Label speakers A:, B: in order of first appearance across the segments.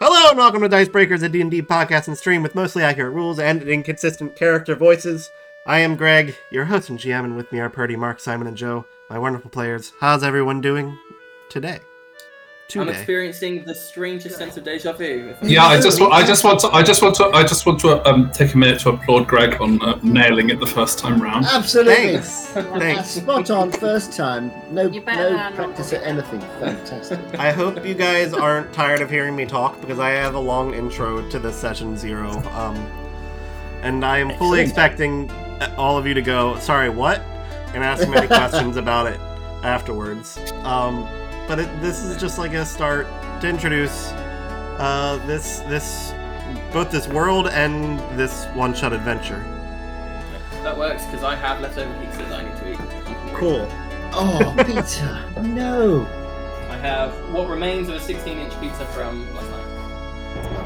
A: and welcome to Dicebreakers, a D&D podcast and stream with mostly accurate rules and inconsistent character voices. I am Greg, your host and GM, and with me are Purdy, Mark, Simon, and Joe, my wonderful players. How's everyone doing today?
B: I'm
A: Today.
B: experiencing the strangest sense of deja vu. if I'm
C: Yeah, I just, wa- I just want to, I just want to, I just want to um, take a minute to applaud Greg on uh, nailing it the first time round.
D: Absolutely.
A: Thanks. Thanks.
D: Spot on first time. No,
E: You better um,
D: no
E: than
D: practice at anything. Fantastic.
A: I hope you guys aren't tired of hearing me talk because I have a long intro to this session zero. Um, and I am fully expecting uh, all of you to go, sorry, what? And ask me any questions about it afterwards. Um, but it, this is just like a start to introduce uh, this, this, both this world and this one shot adventure.
B: That works because I have leftover pizza that I need to eat.
D: Cool. Oh, Peter. no.
B: I have what remains of a 16-inch pizza from last night.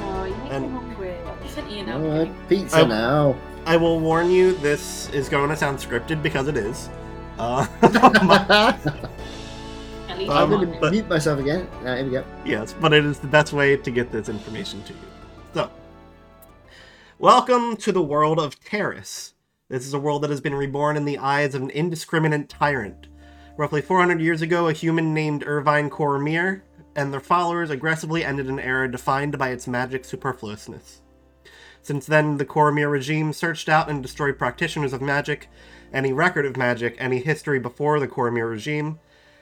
E: Oh, you make me
A: And-
E: hungry. You sent Ian
D: All
E: out.
D: right, pizza
A: Oh.
D: now.
A: I will warn you, this is going to sound scripted because it is. Uh,
E: At
A: Um,
D: I'm
E: least I'm
D: going to
A: but-
D: mute myself again. Uh, here we go.
A: Yes, but it is the best way to get this information to you. So, welcome to the world of Terrace. This is a world that has been reborn in the eyes of an indiscriminate tyrant. Roughly 400 years ago, a human named Irvine Coromir and their followers aggressively ended an era defined by its magic superfluousness. Since then, the Coromir regime searched out and destroyed practitioners of magic, any record of magic, any history before the Coromir regime,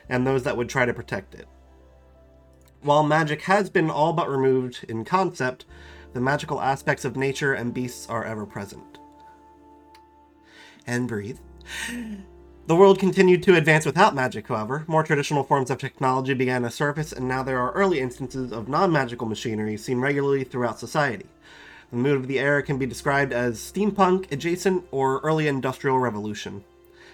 A: and those that would try to protect it. While magic has been all but removed in concept, the magical aspects of nature and beasts are ever present. And breathe. The world continued to advance without magic, however. More traditional forms of technology began to surface, and now there are early instances of non magical machinery seen regularly throughout society. The mood of the era can be described as steampunk, adjacent, or early industrial revolution.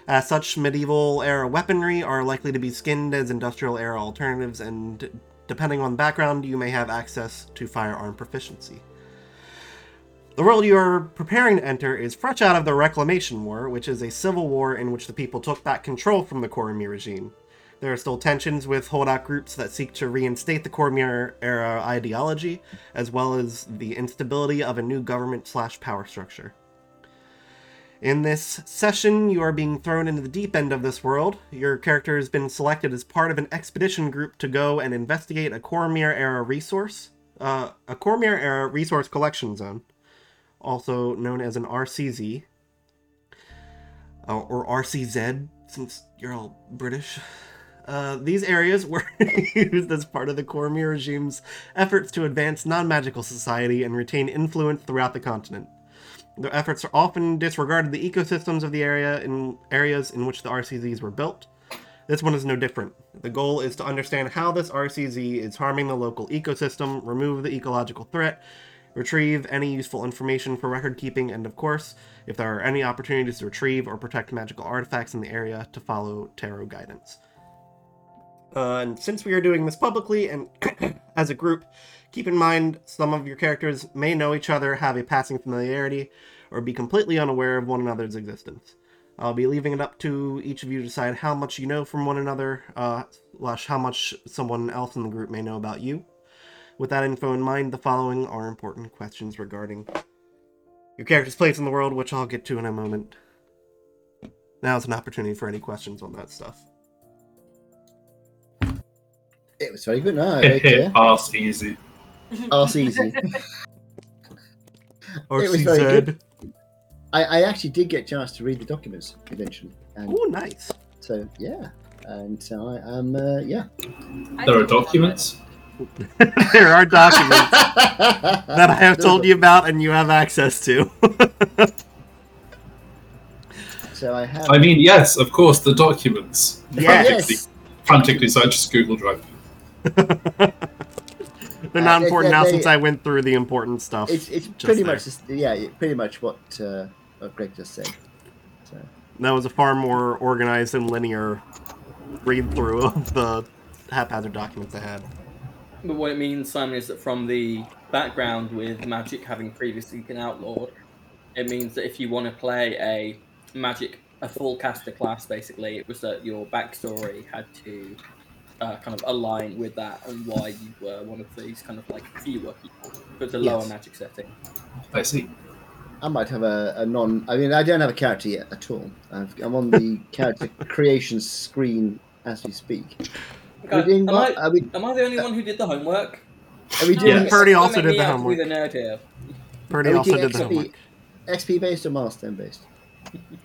A: As Uh, such, medieval era weaponry are likely to be skinned as industrial era alternatives, and depending on background, you may have access to firearm proficiency. The world you are preparing to enter is fresh out of the Reclamation War, which is a civil war in which the people took back control from the Koromir regime. There are still tensions with holdout groups that seek to reinstate the Koromir era ideology, as well as the instability of a new government slash power structure. In this session, you are being thrown into the deep end of this world. Your character has been selected as part of an expedition group to go and investigate a Cormier era resource, uh, a Cormier era resource collection zone, also known as an RCZ uh, or RCZ, since you're all British. Uh, these areas were used as part of the Cormier regime's efforts to advance non-magical society and retain influence throughout the continent. Their efforts are often disregarded the ecosystems of the area in areas in which the RCZs were built. This one is no different. The goal is to understand how this RCZ is harming the local ecosystem, remove the ecological threat, retrieve any useful information for record keeping, and of course, if there are any opportunities to retrieve or protect magical artifacts in the area, to follow tarot guidance. Uh, and since we are doing this publicly and as a group, keep in mind some of your characters may know each other, have a passing familiarity, or be completely unaware of one another's existence. I'll be leaving it up to each of you to decide how much you know from one another, uh, slash how much someone else in the group may know about you. With that info in mind, the following are important questions regarding your character's place in the world, which I'll get to in a moment. Now is an opportunity for any questions on that stuff.
D: It was very good. No, very
C: Hit hit
D: clear.
C: pass easy.
D: Arse easy.
A: Or
D: It was very good. I, I actually did get a chance to read the documents eventually. And
A: Oh, nice.
D: so, yeah. And so I am, uh, yeah.
C: There are documents.
A: there are documents that
D: that
A: I have told you about and you have access to.
D: So I have. Oh,
C: I mean, yes, of course, the documents.
A: yes.
C: Frantically, frantically search Google Drive.
A: They're not
D: Uh,
A: important now
D: they-
A: since I went through the important stuff.
D: It's, it's
A: Just
D: pretty
A: there.
D: much, just, yeah, it- pretty much what, uh, what Greg just said. So,
A: That was a far more organized and linear read through of the haphazard documents I had.
B: But what it means, Simon, is that from the background with magic having previously been outlawed, it means that if you want to play a magic, a full caster class, basically, it was that your backstory had to uh, kind of align with that and why you were one of these kind of like fewer people, but the
D: Yes.
B: lower magic setting.
C: I see.
D: I might have a, a non. I mean, I don't have a character yet at all. I've, I'm on the character creation screen as we speak. Are we
B: Okay,
D: doing
B: am, I,
D: what? Are we,
B: am I the only one who did the homework?
D: are we doing
A: Yeah. Purdy
B: Don't
A: also
B: make
A: did
B: me
A: the
B: out to be
A: homework.
B: The nerd here.
A: Purdy
D: Are we
A: also
D: doing
A: did the
D: XP?
A: homework.
D: XP based or milestone based?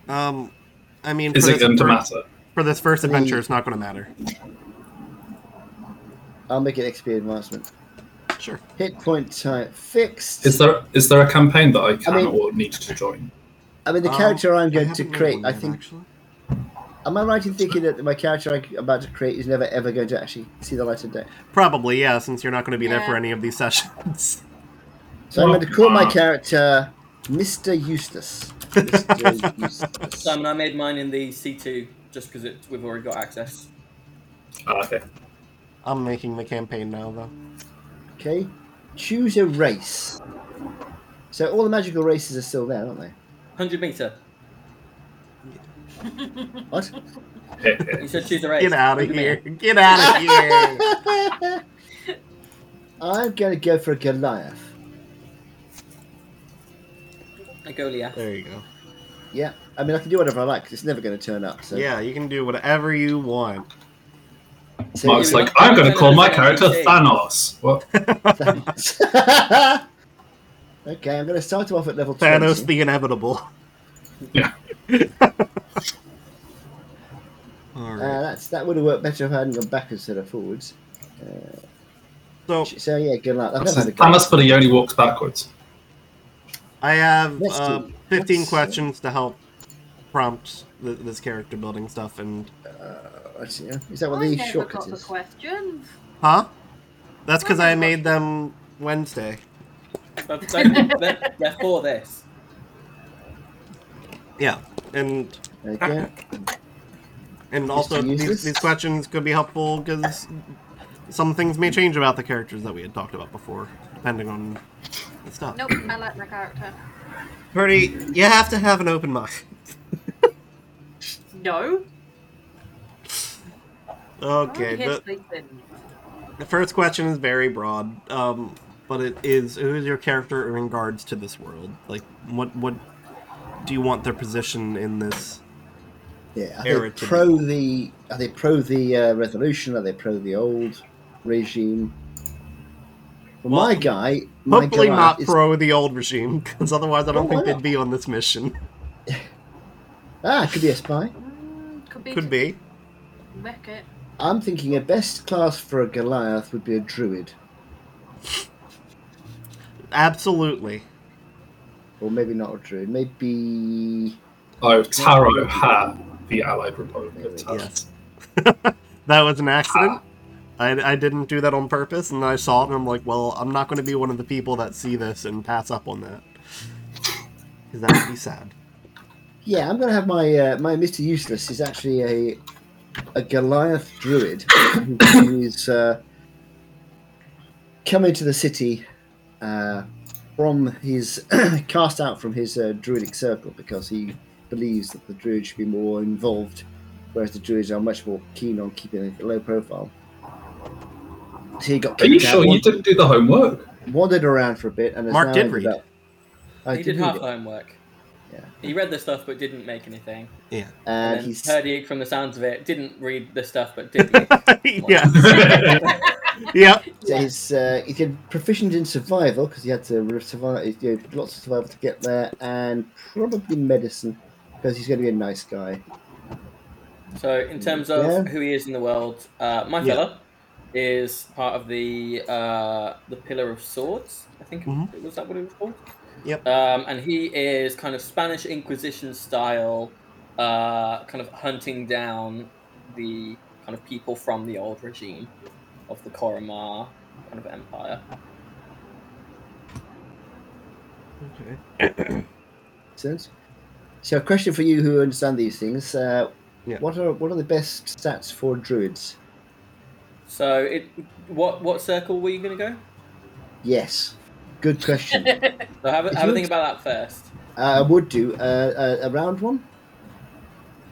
A: Um, I mean,
C: Is
A: for
C: it
A: this
C: going to
A: fir-
C: matter?
A: for this first
D: Hmm.
A: adventure, it's not going to matter.
D: I'll make it XP advancement.
A: Sure.
D: Hit point time fixed.
C: Is there is there a campaign that I can
D: mean-
C: or need to join?
D: I mean, the
A: Um,
D: character I'm
A: I
D: going to
A: haven't made
D: create,
A: one
D: I
A: yet,
D: think.
A: Actually.
D: Am I right in thinking that my character I'm about to create is never ever going to actually see the light of day?
A: Probably, yeah, since you're not going to be there for
E: Yeah.
A: any of these sessions.
D: So I'm going to call my
C: Wow.
D: character Mr. Eustace. Mr. Eustace.
B: Simon, I made mine in the C2 just because we've already got access.
C: Ah, okay.
A: I'm making the campaign now, though.
D: Okay. Choose a race. So all the magical races are still there, aren't they?
B: 100 meter.
D: What?
C: Hey, hey.
B: You said choose a race.
A: Get out of
B: 100
A: here!
B: meter.
A: Get out of here!
D: I'm going to go for a Goliath.
B: A Goliath.
A: There you go.
D: Yeah. I mean, I can do whatever I like 'cause it's never going to turn up. So,
A: Yeah, you can do whatever you want.
D: so
C: Mark's
B: you-
C: like, I'm going to call my character
B: Okay.
C: Thanos. What?
D: okay, I'm going to start off at level 20.
A: Thanos the inevitable.
C: Yeah.
A: All
D: Uh,
A: right.
D: that's that would have worked better if I hadn't gone back instead of forwards.
A: So
D: So yeah, good luck. I've never had a go.
C: Thanos, but he only walks backwards.
A: I have
D: Let's
A: uh,
D: do-
A: 15
D: let's-
A: questions to help prompt th- this character building stuff and
D: Let's see, yeah. Is that what
E: I
D: the
E: never
D: shortcut
E: got the
D: is?
E: questions.
A: huh? That's because
E: Why
A: I
E: not?
A: made them Wednesday.
B: That's- that's- that- They're for this.
A: Yeah, and
D: Okay.
A: and also
D: useless.
A: these, these questions could be helpful because some things may change about the characters that we had talked about before, depending on the stuff.
E: Nope, I like my character.
A: Purdy, you have to have an open mind.
E: No.
A: Okay,
E: Oh,
A: the,
E: sleeping.
A: The first question is very broad, um, but it is who is your character in regards to this world? Like, what what do you want their position in this?
D: Yeah. Are they
A: Irritable.
D: pro the? Are they pro the uh, revolution? Are they pro the old regime? Well, my guy. My
A: Hopefully,
D: Goliath
A: not
D: is-
A: pro the old regime, because otherwise, I
D: Oh,
A: don't
D: why
A: think
D: not?
A: they'd be on this mission.
D: Ah, could be a spy.
E: Mm, could be.
A: Could be.
E: Wreck it.
D: I'm thinking a best class for a Goliath would be a druid,
A: Absolutely.
D: or maybe not a druid. Maybe
C: Oh, Taro Ha, the Allied Republic of Taro.
A: Yes. That was an accident. I, I didn't do that on purpose, and I saw it, and I'm like, well, I'm not going to be one of the people that see this and pass up on that. Because that would be sad.
D: Yeah, I'm going to have my uh, my Mister Useless is actually a a Goliath druid who is uh, coming to the city uh, from his cast out from his uh, druidic circle because he believes that the druid should be more involved, whereas the druids are much more keen on keeping a low profile. So he got
C: Are you
D: kicked out,
C: sure you
D: wandered-
C: didn't do the homework?
D: wandered around for a bit and has
A: Mark
D: now
A: did
D: ended
A: read.
D: up- I
B: he did
D: read
B: half
D: it.
B: the homework.
D: Yeah.
B: He read the stuff but didn't make anything.
D: and
B: and then
D: he's
B: Purdy, from the sounds of it, didn't read the stuff but did. make-
A: yeah. Yep.
D: So he's, uh, he's been proficient in survival because he had to re- survive, he did lots of survival to get there, and probably medicine because he's going to be a nice guy.
B: So, in terms of
D: Yeah.
B: who he is in the world, uh, my
A: Yeah.
B: fella is part of the uh, the Pillar of Swords. I think
A: Mhm.
B: was that what it was called.
A: Yep.
B: Um, and he is kind of Spanish Inquisition style, uh, kind of hunting down the kind of people from the old regime of the Coromar kind of empire.
A: Okay.
D: Sense. So, a question for you who understand these things: uh,
A: Yeah.
D: What are what are the best stats for druids?
B: So, it what what circle were you going to go?
D: Yes, good question. uh,
B: So have a,
D: If
B: have a
D: you-
B: think about that first.
D: I would do uh, a, a round one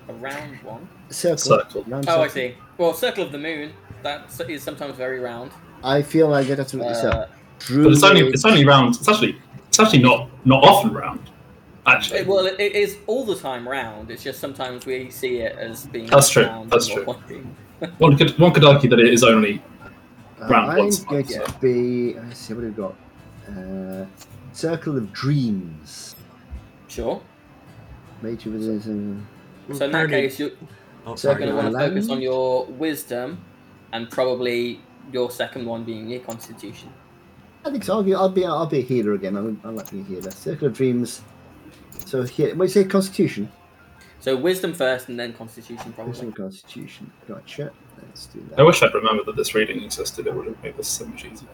B: A round one.
D: circle.
C: Circle.
D: Round
B: Oh, I
D: circle.
B: see. Well, circle of the moon. that s- is sometimes very round.
D: I feel like I'd have to look this
B: Uh,
D: up.
C: But it's only
D: Druid-
C: it's only round. It's actually it's actually not not often round. Actually,
B: it- well, it, it is all the time round. It's just sometimes we see it as being
C: That's true,
B: round
C: that's
B: or
C: true.
B: wandering.
C: one could one could argue that it is only.
D: Uh,
C: Round
D: I'm
C: ones,
D: going to
C: yeah.
D: be. Let's see what we've got. Uh, Circle of Dreams.
B: Sure.
D: Made you within.
B: So in that
A: Parody-
B: case, you're,
A: Oh,
D: so I'm
A: sorry.
B: you're going to
D: Parody
B: want to
D: Island?
B: focus on your wisdom, and probably your second one being your constitution.
D: I think so. I'll be. I'll be. I'll be a healer again. I'll, I'll like being a healer. Circle of Dreams. So here, what do you say? Constitution.
B: So wisdom first, and then constitution probably.
D: Personal Constitution. Gotcha. Let's do that.
C: I wish I'd remembered that this reading existed. It would have made this so much easier.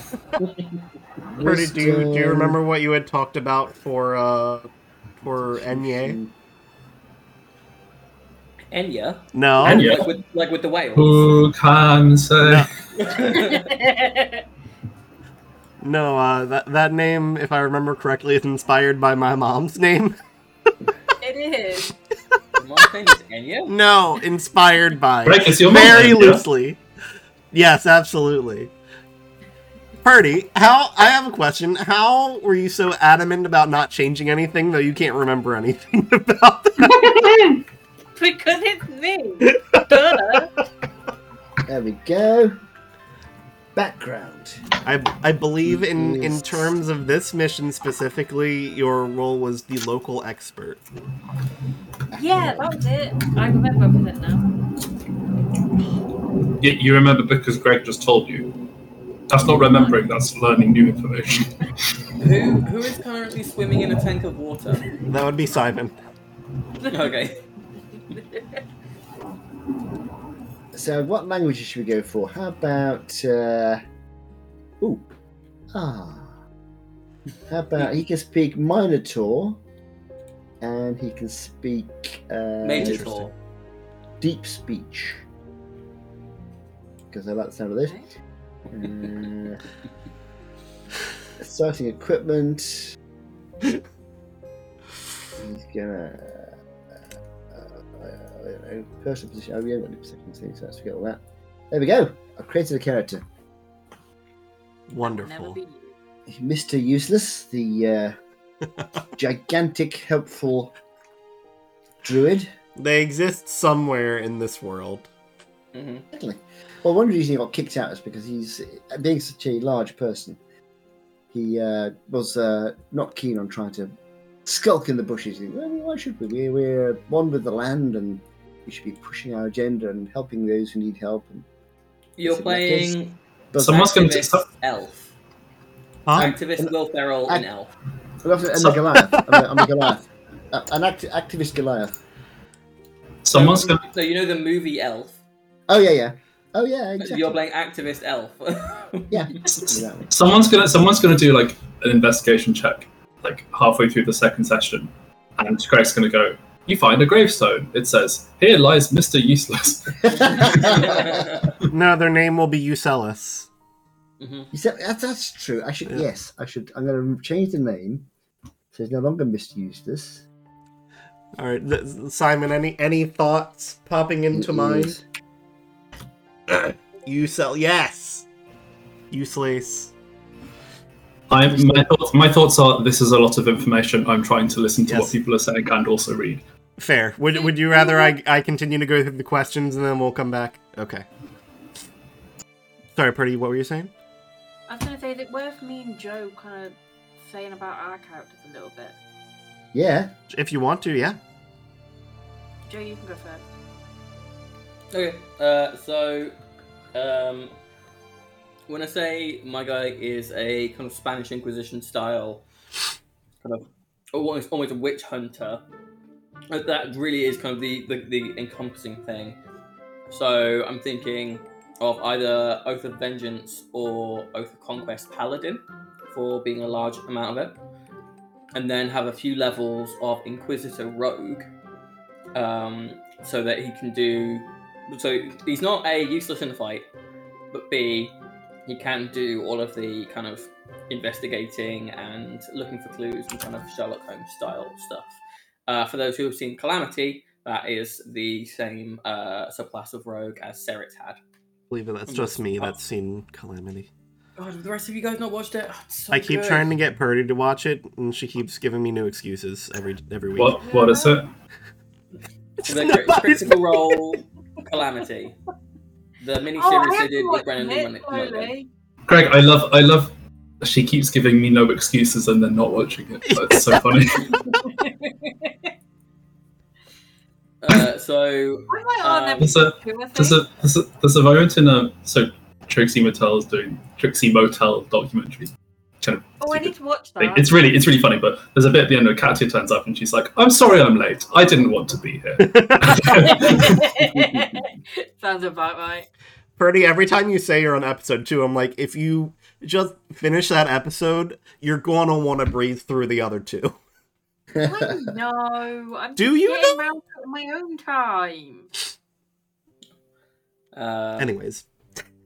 C: for me.
A: Purdy, do you, do you
D: Wisdom,
A: remember what you had talked about for uh for E Enye?
B: Enya,
A: No.
C: Enye? Yeah.
B: like, with, like with the whales.
C: Oh. Who can say?
A: No.
B: okay.
A: No, uh, that that name, if I remember correctly, is inspired by my mom's name.
E: It is.
B: Mom's name is Enya.
A: No, inspired by.
C: Right, it's your mom's
A: Very
C: name, yeah?
A: loosely. Yes, absolutely. Purdy, how I have a question. How were you so adamant about not changing anything though you can't remember anything about that?
E: Because it's me. Duh.
D: There we go. Background.
A: I I believe in in
D: Yes.
A: terms of this mission specifically, your role was the local expert.
F: Yeah, that was it. I remember everything now.
C: You, you remember because Greg just told you. That's not remembering. That's learning new information.
B: Who who is currently swimming in a tank of water?
A: That would be Simon.
B: Okay.
D: So, what languages should we go for? How about? Uh... Ooh, ah. How about he can speak Minotaur, and he can speak uh,
B: Major Thor.
D: deep speech. Because I like the sound of this.
E: Right.
D: Uh, starting equipment. He's gonna. Uh, uh, I don't know. Personal position. Oh, we haven't got any second thing, so let's forget all that. There we go. I've created a character.
E: Never
A: Wonderful.
E: be you.
D: Mr. Useless, the uh, gigantic, helpful druid.
A: They exist somewhere in this world.
B: hmm
D: Exactly. Well, one reason he got kicked out is because he's being such a large person. He uh, was uh, not keen on trying to skulk in the bushes. He, well, why should we? We're, we're one with the land, and we should be pushing our agenda and helping those who need help. And
B: You're
D: Is it like this?
B: playing
D: does
C: Someone- Someone's gonna
B: activist
C: do some-
B: elf.
A: Huh?
B: Activist Will Ferrell in
D: I-
B: elf.
D: that. And I'm
C: So-
D: a Goliath. I'm a, I'm a Goliath. Uh, an act- activist Goliath.
C: Someone's
B: so,
C: gonna.
B: So you know the movie Elf.
D: Oh yeah, yeah. Oh yeah, exactly.
B: You're playing activist elf.
D: Yeah.
C: s-
D: Exactly.
C: Someone's gonna. Someone's gonna do like an investigation check, like halfway through the second session, and Greg's gonna go. You find a gravestone. It says, "Here lies Mister Useless."
A: No, their name will be Ucellus.
B: Mhm.
D: You said that's, that's true. I should
A: Yeah.
D: yes, I should. I'm going to change the name, so it's no longer Mr. Eustace.
A: All right, th- Simon. Any any thoughts popping into
D: It
A: mind?
D: is-
A: Ucell. Yes. Useless.
C: I, my, thoughts, my thoughts are: this is a lot of information. I'm trying to listen to
A: Yes.
C: what people are saying and also read.
A: Fair. Would would you rather I I continue to go through the questions and then we'll come back? Okay. Sorry, Purdy. What were you saying?
E: I was going to say, is it worth me and Joe kind of saying about our characters a little bit?
D: Yeah.
A: If you want to, yeah.
E: Joe, you can go first.
B: Okay. Uh, so, um, when I say my guy is a kind of Spanish Inquisition style, kind of almost, almost a witch hunter, but that really is kind of the, the, the encompassing thing. So I'm thinking of either Oath of Vengeance or Oath of Conquest Paladin for being a large amount of it, and then have a few levels of Inquisitor Rogue. Um, so that he can do. So he's not a useless in the fight, but B, he can do all of the kind of investigating and looking for clues and kind of Sherlock Holmes style stuff. Uh, for those who have seen Calamity, that is the same uh, subclass of rogue as Seret had.
A: believe it. That's just me that's seen Calamity.
B: God, have the rest of you guys not watched it? Oh, it's so
A: I keep
B: good.
A: trying to get Purdy to watch it, and she keeps giving me new excuses every every week.
C: What what is it?
A: It's
B: The
A: not
B: cri-
A: about his-
B: Critical Role Calamity. The miniseries
E: Oh, I
B: they
E: have
B: did with
E: watched
B: Brennan
E: it,
B: Lin-
E: slowly.
C: Greg, I love I love she keeps giving me no excuses and then not watching it. That's so funny.
B: uh, So,
E: I might on
B: Um,
E: them
C: There's a
E: too, I think.
C: there's a there's a, there's a moment in a so Trixie Motel's doing Trixie Motel documentary. Kind of
E: Oh, I need to watch
C: thing.
E: that.
C: It's really it's really funny, but there's a bit at the end where Katya turns up and she's like, "I'm sorry, I'm late. I didn't want to be here."
E: Sounds about right.
A: Purdy, every time you say you're on episode two, I'm like, if you just finish that episode, you're gonna want to breathe through the other two.
E: I know. I'm
A: Do
E: just
A: you
E: getting round to it in my own time.
B: uh,
A: Anyways,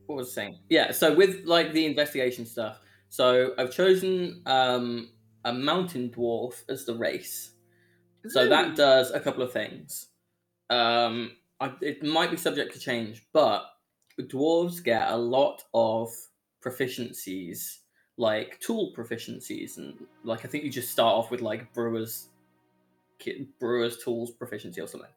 B: what was I saying? Yeah, so with like the investigation stuff, so I've chosen um, a mountain dwarf as the race. So that does a couple of things. Um, I, it might be subject to change, but dwarves get a lot of proficiencies, like tool proficiencies, and like I think you just start off with like brewer's ki- brewer's tools proficiency or something.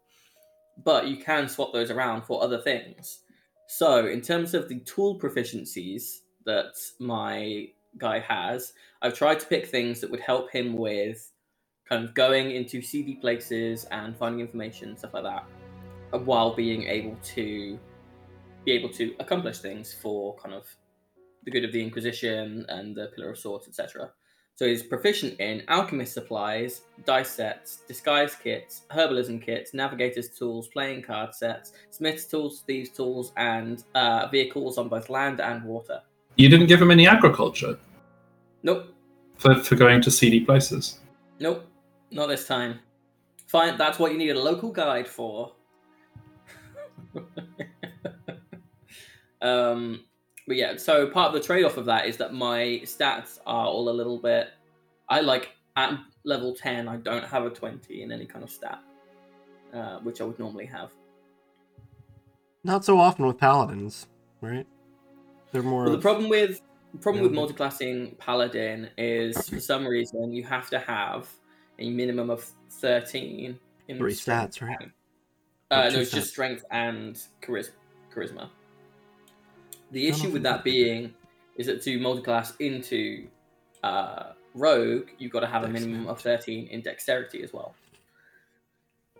B: But you can swap those around for other things. So in terms of the tool proficiencies that my guy has, I've tried to pick things that would help him with kind of going into seedy places and finding information, stuff like that, uh, while being able to be able to accomplish things for kind of the good of the Inquisition and the Pillar of Swords, etc. So he's proficient in alchemist supplies, dice sets, disguise kits, herbalism kits, navigator's tools, playing card sets, smith's tools, thieves' tools, and uh, vehicles on both land and water.
C: You didn't give him any agriculture
B: Nope,
C: for, for going to seedy places.
B: nope, not this time. Fine, that's what you need a local guide for. um, but yeah, so part of the trade off of that is that my stats are all a little bit. I like at level 10, I don't have a 20 in any kind of stat, uh, which I would normally have.
A: not so often with paladins, right? They're more.
B: Well, the problem with the problem
A: Yeah.
B: with multiclassing paladin is for some reason you have to have a minimum of thirteen in
A: Three
B: strength
A: stats, right?
B: and-
A: Or
B: Uh,
A: two
B: no, it's
A: stats.
B: just strength and charis- charisma. The
A: Don't
B: issue with
A: often
B: that being is that to multiclass into uh, rogue, you've got to have a minimum of thirteen in dexterity as well.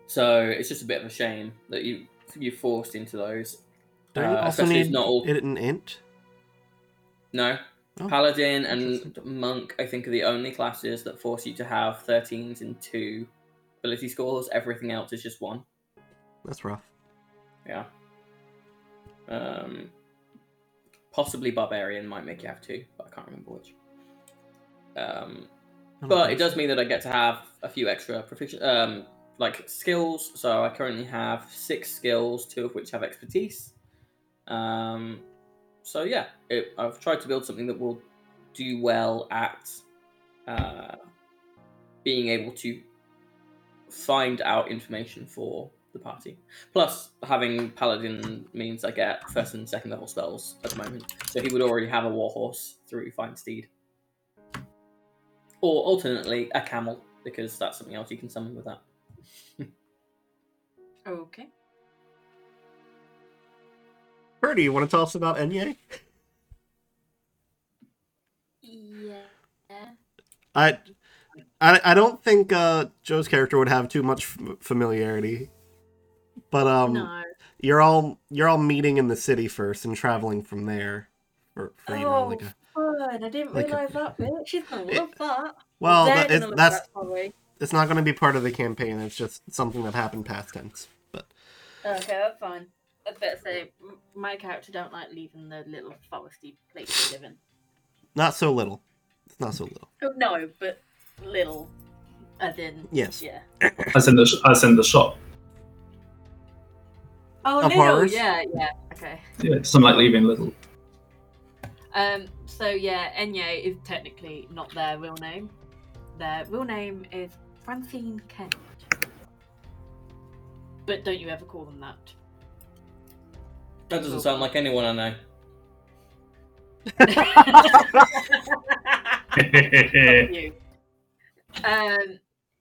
B: So it's just a bit of a shame that you you forced into those.
A: Don't you
B: uh,
A: also
B: especially
A: need
B: it's not all-
A: it an int?
B: No,
A: Oh,
B: Paladin and
A: interesting.
B: monk, I think, are the only classes that force you to have 13s and two ability scores. Everything else is just one.
A: That's rough.
B: Yeah. Um, possibly barbarian might make you have two, but I can't remember which. Um,
A: I don't
B: but
A: think
B: it does mean that I get to have a few extra proficient, um, like skills. So I currently have six skills, two of which have expertise. Um, so yeah, it, I've tried to build something that will do well at uh, being able to find out information for the party. Plus, having paladin means I get first and second level spells at the moment. So he would already have a warhorse through Fine Steed or alternately a camel because that's something else you can summon with that.
E: Okay.
A: Purdy, you want to tell us about E Enye?
E: Yeah.
A: I, I, I don't think uh, Joe's character would have too much f- familiarity, but um,
E: no.
A: you're all you're all meeting in the city first and traveling from there. For, for, you know,
E: Oh,
A: like a,
E: fun. I didn't
A: like a-
E: realise that bit. She's going
A: It-
E: to love that.
A: well,
E: They're
A: that,
E: gonna
A: it's,
E: love
A: that's
E: that, sorry.
A: it's not going to be part of the campaign. It's just something that happened past tense. But
E: Okay, that's fine. I better say, m- my character don't like leaving the little foresty place they live in.
A: not so little. It's not so little.
E: Oh, no, but little, as in,
A: Yes.
E: yeah.
C: As in the sh- as in the shop.
E: Oh,
A: Of
E: little,
A: horrors?
E: yeah, yeah, okay.
C: Yeah, it doesn't like leaving little.
E: Um, so yeah, Enye is technically not their real name. Their real name is Francine Kent. But don't you ever call them that.
B: That doesn't sound like anyone I know.
E: you. Um,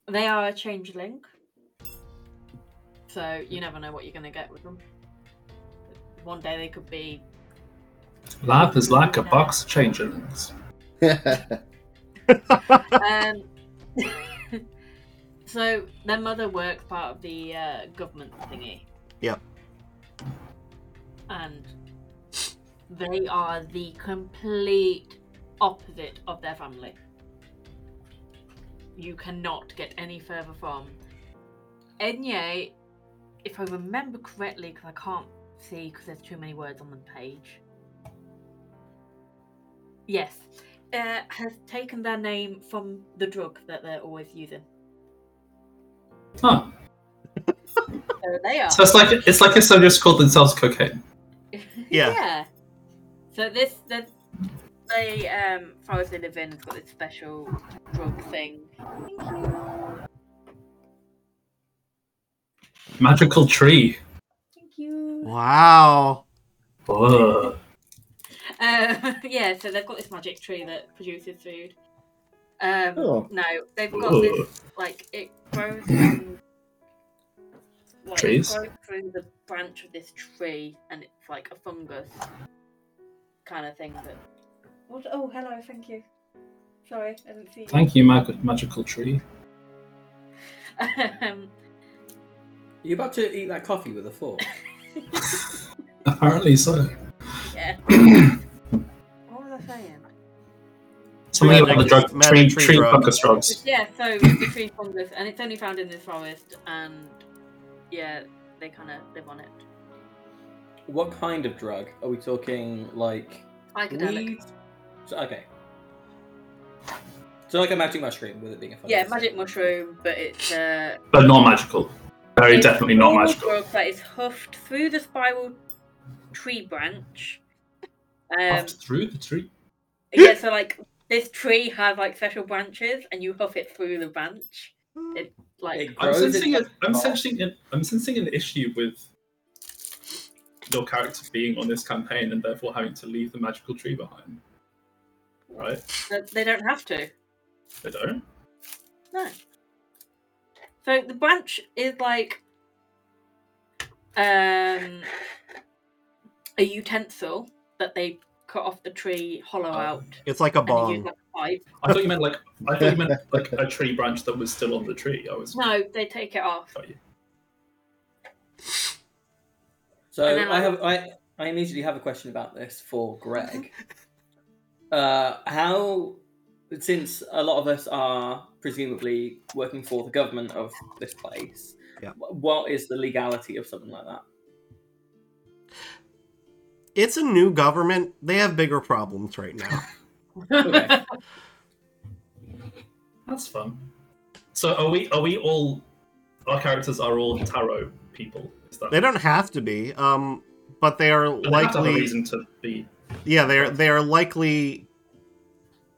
E: they are a changeling, so you never know what you're going to get with them. One day they could be.
C: Life is like a box of changelings.
E: Um, so their mother works part of the uh, government thingy.
A: Yep.
E: And they are the complete opposite of their family. You cannot get any further from. Enye, if I remember correctly, because I can't see because there's too many words on the page. Yes, uh, has taken their name from the drug that they're always using.
C: Huh.
E: So they are.
C: So it's like it's like if someone just called themselves cocaine.
A: Yeah.
E: So this, the, they, um, forest they live in has got this special drug thing.
C: Magical tree.
E: Thank you.
A: Wow.
C: Whoa.
E: Um, yeah, so they've got this magic tree that produces food. Um,
D: Oh.
E: no, they've got
C: Whoa.
E: this like it grows from like,
C: Trees?
E: It grows through the branch of this tree, and it's like a fungus kind of thing that
F: What? Oh, hello. Thank you. Sorry, I didn't see you.
C: Thank you, mag- magical tree.
E: Um,
B: Are you about to eat that coffee with a fork?
C: Apparently so.
E: yeah. what was I saying?
C: Something about the
A: Magic-
C: drug
A: magic
C: tree
A: tree
C: tree
A: drug.
C: fungus drugs.
E: Yeah, so the tree fungus, and it's only found in this forest, and yeah, they kind of live on it.
B: What kind of drug? Are we talking like
E: Psychedelic.
B: weed? So, okay. So like a magic mushroom with it being a fungus.
E: Yeah, magic mushroom, but it's uh,
C: But not magical. Very
E: It's
C: Oh, definitely not
E: normal
C: magical.
E: Growth that is huffed through the spiral tree branch. Um,
C: Puffed through the tree.
E: yeah, so like this tree has like special branches, and you huff it through the branch. It like
B: It
C: I'm
B: grows
C: sensing,
B: in-
C: a, I'm sensing, an, I'm sensing an issue with your character being on this campaign and therefore having to leave the magical tree behind. Right?
E: th- they don't have to.
C: They don't.
E: No. So the branch is like um a utensil that they cut off the tree hollow out
A: It's like a
E: and they
A: bong.
E: use like a pipe.
C: I thought you meant like I thought you meant like a tree branch that was still on the tree. I was
E: No, they take it off.
C: got you.
B: So
E: And then
B: I
E: I'll-
B: have I I immediately have a question about this for Greg. uh, how since a lot of us are presumably working for the government of this place,
A: Yeah.
B: wh- what is the legality of something like that?
A: It's a new government. They have bigger problems right now.
B: Okay.
C: That's fun. So are we are we all our characters are all tarot people? Is that
A: They don't have to be, um, but they are
C: But they have to have a
A: likely.
C: reason to be
A: Yeah, they are. They are likely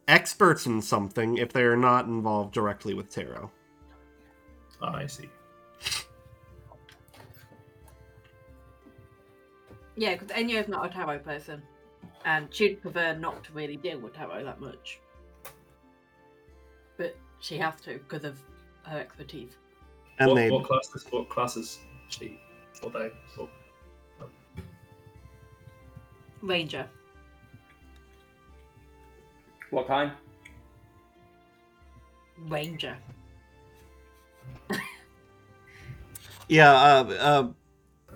A: experts in something if they are not involved directly with tarot.
C: Ah, I see.
E: Yeah, because Enyo's not a tarot person, and she'd prefer not to really deal with tarot that much. But she has to because of her expertise.
A: And
C: what,
A: they
C: what classes what classes she or they or
E: Ranger.
B: what kind?
E: Ranger.
A: Yeah, uh, uh,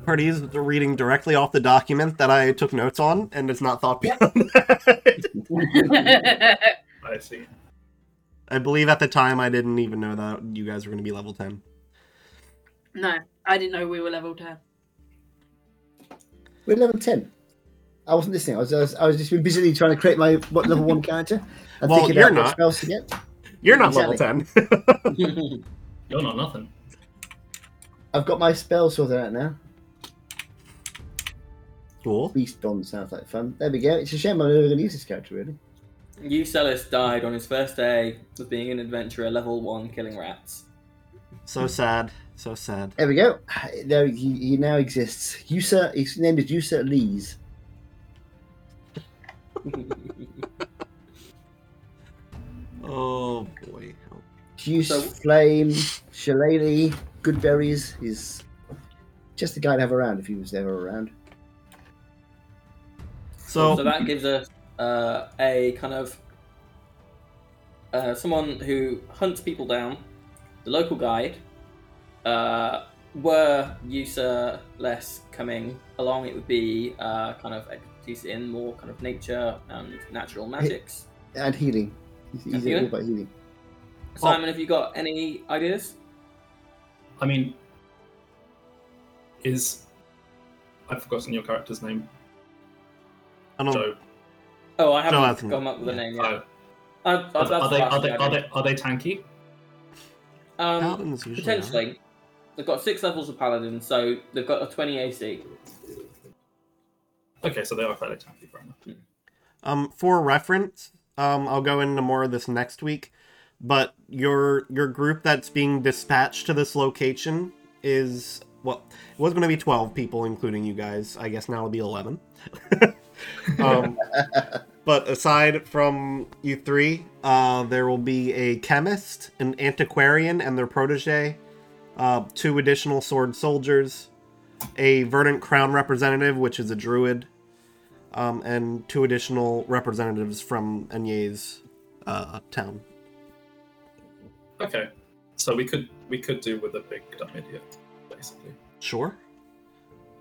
A: Pardee's reading directly off the document that I took notes on and it's not thought beyond that.
C: I see.
A: I believe at the time I didn't even know that you guys were going to be level 10.
E: no, I didn't know we were level 10.
D: We're level ten. I wasn't listening. I was, I was, I was just been busily trying to create my what level one character. and
A: Well,
D: thinking
A: you're
D: about what
A: not.
D: spells to get.
A: You're not level 10.
C: You're not nothing.
D: I've got my spells sorted out now.
A: cool.
D: Beast Bond sounds like fun. There we go. It's a shame I'm never going to use this character really.
B: Eustace died on his first day of being an adventurer, level one, killing rats.
A: So sad. So sad.
D: There we go. There he, he now exists. Yusa, his name is Yusa Lees.
A: Oh boy.
D: Juice,
B: So-
D: Flame, Shillelagh, Goodberries. He's just the guy to have around if he was ever around.
A: So,
B: So that gives us uh, a kind of uh, someone who hunts people down, the local guide. Uh, were user less coming along, it would be uh, kind of expertise in more kind of nature and natural magics.
D: And healing. He's, he's
B: Yeah.
D: all about healing.
B: Simon, have you got any ideas?
C: I mean, is I've forgotten your character's name,
A: I don't,
C: Joe.
B: Oh, I
A: No, I
B: haven't
A: think-
B: come up with a
A: yeah.
B: name
C: Oh,
B: yet. I, I,
C: are,
B: that's
C: Oh, are
B: the
C: they
B: last
C: are they
B: thing I
C: are
B: do.
C: they are they tanky?
B: Um,
A: paladins usually are.
B: potentially, they've got six levels of paladin, so they've got a twenty AC.
C: Okay, so they are fairly tanky, fair enough.
A: Um, for reference, um, I'll go into more of this next week. But your your group that's being dispatched to this location is well, it was going to be twelve people, including you guys. I guess now it'll be eleven. um, but aside from you three, uh, there will be a chemist, an antiquarian, and their protege, uh, two additional sword soldiers, a verdant crown representative, which is a druid, um, and two additional representatives from Anye's uh, town.
C: Okay, so we could we could do with a big dumb idiot, basically.
A: Sure.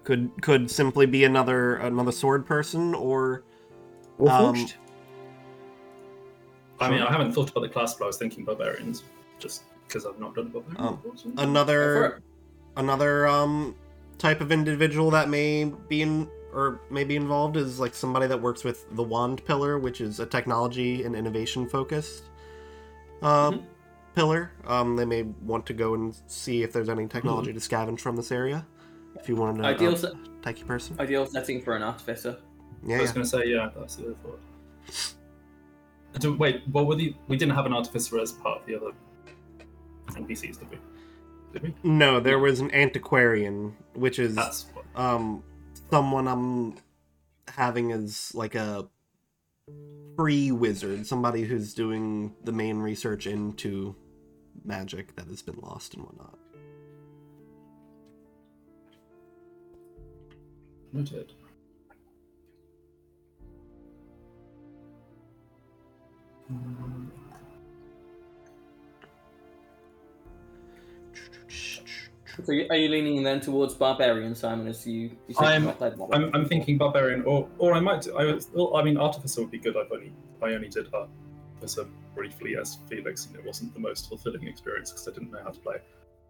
A: Could could simply be another another sword person or
D: Or
A: Um,
D: forged.
C: I mean, I haven't thought about the class, but I was thinking barbarians, just because I've not done barbarians.
A: Um,
C: unfortunately.
B: For it.
A: another another um type of individual that may be in or may be involved is like somebody that works with the wand pillar, which is a technology and innovation focused uh,
B: Mhm.
A: pillar. Um, they may want to go and see if there's any technology to scavenge from this area. If you wanted to
B: Mm-hmm. Ideal,
A: um,
B: se-
A: techie person,
B: ideal setting for an artificer.
A: yeah,
C: I was
A: yeah.
C: going to say, yeah, that's the other thought. Do, wait, what were the? We didn't have an artificer as part of the other NPCs, did we? Did we?
A: No, there was an antiquarian, which is
C: That's what.
A: um someone I'm having as like a pre wizard, somebody who's doing the main research into magic that has been lost and whatnot.
C: Noted.
B: So you- are you leaning then towards barbarian, Simon? As you, you said
C: I'm-
B: you've not played one.
C: I'm, I'm thinking barbarian, or or I might. do- I was- well, I mean, artificer would be good. I've only I only did artificer briefly as Felix, and it wasn't the most fulfilling experience because I didn't know how to play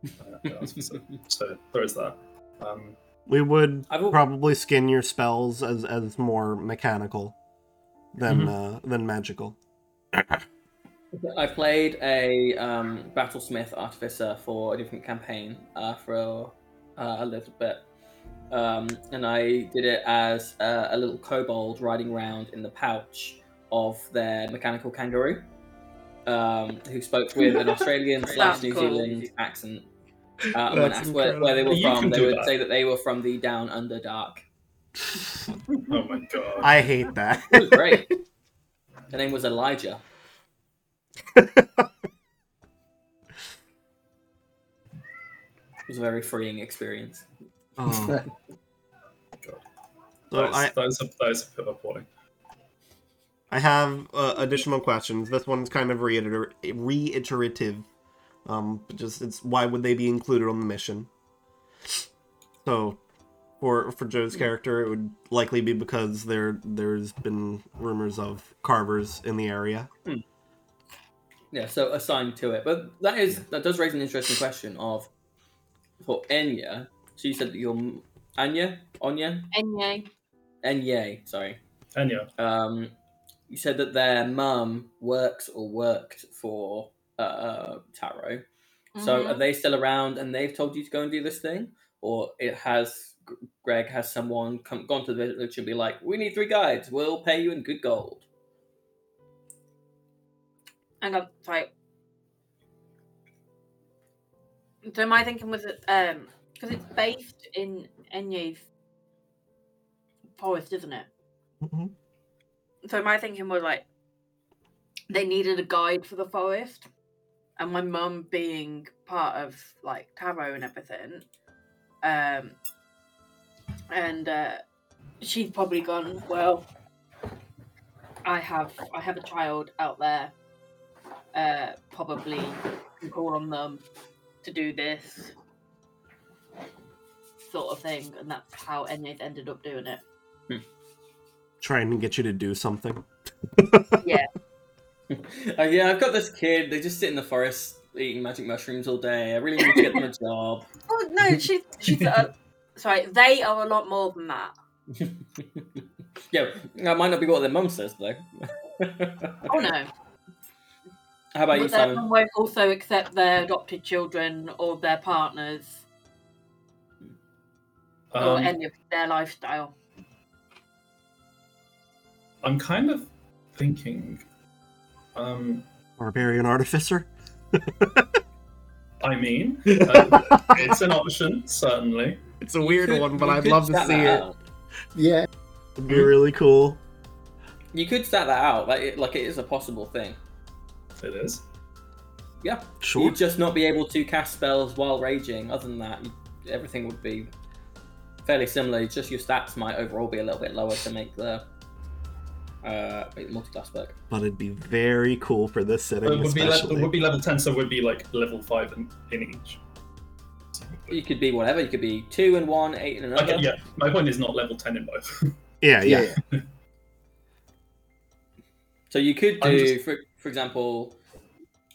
C: uh, artificer. so there is that. Um,
A: We would
B: I've al-
A: probably skin your spells as as more mechanical than uh, than magical.
B: I played a um, battlesmith artificer for a different campaign uh, for uh, a little bit, um, and I did it as uh, a little kobold riding around in the pouch of their mechanical kangaroo, um, who spoke with an Australian slash
E: That's
B: New
E: cool.
B: Zealand accent. Uh, and when
A: That's
B: asked where, where they were
C: incredible. You
B: from,
C: can
B: they
C: do
B: would
C: that.
B: say that they were from the Down Under Dark.
C: oh my god!
A: I hate that.
B: It was great. the name was Elijah. it was a very freeing experience.
A: oh.
C: God.
A: So
C: that is,
A: I,
C: that is a, that is a bit of warning.
A: I have uh, additional questions. This one's kind of reiter- reiterative. Um, but just it's why would they be included on the mission? So, for for Joe's character, it would likely be because there there's been rumors of carvers in the area.
B: Yeah, so assigned to it. But that is that does raise an interesting question of for Enya. So you said that you're m- Anya? Anya?
E: Anyway,
B: Enye, sorry.
C: And yeah,
B: Um, you said that their mum works or worked for uh, Tarot. So
A: Mm-hmm.
B: are
E: mhm.
B: they still around and they've told you to go and do this thing? Or it has G- Greg has someone come gone to the village and be like, We need three guides, we'll pay you in good gold.
E: hang on, sorry. So my thinking was that um because it's based in Enye's forest, isn't it?
C: Mm-hmm.
A: Mhm.
E: So my thinking was like they needed a guide for the forest, and my mum being part of like tarot and everything, um, and uh, she's probably gone. Well, I have I have a child out there. Uh, probably can call on them to do this sort of thing, and that's how Enya's ended up doing it.
A: Trying to get you to do something.
E: Yeah,
B: Uh, yeah, I've got this kid. They just sit in the forest eating magic mushrooms all day. I really need to get them a job.
E: Oh no, she she's a, sorry. They are a lot more than that.
B: yeah, that might not be what their mum says though.
E: Oh no,
B: How about you,
E: but their
B: Simon?
E: mum won't also accept their adopted children or their partners or
C: Um,
E: any of their lifestyle.
C: I'm kind of thinking. Um,
A: Barbarian artificer.
C: I mean, uh, it's an option, certainly.
A: It's a weird
B: Could-
A: one, but
B: you
A: I'd
B: could
A: love to
B: stat
A: see
B: that
A: it.
B: out.
D: Yeah.
A: It'd be really cool.
B: You could stat that out. Like, it, like it is a possible thing.
C: It is.
B: Yeah,
A: Sure.
B: you'd just not be able to cast spells while raging. Other than that, you, everything would be fairly similar. It's just your stats might overall be a little bit lower to make the uh, make the multi-class work.
A: But it'd be very cool for this setting,
C: Uh, It would be, le- it
A: especially.
C: would be level 10, so it would be like level 5 in, in each.
B: You could be whatever. You could be two and one, eight and another.
C: Okay, yeah, my point is not level 10 in both.
A: yeah, yeah,
B: So you could
C: I'm
B: do,
C: just-
B: for, for example,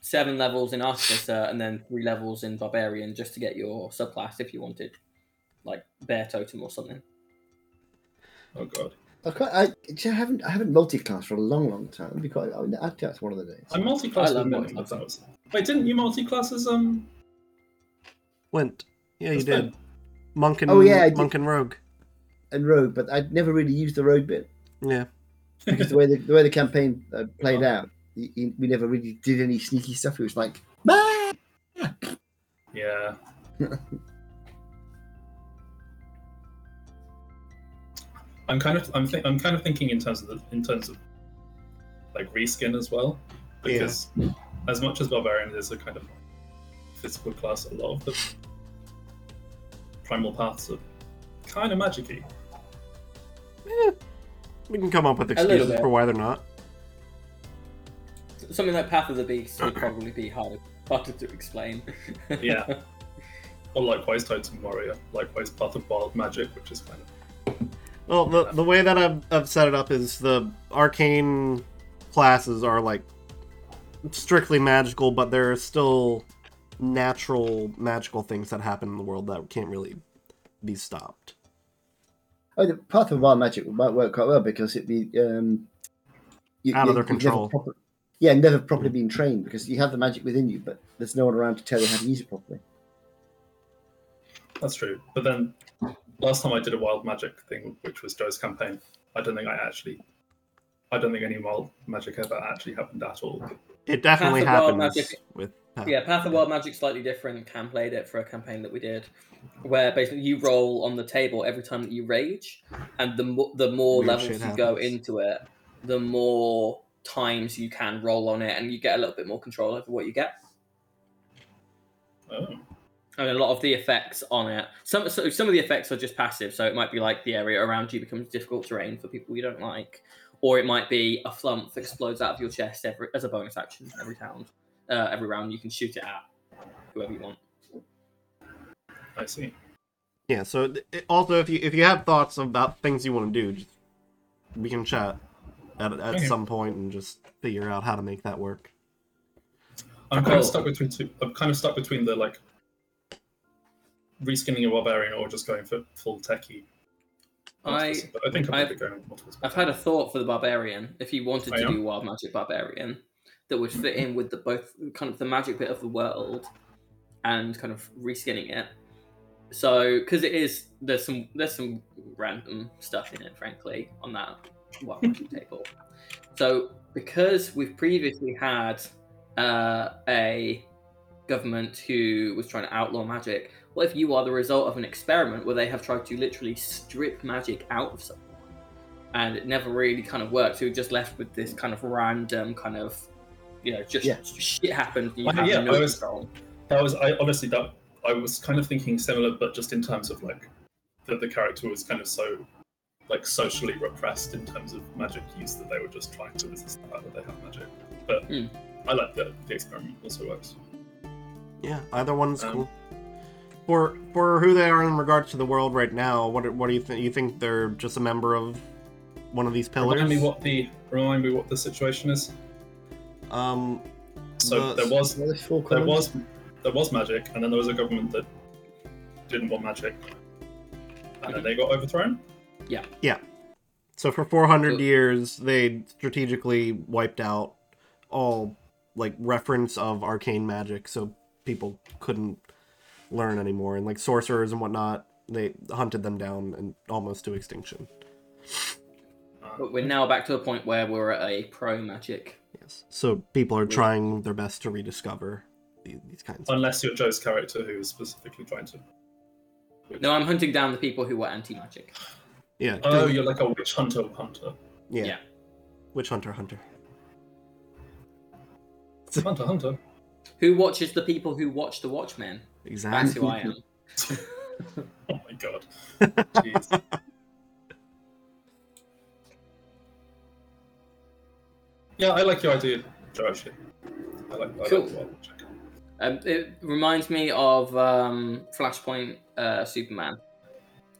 B: seven levels in Artificer and then three levels in Barbarian just to get your subclass if you wanted, like Bear Totem or something.
C: oh god.
D: I, quite, I, I haven't I haven't multi-class for a long, long time. It'd be quite, I mean, I'd do that one of the days.
C: I multi class
B: I love
C: with many of
B: multi-class.
C: those. Wait, didn't you multi class as um?
A: Went. Yeah, you
C: as
A: did.
C: Ben?
A: Monk and
D: Oh, yeah, I did.
A: monk and rogue.
D: And rogue, but I'd never really used the rogue bit
A: Yeah.
D: because the way the, the way the campaign uh, played
A: Oh.
D: out, y y- we never really did any sneaky stuff. It was like, "Bah!"
C: Yeah. I'm kind of I'm think I'm kind of thinking in terms of the, in terms of like reskin as well
A: Yeah.
C: because as much as barbarian is a kind of physical class, a lot of the primal paths are kind of magicy.
A: Eh, we can come up with
B: little
A: excuses
B: bit.
A: for why they're not.
B: Something like Path of the Beast would probably be harder, harder to explain.
C: Yeah. Or likewise, Totem Warrior. Likewise, Path of Wild Magic, which is kind of
A: Well, the, the way that I've, I've set it up is the arcane classes are like strictly magical, but there are still natural magical things that happen in the world that can't really be stopped.
D: oh, the path of wild magic might work quite well because it'd be um, you,
A: Out of their
D: you've never
A: control.
D: proper- yeah, never properly been trained because you have the magic within you, but there's no one around to tell you how to use it properly.
C: That's true. But then last time I did a wild magic thing, which was Joe's campaign, I don't think I actually, I don't think any wild magic ever actually happened at all.
A: It definitely
B: Path of Wild
A: happens
B: Magic-
A: with
B: Yeah, Path of Wild Magic's slightly different. Cam played it for a campaign that we did, where basically you roll on the table every time that you rage, and the mo- the more
A: Weird
B: levels
A: shit
B: you go
A: happens.
B: into it, the more times you can roll on it, and you get a little bit more control over what you get.
C: Oh,
B: and a lot of the effects on it. Some so some of the effects are just passive, so it might be like the area around you becomes difficult terrain for people you don't like, or it might be a flump that explodes out of your chest every as a bonus action every round. Uh, every round you can shoot it at whoever you want.
C: I see.
A: Yeah. So th- it- also, if you if you have thoughts about things you want to do, just, we can chat at at
C: Okay.
A: some point and just figure out how to make that work.
C: I'm kind
B: Oh.
C: of stuck between two. I'm kind of stuck between the like reskinning a barbarian or just going for full techie.
B: I
C: but I think I'm
B: I've-
C: probably going with multiple.
B: I've had a thought for the barbarian. If you wanted
C: I
B: to
C: am.
B: do wild magic barbarian, that would fit in with the both kind of the magic bit of the world and kind of reskinning it. So because it is there's some there's some random stuff in it, frankly, on that wild magic table. So because we've previously had uh, a government who was trying to outlaw magic? What if you are the result of an experiment where they have tried to literally strip magic out of someone and it never really kind of worked? So you're just left with this kind of random kind of, you know, just
D: Yeah.
B: shit happened. You
C: Well,
B: have
C: yeah,
B: no
C: I was-
B: control.
C: That was I honestly that I was kind of thinking similar, but just in terms of like that the character was kind of so like socially repressed in terms of magic use that they were just trying to resist the fact that they have magic. But
B: Hmm.
C: I like that the experiment also works.
A: Yeah, either one's
C: Um,
A: cool. For for who they are in regards to the world right now, what do- what do you think? You think they're just a member of one of these pillars?
C: Remind me what the remind me what the situation is.
A: Um,
C: So
A: The-
C: there was
D: Well, there's four
C: there
D: columns.
C: was there was magic, and then there was a government that didn't want magic, and then they got overthrown.
A: so for 400
B: So-
A: years, they strategically wiped out all like reference of arcane magic, so people couldn't learn anymore, and like sorcerers and whatnot, they hunted them down and almost to extinction.
C: Uh,
B: But we're now back to a point where we're at a pro magic.
A: Yes. So people are trying their best to rediscover these, these kinds. of...
C: unless you're Joe's character, who is specifically trying to.
B: No, I'm hunting down the people who were anti magic.
A: Yeah.
C: Oh, you're like a witch hunter hunter.
A: yeah.
B: yeah.
A: Witch hunter hunter.
C: Hunter hunter.
B: Who watches the people who watch the Watchmen? That's
A: Exactly.
B: who I am.
C: Oh my god. Jeez. yeah, I like your idea, Joe, actually. I like, I
B: Cool.
C: like the wild check.
B: Um, it reminds me of um, Flashpoint uh, Superman.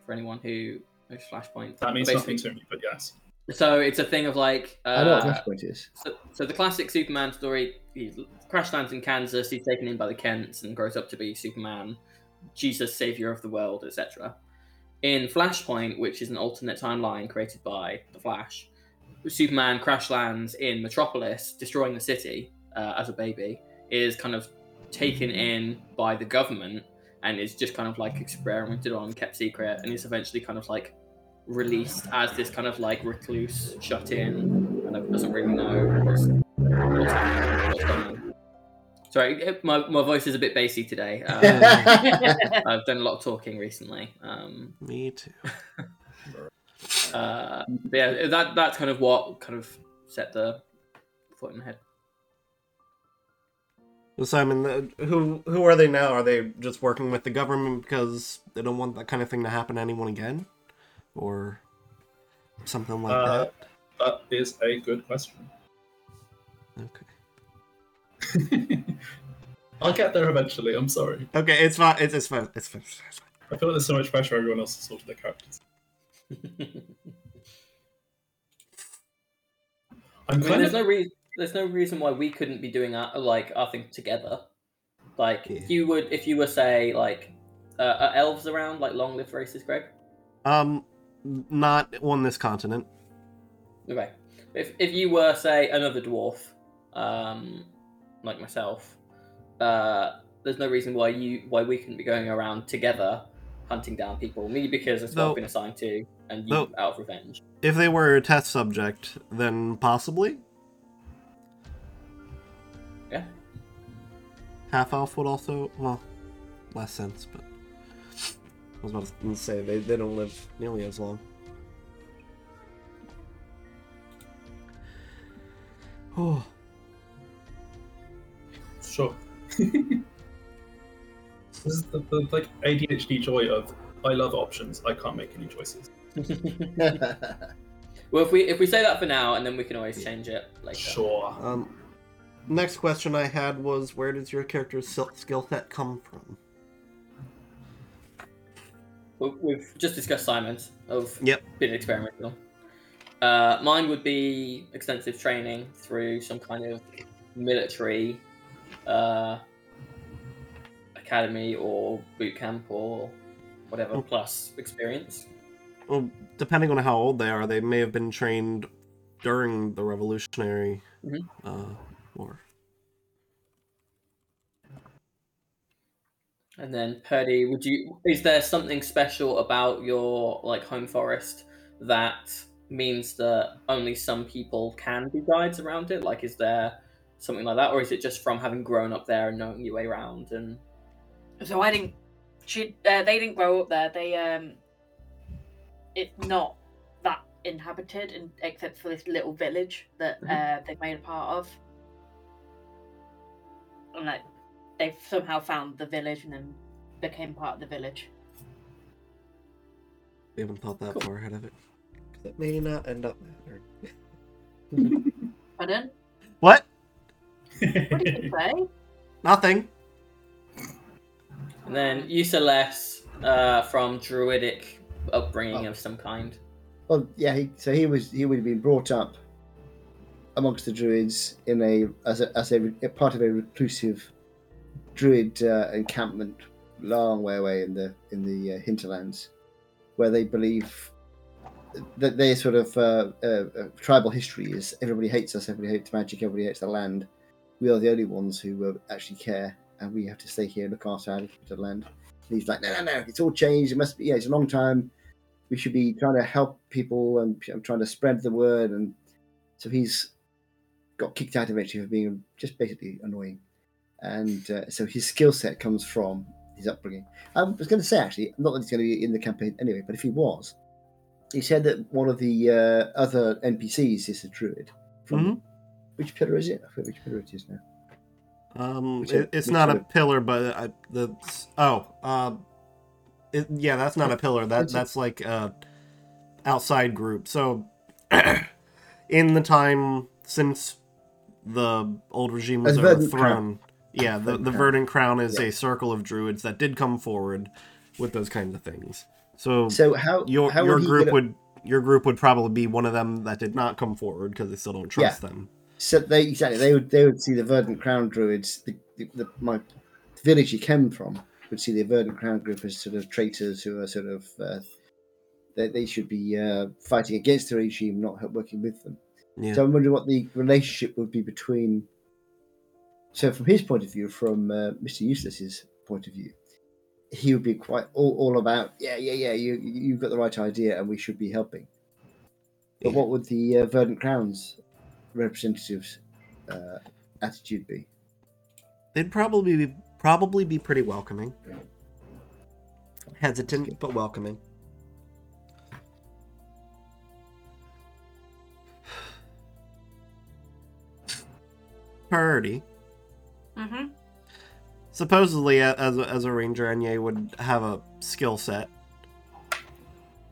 B: For anyone who knows Flashpoint,
C: That means
B: Basically-
C: nothing to me, but yes.
B: So it's a thing of like. Uh,
D: I know what Flashpoint is.
B: so, so the classic Superman story: he crash lands in Kansas. He's taken in by the Kents and grows up to be Superman, Jesus, savior of the world, etc. In Flashpoint, which is an alternate timeline created by the Flash, Superman crash lands in Metropolis, destroying the city uh, as a baby. Is kind of taken in by the government and is just kind of like experimented on, kept secret, and is eventually kind of like released as this kind of like recluse, shut in, kind of doesn't really know what's, what's happening, what's going on. Sorry, eh, my, my voice is a bit bassy today. Um, I've done a lot of talking recently. Um,
A: Me too.
B: uh, but yeah, that that's kind of what kind of set the foot in the head.
A: So Simon, the- who who are they now? Are they just working with the government because they don't want that kind of thing to happen to anyone again, or something like
C: Uh,
A: that?
C: That is a good question.
A: Okay.
C: I'll get there eventually, I'm sorry.
A: Okay, it's fine. It's, it's fine. It's fine. It's fine.
C: I feel like there's so much pressure on everyone else to sort their characters.
B: I
C: I'm
B: mean,
C: kind
B: there's
C: of.
B: no reason. There's no reason why we couldn't be doing our like our thing together. Like
A: Yeah.
B: you would if you were say like uh, are elves around like long live races, Greg.
A: Um, not on this continent.
B: Okay, if if you were say another dwarf, um, like myself, uh, there's no reason why you why we couldn't be going around together hunting down people. Me because it's what
A: Though-
B: I've been assigned to, and you
A: though-
B: out of revenge.
A: If they were a test subject, then possibly.
B: Yeah.
A: Half elf would also well, less sense, but I was about to say they, they don't live nearly as long. Oh,
C: Sure. this is the, the like ADHD joy of I love options. I can't make any choices.
B: Well, if we if we say that for now, and then we can always change it later.
C: Sure.
A: um, next question I had was where does your character's sil- skill set come from?
B: We- We've just discussed Simon's of
A: Yep.
B: being experimental. Uh, mine would be extensive training through some kind of military uh, academy or boot camp or whatever,
A: Oh.
B: plus experience.
A: Well, depending on how old they are, they may have been trained during the Revolutionary
B: Mhm.
A: uh, War.
B: And then Purdy, would you? Is there something special about your like home forest that means that only some people can be guides around it? Like, is there something like that, or is it just from having grown up there and knowing your way around? And
E: So I didn't. She, uh, they didn't grow up there. They um, it's not that inhabited, in, except for this little village that uh, they've made a part of. And like, they've somehow found the village and then became part of the village.
A: We haven't thought that
B: Cool.
A: far ahead of it. That may not end up mattering.
E: Pardon?
A: What?
E: What did you say?
A: Nothing.
B: and
E: Um.
B: then use a less uh, from druidic upbringing
D: Oh.
B: of some kind.
D: Well, yeah. He, so he was he would have been brought up amongst the druids in a as a, as a, a part of a reclusive druid uh, encampment, long way away in the in the uh, hinterlands, where they believe that their sort of uh, uh, uh, tribal history is everybody hates us, everybody hates magic, everybody hates the land. We are the only ones who uh, actually care, and we have to stay here and look after our little land. And he's like, no, no, no, it's all changed. It must be, yeah, it's a long time we should be trying to help people and p- trying to spread the word. And so he's got kicked out eventually for being just basically annoying. And uh, so his skill set comes from his upbringing. I was going to say, actually, not that he's going to be in the campaign anyway, but if he was, he said that one of the uh, other NPCs is a druid. From
A: Mm-hmm.
D: Which pillar is it? I forget which pillar it is now.
A: Um,
D: Which
A: it,
D: I-
A: it's
D: which
A: not
D: sort
A: a pillar, but I, the oh, uh, it, yeah, that's not a pillar. That
D: Which-
A: that's like uh, outside group. So, in the time since the old regime was
D: As Verdant
A: overthrown, yeah, the
D: Verdant
A: the
D: Crown.
A: Verdant Crown is
D: Yeah.
A: a circle of druids that did come forward with those kinds of things. So,
D: So how
A: Um, your
D: how
A: your
D: he
A: group
D: gonna-
A: would your group would probably be one of them that did not come forward because they still don't trust them.
D: So they exactly they would they would see the Verdant Crown Druids, the, the, the my village he came from would see the Verdant Crown group as sort of traitors who are sort of uh, they they should be uh, fighting against the regime, not help working with them.
A: Yeah.
D: So I'm wondering what the relationship would be between. So from his point of view, from uh, Mr. Useless's point of view, he would be quite all, all about yeah yeah yeah you you've got the right idea and we should be helping. But
A: Yeah.
D: what would the uh, Verdant Crown's representatives' uh, attitude be?
A: They'd probably be probably be pretty welcoming. Hesitant but welcoming. Purdy.
E: Mm-hmm.
A: Supposedly, a- as a, as a ranger, Anya would have a skill set.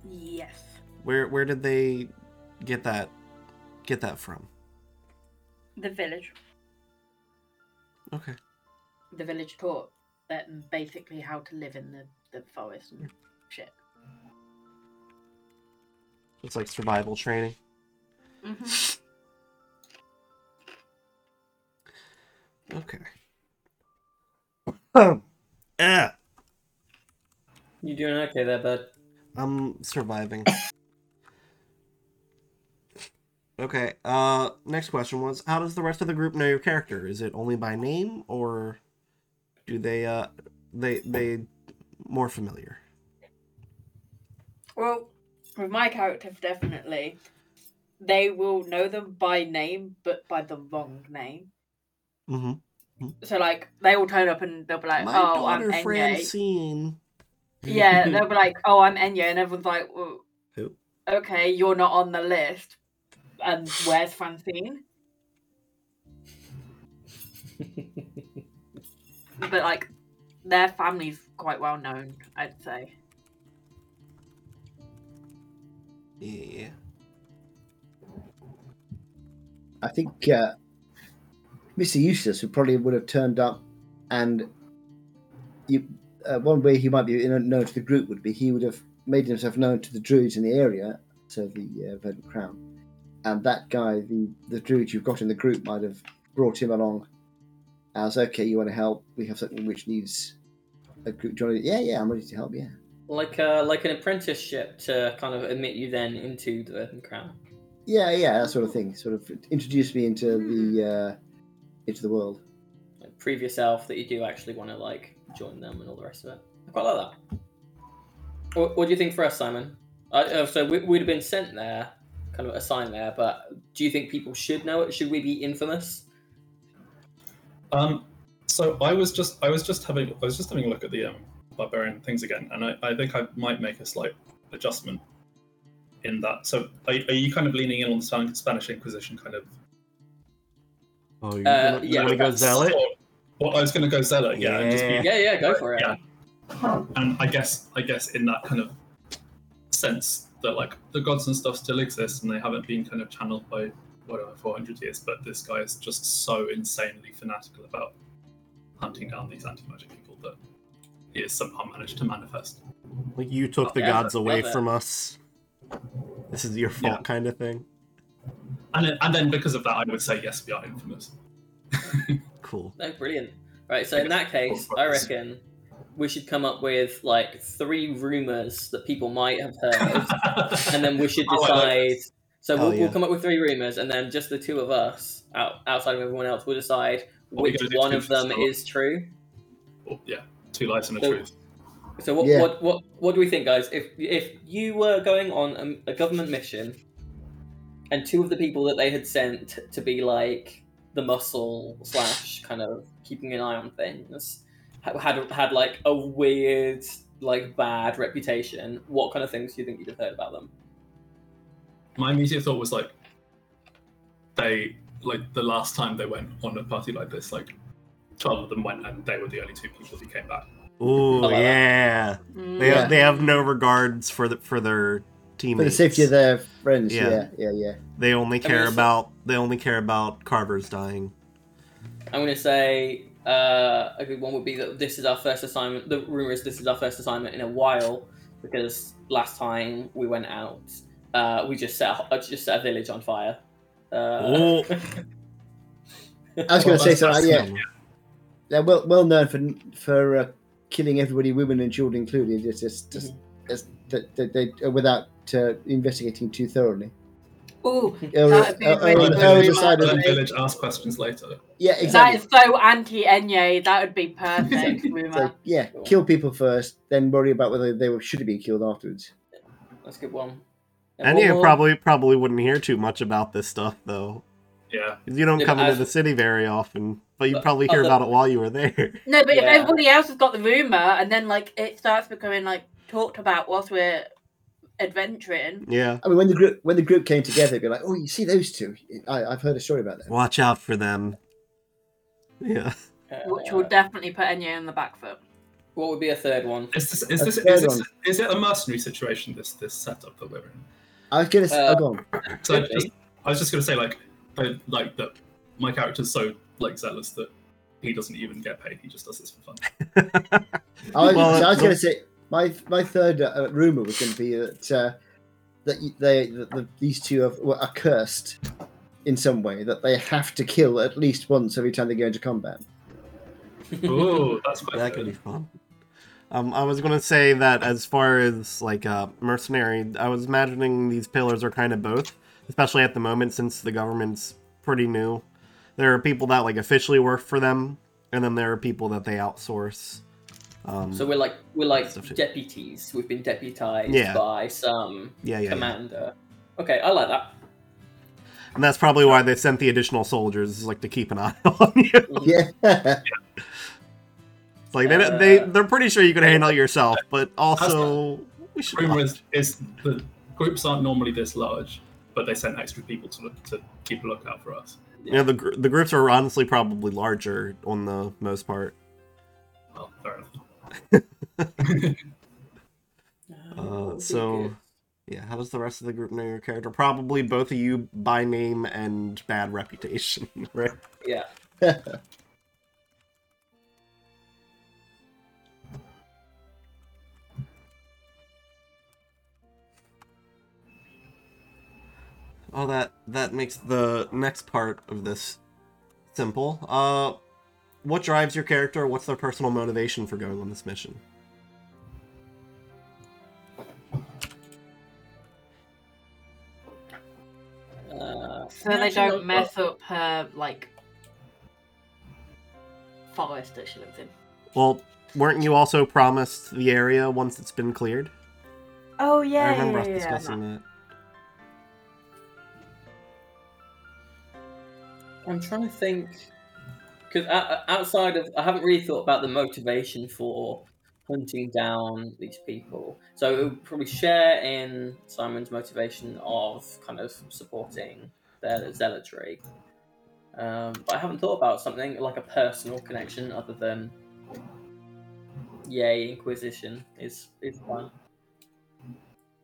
E: Yes.
A: Where where did they get that get that from?
E: The village.
A: Okay.
E: The village taught them basically how to live in the, the forest and shit.
A: It's like survival training.
E: Mm-hmm.
A: Okay. Oh. Yeah.
B: You doing okay there, bud?
A: I'm surviving. okay. Uh, next question was: How does the rest of the group know your character? Is it only by name, or do they uh they they more familiar?
E: Well, with my character, definitely. They will know them by name, but by the wrong name.
A: Mm-hmm.
E: So, like, they will turn up and they'll be like,
A: My
E: oh, I'm
A: daughter
E: Enye.
A: Francine.
E: Yeah, they'll be like, oh, I'm Enye. And everyone's like, well,
A: Who?
E: okay, you're not on the list. And where's Francine? But, like, their family's quite well known, I'd say.
A: Yeah.
D: I think uh, Mr. Eustace would probably would have turned up, and you, uh, one way he might be you know, known to the group would be he would have made himself known to the druids in the area, so the uh, Verdant Crown, and that guy, the the druid you've got in the group, might have brought him along as okay, you want to help? We have something which needs a group. Do you want to, yeah, yeah, I'm ready to help. Yeah.
B: like uh, like an apprenticeship to kind of admit you then into the Verdant Crown.
D: Yeah, yeah, that sort of thing. Sort of introduced me into the uh, into the world.
B: Like, prove yourself that you do actually want to like join them and all the rest of it. I quite like that. What, what do you think for us, Simon? I, uh, so we, we'd have been sent there, kind of assigned there. But do you think people should know it? Should we be infamous?
C: Um, so I was just I was just having I was just having a look at the um, barbarian things again, and I, I think I might make a slight adjustment in that. So are, are you kind of leaning in on the Span- Spanish Inquisition kind of?
A: Oh, you
B: Uh,
A: want
B: yeah,
A: to go zealot?
C: Well, I was going to go zealot, yeah, and just be
A: Yeah.
B: Yeah, yeah, go for it.
C: Yeah. and I guess I guess in that kind of sense that like the gods and stuff still exist and they haven't been kind of channeled by whatever 400 years, but this guy is just so insanely fanatical about hunting down these anti-magic people that he has somehow managed to manifest.
A: Like you took the
B: Yeah,
A: gods away
B: love it.
A: from us. This is your fault,
C: Yeah.
A: kind of thing.
C: And then, and then because of that, I would say yes, we are infamous.
A: Cool.
B: No, brilliant. Right, so in that case, I reckon we should come up with like three rumors that people might have heard, and then we should
C: Oh, I like
B: decide. So
A: Hell
B: we'll,
A: yeah.
B: we'll come up with three rumors, and then just the two of us, out, outside of everyone else, we'll decide
C: What we
B: which
C: gonna do
B: one
C: to
B: of them
C: start?
B: is true.
C: Or, yeah, two lies and a
B: So-
C: truth.
B: So what,
D: Yeah.
B: what what what do we think, guys? If if you were going on a, a government mission, and two of the people that they had sent to be like the muscle slash kind of keeping an eye on things ha- had had like a weird like bad reputation, what kind of things do you think you'd have heard about them?
C: My immediate thought was like, they like the last time they went on a party like this, like twelve of them went, and they were the only two people who came back.
A: Ooh,
B: like that.
A: yeah.
E: Mm.
A: They
D: Yeah.
A: they have no regards for the, for their teammates.
D: For the safety of their friends,
A: Yeah.
D: yeah, yeah, yeah.
A: They only care
B: it's-
A: about they only care about Carver's dying.
B: I'm gonna say uh, a good one would be that this is our first assignment. The rumor is this is our first assignment in a while because last time we went out, uh, we just set a, uh, just set a village on fire. Uh,
A: oh,
D: I was going to
C: Well,
D: say something.
C: that's- that's
D: like, yeah,
A: no.
D: they're well well known for for uh, killing everybody, women and children included. It's just just it's, that that they without uh, investigating too thoroughly.
E: Ooh,
D: Or,
E: That'd be
D: or- uh, or-
E: really
D: or
E: good.
D: decide-
E: Really
C: Let village ask questions later.
D: yeah,
E: that
D: exactly.
E: is so anti Enye. That would be perfect,
D: So,
E: rumor.
D: yeah, kill people first, then worry about whether they were, should have been killed afterwards.
B: That's a good one.
A: and you
B: one more-
A: probably probably wouldn't hear too much about this stuff though,
C: Yeah,
A: 'Cause you don't
B: Yeah, Uh,
A: come
B: but
A: into
B: as-
A: the city very often. But you
B: But
A: probably hear
B: other-
A: about it while you were there.
E: No, but if
B: Yeah.
E: everybody else has got the rumor, and then like it starts becoming like talked about whilst we're adventuring.
A: yeah.
D: I mean, when the group when the group came together, it'd be like, oh, you see those two? I, I've heard a story about them.
A: Watch out for them. Yeah.
B: uh,
E: Which will definitely put Enye on the back foot.
B: what would be a third one?
C: is this is this,
D: That's
C: is,
D: fair
C: this
D: one.
C: is it a mercenary situation? This this setup that we're in.
D: I was going to say,
B: Uh,
D: oh, go on.
C: So I
B: Could be.
C: just, I was just gonna say like, I, like that my character's so like zealous that he doesn't even get paid. He just does this for fun.
D: I
A: Well,
D: was, so I was
A: well-
D: going to say my my third uh, rumor was going to be that uh, that y- they that the, these two are, were are cursed in some way that they have to kill at least once every time they go into combat.
C: Ooh, that's quite
A: that could
C: good.
A: be fun. Um, I was gonna say that as far as like uh, mercenary, I was imagining these pillars are kind of both, especially at the moment since the government's pretty new. There are people that like officially work for them, and then there are people that they outsource. Um,
B: so we're like we're like
A: Stuff to-
B: deputies. We've been deputized
A: Yeah.
B: by some
A: yeah, yeah, yeah,
B: commander. Okay, I like that.
A: and that's probably why they sent the additional soldiers, is, like to keep an eye on you.
D: Yeah,
A: It's like they, don't they they're pretty sure you can handle yourself, but also we should.
C: rumor is, is the groups aren't normally this large, but they sent extra people to look, to keep a lookout for us.
A: You know, the gr- the groups are honestly probably larger on the most part.
C: Well, Oh, fair enough.
B: Uh,
A: Uh,
B: what would be
A: so-
B: good?
A: Yeah, how does the rest of the group know your character? Probably both of you by name and bad reputation, right?
B: yeah.
A: Oh, that that makes the next part of this simple. Uh, what drives your character? What's their personal motivation for going on this mission?
B: Uh,
E: So they
B: actually,
E: don't
B: uh,
E: mess up her like forest that she lives in.
A: Well, weren't you also promised the area once it's been cleared?
E: Oh yeah,
A: I remember us discussing that.
B: I'm trying to think. Because outside of, I haven't really thought about the motivation for hunting down these people. So it would probably share in Simon's motivation of kind of supporting their zealotry. Um, but I haven't thought about something like a personal connection other than, yay, Inquisition is is fun.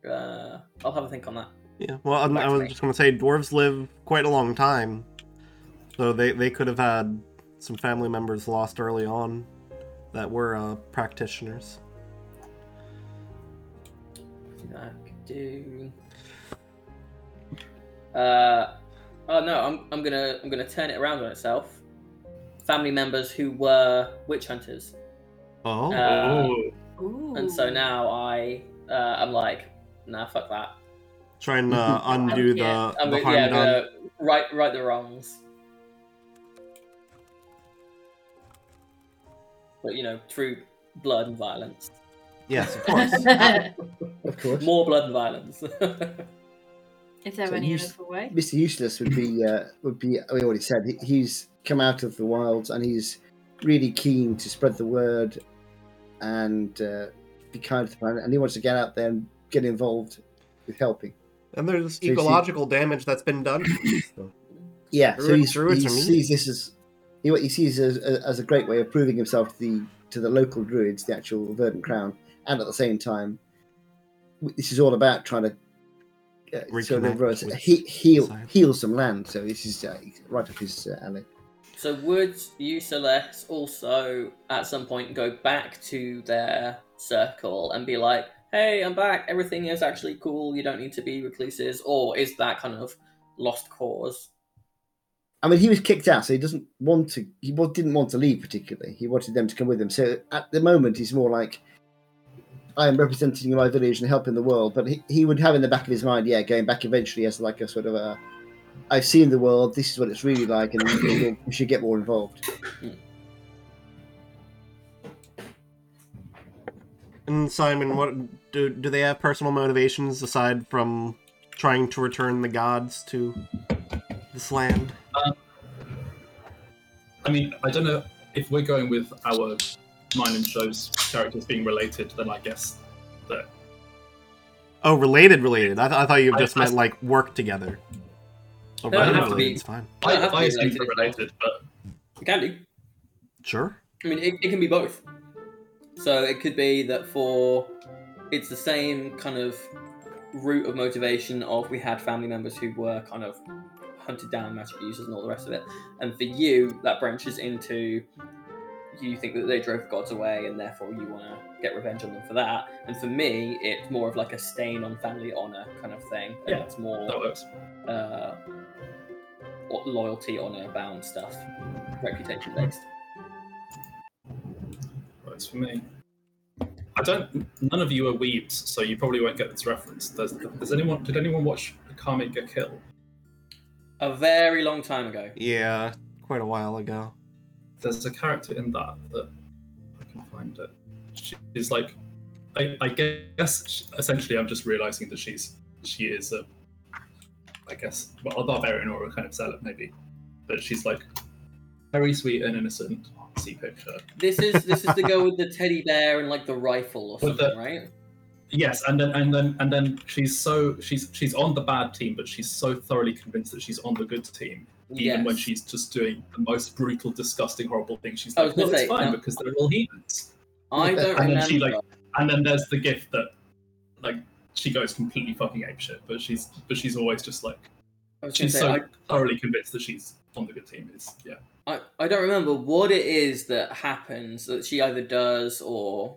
B: Uh, I'll have a think on that.
A: Yeah, well, I'm, I
B: Back to
A: was
B: me.
A: just going to say dwarves live quite a long time, so they they could have had some family members lost early on that were uh, practitioners.
B: I could do. Uh, oh no, I'm, I'm gonna I'm gonna turn it around on itself. Family members who were witch hunters,
A: Oh,
B: Uh,
C: oh,
E: Ooh.
B: and so now I uh, I'm like, nah, fuck that.
A: trying to uh, undo the,
E: yeah,
B: I'm
A: the
B: gonna,
A: harm
B: yeah, I'm
A: done.
B: gonna right right the wrongs. But you know, through blood and violence,
A: Yes, of course.
D: Of course.
B: more blood and violence.
E: Is there
D: So
E: any
D: you s-
E: other way?
D: Mr. Useless would be uh, would be. We already said he- he's come out of the wilds and he's really keen to spread the word and uh, be kind to the planet, and he wants to get out there and get involved with helping.
A: and there's
D: you see-
A: ecological damage that's been done. So,
D: Yeah, so
A: Druid-
D: he's,
A: druids
D: he
A: are mean.
D: sees this as he, what he sees as, as a great way of proving himself to the to the local druids, the actual Verdant Crown, and at the same time, w- this is all about trying to. Uh, sort
A: Reconnect
D: of reverse-
A: with
D: he, heal
A: society.
D: heal some land, so this is uh, right up his uh, alley.
B: so would Useless also at some point go back to their circle and be like, "Hey, I'm back. Everything is actually cool. You don't need to be recluses." Or is that kind of lost cause?
D: I mean, he was kicked out, so he doesn't want to. He wa- didn't want to leave particularly. He wanted them to come with him. So at the moment, he's more like, "I am representing my village and helping the world." But he, he would have in the back of his mind, yeah, going back eventually as like a sort of a, "I've seen the world. This is what it's really like, and we we should get more involved."
A: and Simon, what do do they have personal motivations aside from trying to return the gods to this land?
C: I mean, I don't know if we're going with our mine and show's characters being related. Then I guess that
A: Oh, related, related. I, th- I thought you
C: I-
A: just
C: I-
A: meant like work together. Oh,
B: No, it
A: related,
C: has to be-
A: related, it's fine.
C: I,
B: Don't have to
C: I
B: be
C: assume they're
B: related.
C: related, but
B: You can do.
A: Sure.
B: I mean, it, it can be both. So it could be that for it's the same kind of route of motivation of we had family members who were kind of hunted down magic users and all the rest of it. And for you, that branches into you think that they drove gods away and therefore you want to get revenge on them for that. And for me, it's more of like a stain on family honor kind of thing. And
C: Yeah.
B: it's more
C: that works.
B: uh, what loyalty, honor bound stuff, reputation based.
C: Works for me. I don't. None of you are weebs, so you probably won't get this reference. Does, does anyone? Did anyone watch Akame get killed?
B: A very long time ago.
A: Yeah, quite a while ago.
C: there's a character in that that I can find it. She's like, I, I guess sh- essentially I'm just realizing that she's she is a, I guess well a barbarian or a kind of zealot maybe, but she's like very sweet and innocent. See picture.
B: This is this is the girl with the teddy bear and like the rifle or
C: With
B: something, right?
C: Yes, and then and then and then she's so she's she's on the bad team, but she's so thoroughly convinced that she's on the good team, even
B: Yes.
C: when she's just doing the most brutal, disgusting, horrible thing. She's
B: I was
C: like,
B: gonna
C: well, it's
B: say,
C: fine
B: no.
C: because they're all heathens.
B: I don't
C: And
B: remember.
C: then she, and then there's the gift that like she goes completely fucking apeshit, but she's but she's always just like
B: I was gonna
C: she's
B: say,
C: so
B: I,
C: thoroughly convinced that she's on the good team. It's yeah.
B: I, I don't remember what it is that happens that she either does or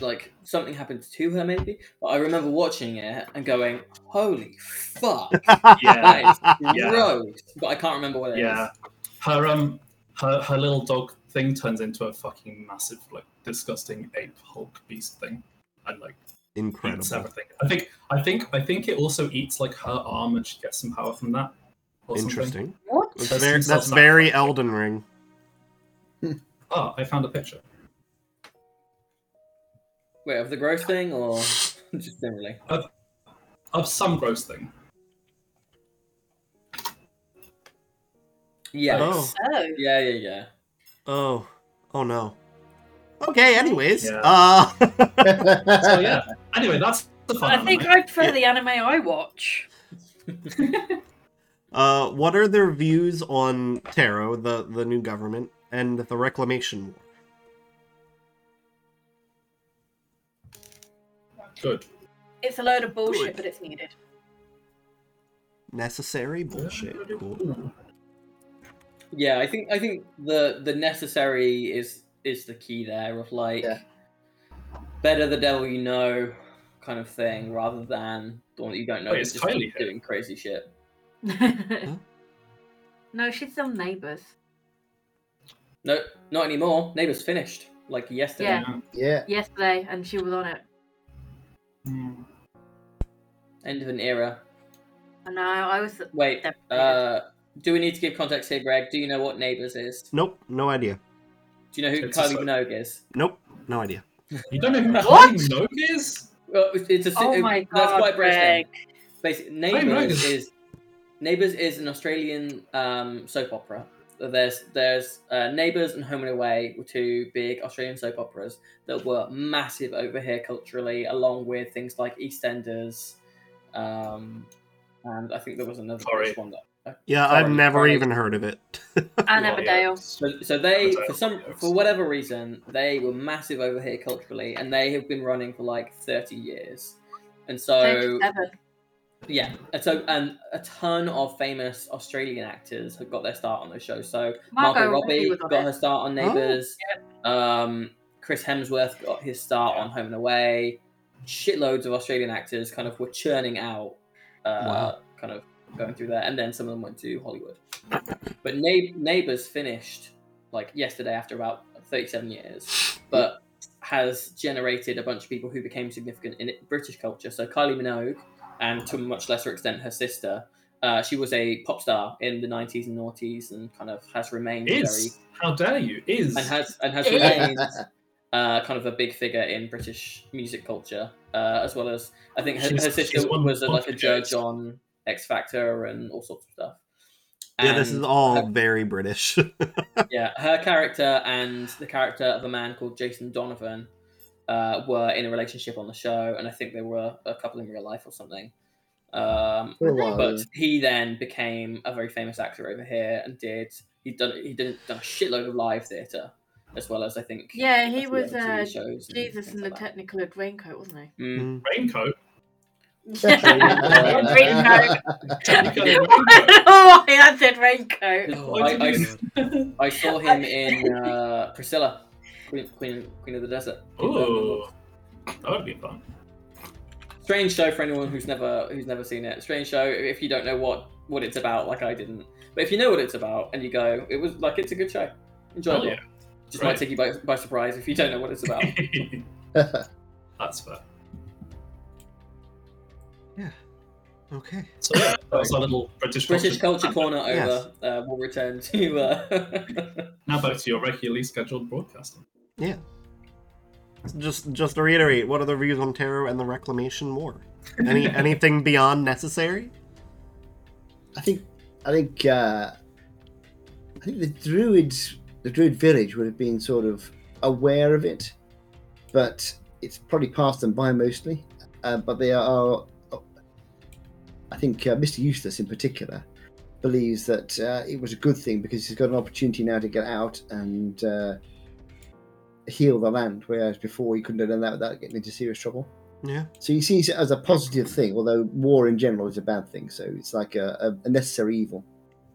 B: like something happens to her maybe. But I remember watching it and going, "Holy fuck,
C: Yeah.
B: that is
C: Yeah.
B: gross!" But I can't remember what it is.
C: Yeah. Her um her her little dog thing turns into a fucking massive, like disgusting ape Hulk beast thing. And like eats
A: Incredible.
C: everything. I think I think I think it also eats like her arm and she gets some power from that. or something.
A: Interesting.
E: What?
A: That's
C: That's
A: very,
C: some
A: that's
C: self-sacrifice.
A: very Elden Ring.
C: Oh, I found a picture.
B: Wait, of the gross thing or just generally?
C: Of some gross thing.
B: Yeah.
A: Oh.
E: Oh,
B: Yeah, yeah, yeah.
A: Oh, oh no. Okay. Anyways,
C: Yeah.
A: uh,
B: Oh,
C: So yeah. Anyway, that's the
A: Oh.
C: fun.
E: I think
C: element.
E: I prefer the anime I watch.
A: uh, what are their views on Taro, the the new government, and the reclamation war?
C: good.
E: It's a load of bullshit,
A: Good.
E: but it's needed.
A: Necessary bullshit. Oh, Cool.
B: Yeah, I think I think the the necessary is is the key there of like
D: Yeah.
B: better the devil you know kind of thing rather than the one that you don't know
C: Wait,
B: that's
C: it's
B: just
C: Kylie here.
B: doing crazy shit.
E: no, she's on Neighbours.
B: No, not anymore. Neighbors finished like yesterday.
E: Yeah.
D: yeah.
E: Yesterday, and she was on it.
C: Hmm.
B: End of an era.
E: And I, I was.
B: Wait,
E: Definitely.
B: uh, do we need to give context here, Greg? Do you know what Neighbours is?
A: Nope. No idea.
B: Do you know who
C: It's a
B: Kylie
C: soap.
B: Minogue is?
A: Nope. No idea.
C: You don't know who
B: What?
C: Kylie Minogue is?
B: Well, it's, it's a
E: Oh
B: it-
E: my
B: that's
E: God,
B: quite a British thing.
E: Greg.
B: Basically,
C: Minogue
B: Neighbours
C: is-
B: is Neighbours is an Australian um, soap opera. There's there's uh, Neighbours and Home and Away were two big Australian soap operas that were massive over here culturally, along with things like EastEnders, um, and I think there was another
C: Sorry.
B: British one. That,
A: Yeah, I've
B: Sorry,
A: never
B: sorry.
A: even heard of it.
E: Anne
C: Well, yeah.
E: Everdale.
B: So, so they,
C: Adele,
B: for some,
C: yes.
B: for whatever reason, they were massive over here culturally, and they have been running for like thirty years. And so,
E: 37.
B: yeah, and so and a ton of famous Australian actors have got their start on those shows. So Margot,
E: Margot
B: Robbie
E: was on
B: got
E: it.
B: her start on Neighbours. Um, Chris Hemsworth got his start on Home and Away. Shitloads of Australian actors kind of were churning out, uh,
A: Wow.
B: kind of going through there, and then some of them went to Hollywood. But Na- Neighbours finished like yesterday after about 37 years, but has generated a bunch of people who became significant in British culture. So Kylie Minogue, and to a much lesser extent her sister, uh, she was a pop star in the 90s and noughties and kind of has remained very
C: Is. How dare you? Is.
B: and has and has
E: It
B: remained uh, kind of a big figure in British music culture, uh, as well as I think her,
C: She's-
B: her
C: she's
B: sister
C: one
B: was a, like a
C: complicated.
B: judge on X Factor and all sorts of stuff.
A: yeah, this is
B: And-
A: all very British.
B: yeah, her character and the character of a man called Jason Donovan uh, were in a relationship on the show, and I think they were a couple in real life or something. Um,
D: For a while.
B: but
D: yeah.
B: he then became a very famous actor over here and did he done he did done a shitload of live theatre as well as I think
E: Yeah,
B: a
E: he
B: few
E: was
B: other TV
E: uh,
B: shows and
E: Jesus
B: things
E: in the
B: like that.
E: technical raincoat, wasn't he?
B: Mm.
C: Raincoat.
E: raincoat.
C: Technically, raincoat.
E: oh, yeah, I said raincoat.
B: Oh,
C: Why
B: I,
C: did you-
B: I, I saw him in uh, Priscilla, Queen, Queen Queen of the Desert.
C: Ooh, that would be fun.
B: strange show for anyone who's never who's never seen it. Strange show if you don't know what what it's about, like I didn't. But if you know what it's about and you go, it was like it's a good show, enjoyable.
C: Hell yeah.
B: Just
C: Right.
B: might take you by, by surprise if you don't know what it's about.
C: That's fair.
A: okay.
C: So yeah, that was our little British
B: British
C: culture.
B: Culture Corner over. Uh, we'll return to. Uh...
C: Now back to your regularly scheduled broadcasting.
A: Just just to reiterate, what are the views on Taro and the reclamation war? Any anything beyond necessary?
D: I think I think uh, I think the druids, the druid village, would have been sort of aware of it, but it's probably passed them by mostly. Uh, but they are, I think, uh, Mr. Eustace in particular believes that uh, it was a good thing because he's got an opportunity now to get out and uh, heal the land, whereas before he couldn't have done that without getting into serious trouble.
A: Yeah.
D: So he sees it as a positive thing, although war in general is a bad thing. So it's like a, a, a necessary evil.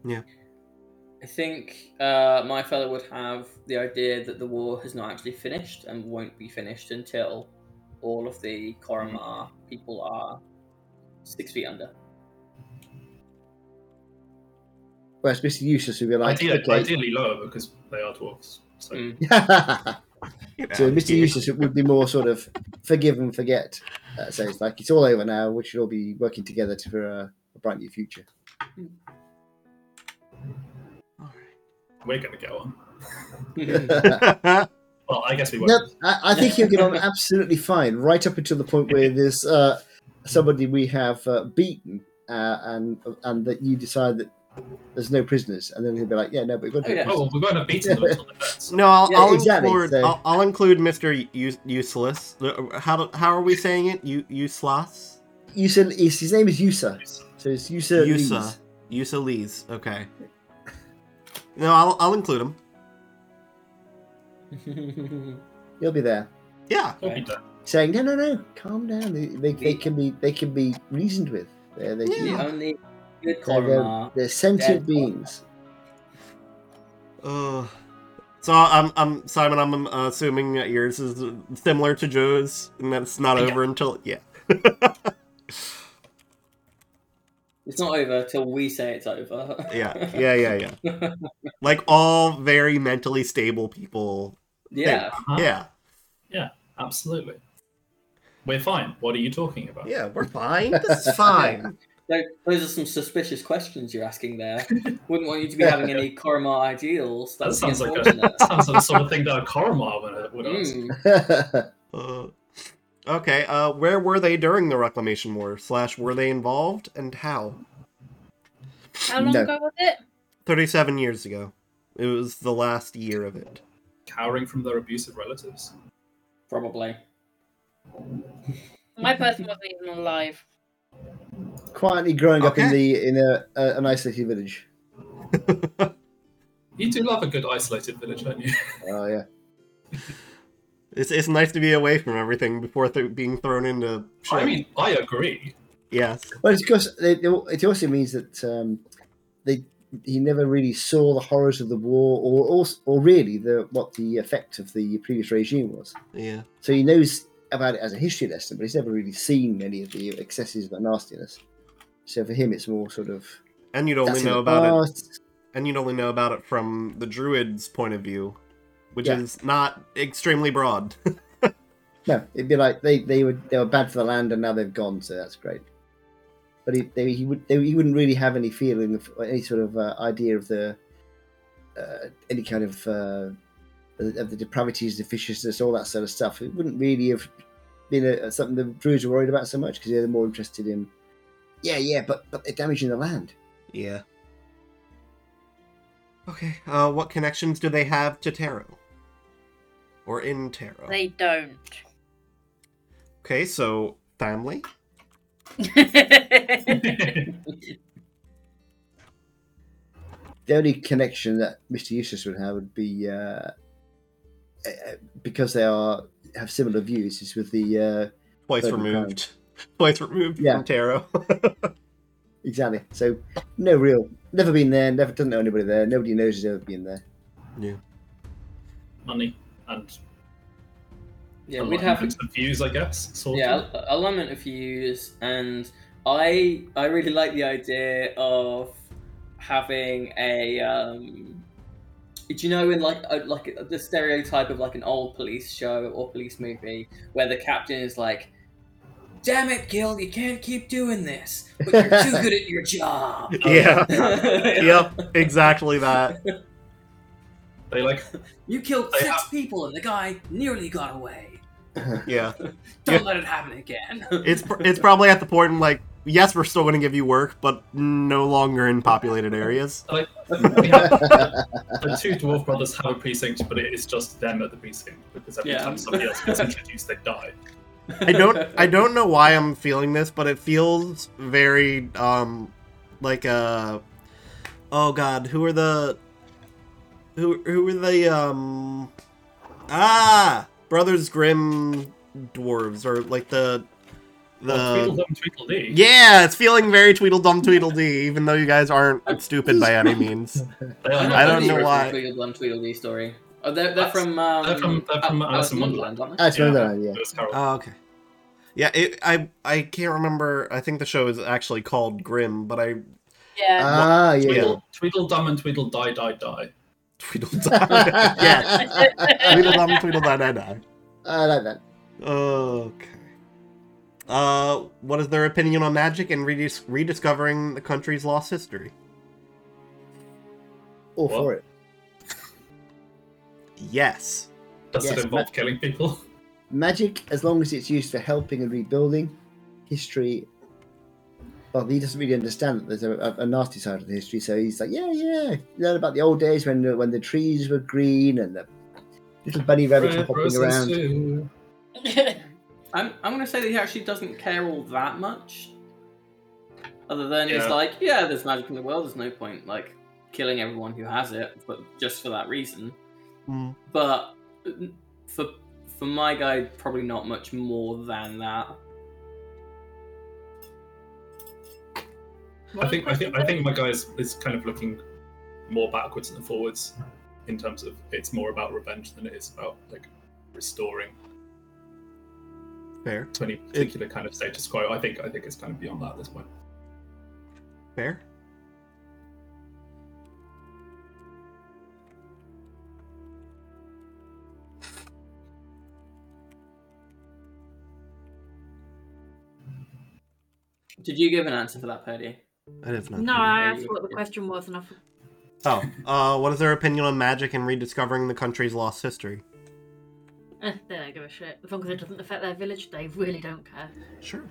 B: I think uh, my fellow would have the idea that the war has not actually finished and won't be finished until all of the Koromar people are six feet under.
D: Whereas Mr. Eustace would be like,
C: Ideally,
D: okay.
C: ideally lower because they are dwarves. So
B: Mm.
D: so Mr. Eustace would be more sort of forgive and forget. Uh, so it's like it's all over now. We should all be working together to, for a, a bright new future.
C: we're going to get on.
D: no,
C: Well, I guess we won't.
D: I, I think he'll get on absolutely fine, right up until the point where there's uh, somebody we have uh, beaten, uh, and and that you decide that There's no prisoners, and then he'll be like, yeah, no, but we've got to
B: Oh,
D: do
B: yeah.
C: Oh, well, we're going to beat them until they're dead.
A: No, I'll,
B: Yeah,
A: I'll
D: exactly,
A: include
D: so-
A: I'll, I'll include Mister Useless. Uh, How do, how are we saying it? U Useless.
D: Yusa, his, his name is Yusa, so it's Yusa.
A: Yusa.
D: Lees.
A: Yusa Lees. Okay. No, I'll I'll include him.
D: He'll be there
A: Yeah.
C: They'll be dead.
D: saying, no, no, no, calm down. They, they, they can be they can be reasoned with. They're, they can-
B: the only good
D: they're,
B: Koromar.
D: they're, they're
B: Dead.
D: sentient beings.
A: Uh, so I'm I'm Simon. I'm um, assuming that yours is similar to Joe's, and that's not
C: Yeah.
A: over until yeah.
B: It's not over till we say it's over.
A: Yeah, yeah, yeah, yeah. like all very mentally stable people.
B: yeah.
C: Uh-huh.
A: Yeah,
C: Absolutely. We're fine. What are you talking about?
A: yeah, we're fine. This is fine.
B: Tho- Those are some suspicious questions you're asking there. Wouldn't want you to be having any Koromar ideals. That,
C: That
B: would
C: sounds
B: be
C: like a
B: unfortunate.
C: that sounds like the sort of thing that a Coromar would, would ask.
B: Mm.
A: Uh, okay, uh, where were they during the Reclamation War? Slash, were they involved and how?
F: How long
D: No.
F: ago was it?
A: Thirty-seven years ago. It was the last year of it.
C: Cowering from their abusive relatives.
B: Probably.
F: My person wasn't even alive.
D: Quietly growing up in
A: Okay.
D: the in a, a an isolated village.
C: You do love a good isolated village, don't you?
D: Oh yeah,
A: It's, it's nice to be away from everything before th- being thrown into. Shit.
C: I mean, I agree.
A: yes.
D: well, it's because they, they, it also means that um, they he never really saw the horrors of the war, or also, or really the what the effect of the previous regime was.
A: Yeah.
D: So he knows about it as a history lesson, but he's never really seen many of the excesses of the nastiness. So for him, it's more sort of
A: And you'd only
D: that's in
A: know
D: the
A: about it.
D: past.
A: and you'd only know about it from the druid's point of view, which
D: Yeah.
A: is not extremely broad.
D: No, it'd be like they, they were they were bad for the land, and now they've gone, so that's great. But he they, he would they, he wouldn't really have any feeling of or any sort of uh, idea of the uh, any kind of uh, of the depravities, the viciousness, all that sort of stuff. It wouldn't really have been a, something the Druids were worried about so much because they're more interested in yeah, yeah, but but they're damaging the land.
A: yeah. Okay. Uh, what connections do they have to tarot? Or in tarot?
F: They don't.
A: Okay, so family.
D: the only connection that Mr. Eustace would have would be uh, uh, uh, because they are have similar views is with the uh,
A: Twice
D: Third
A: removed. Twice removed
D: Yeah.
A: from tarot.
D: exactly so no real never been there never doesn't know anybody there nobody knows he's ever been there
C: Money and
B: Yeah, we'd have
C: the views, I guess. Sort
B: yeah
C: Of.
B: a alignment of views, and I I really like the idea of having a. Um, do you know in like a, like the stereotype of like an old police show or police movie where the captain is like, "Damn it, Gil, you can't keep doing this, but you're too good at your job."
A: yeah. yep. Exactly that.
C: They like
B: You killed
C: They
B: six people and the guy nearly got away.
A: Yeah.
B: Don't
A: Yeah.
B: let it happen again.
A: It's pr- it's probably at the point in like yes, we're still going to give you work, but no longer in populated areas.
C: we have- the two dwarf brothers have a precinct, but it is just them at the precinct because every
B: Yeah.
C: time somebody else gets introduced, they die.
A: I don't I don't know why I'm feeling this, but it feels very um like uh oh god, who are the who who are the um ah Brothers Grimm dwarves or like the
C: Well,
A: the
C: Tweedledum, Tweedledee.
A: yeah, it's feeling very Tweedledum Tweedledee, even though you guys aren't stupid by any means.
C: They are
A: I
C: not
A: don't
C: the
A: know
C: original-
A: why.
B: Tweedledum Tweedledee story. Oh, they're, they're
C: That's-
B: from um,
C: Uh, they're from- they're from uh,
B: Al-
C: Alice in
B: aren't they?
D: That's
C: Yeah.
D: another idea.
C: Lewis Carroll.
A: Oh, okay. Yeah, it, I I can't remember. I think the show is actually called Grimm, but I
F: yeah.
D: Ah, yeah.
C: Tweedle, Tweedledum and Tweedledie die die.
A: Tweedledum. yeah, Tweedledum, Tweedledum, da, da.
D: I like that.
A: Okay. Uh, what is their opinion on magic and redis- rediscovering the country's lost history?
D: All
C: Well,
D: for it.
A: Yes.
C: Does
D: Yes,
C: it involve killing people?
D: Magic, as long as it's used for helping and rebuilding, history but he doesn't really understand that there's a, a, a nasty side of the history. So he's like, yeah, yeah, learn about the old days when the- when the trees were green and the little bunny rabbits were
C: Red
D: hopping
C: roses
D: around.
C: too.
B: I'm, I'm going to say that he actually doesn't care all that much. Other than it's
C: Yeah.
B: like, yeah, there's magic in the world, there's no point like killing everyone who has it, but just for that reason.
A: Mm.
B: But n- for for my guy, probably not much more than that.
C: I think I think I think my guy is, is kind of looking more backwards than forwards in terms of it's more about revenge than it is about like restoring
A: Fair.
C: to any particular kind of status quo. I think I think it's kind of beyond that at this point.
A: Fair.
B: Did you give an answer for that, Purdy?
A: That is not.
F: No, I asked what the question was, and I forgot.
A: Oh, uh, what is their opinion on magic and rediscovering the country's lost history?
F: Eh, they don't give a shit. As long as it doesn't affect their village, they really don't care.
A: Sure.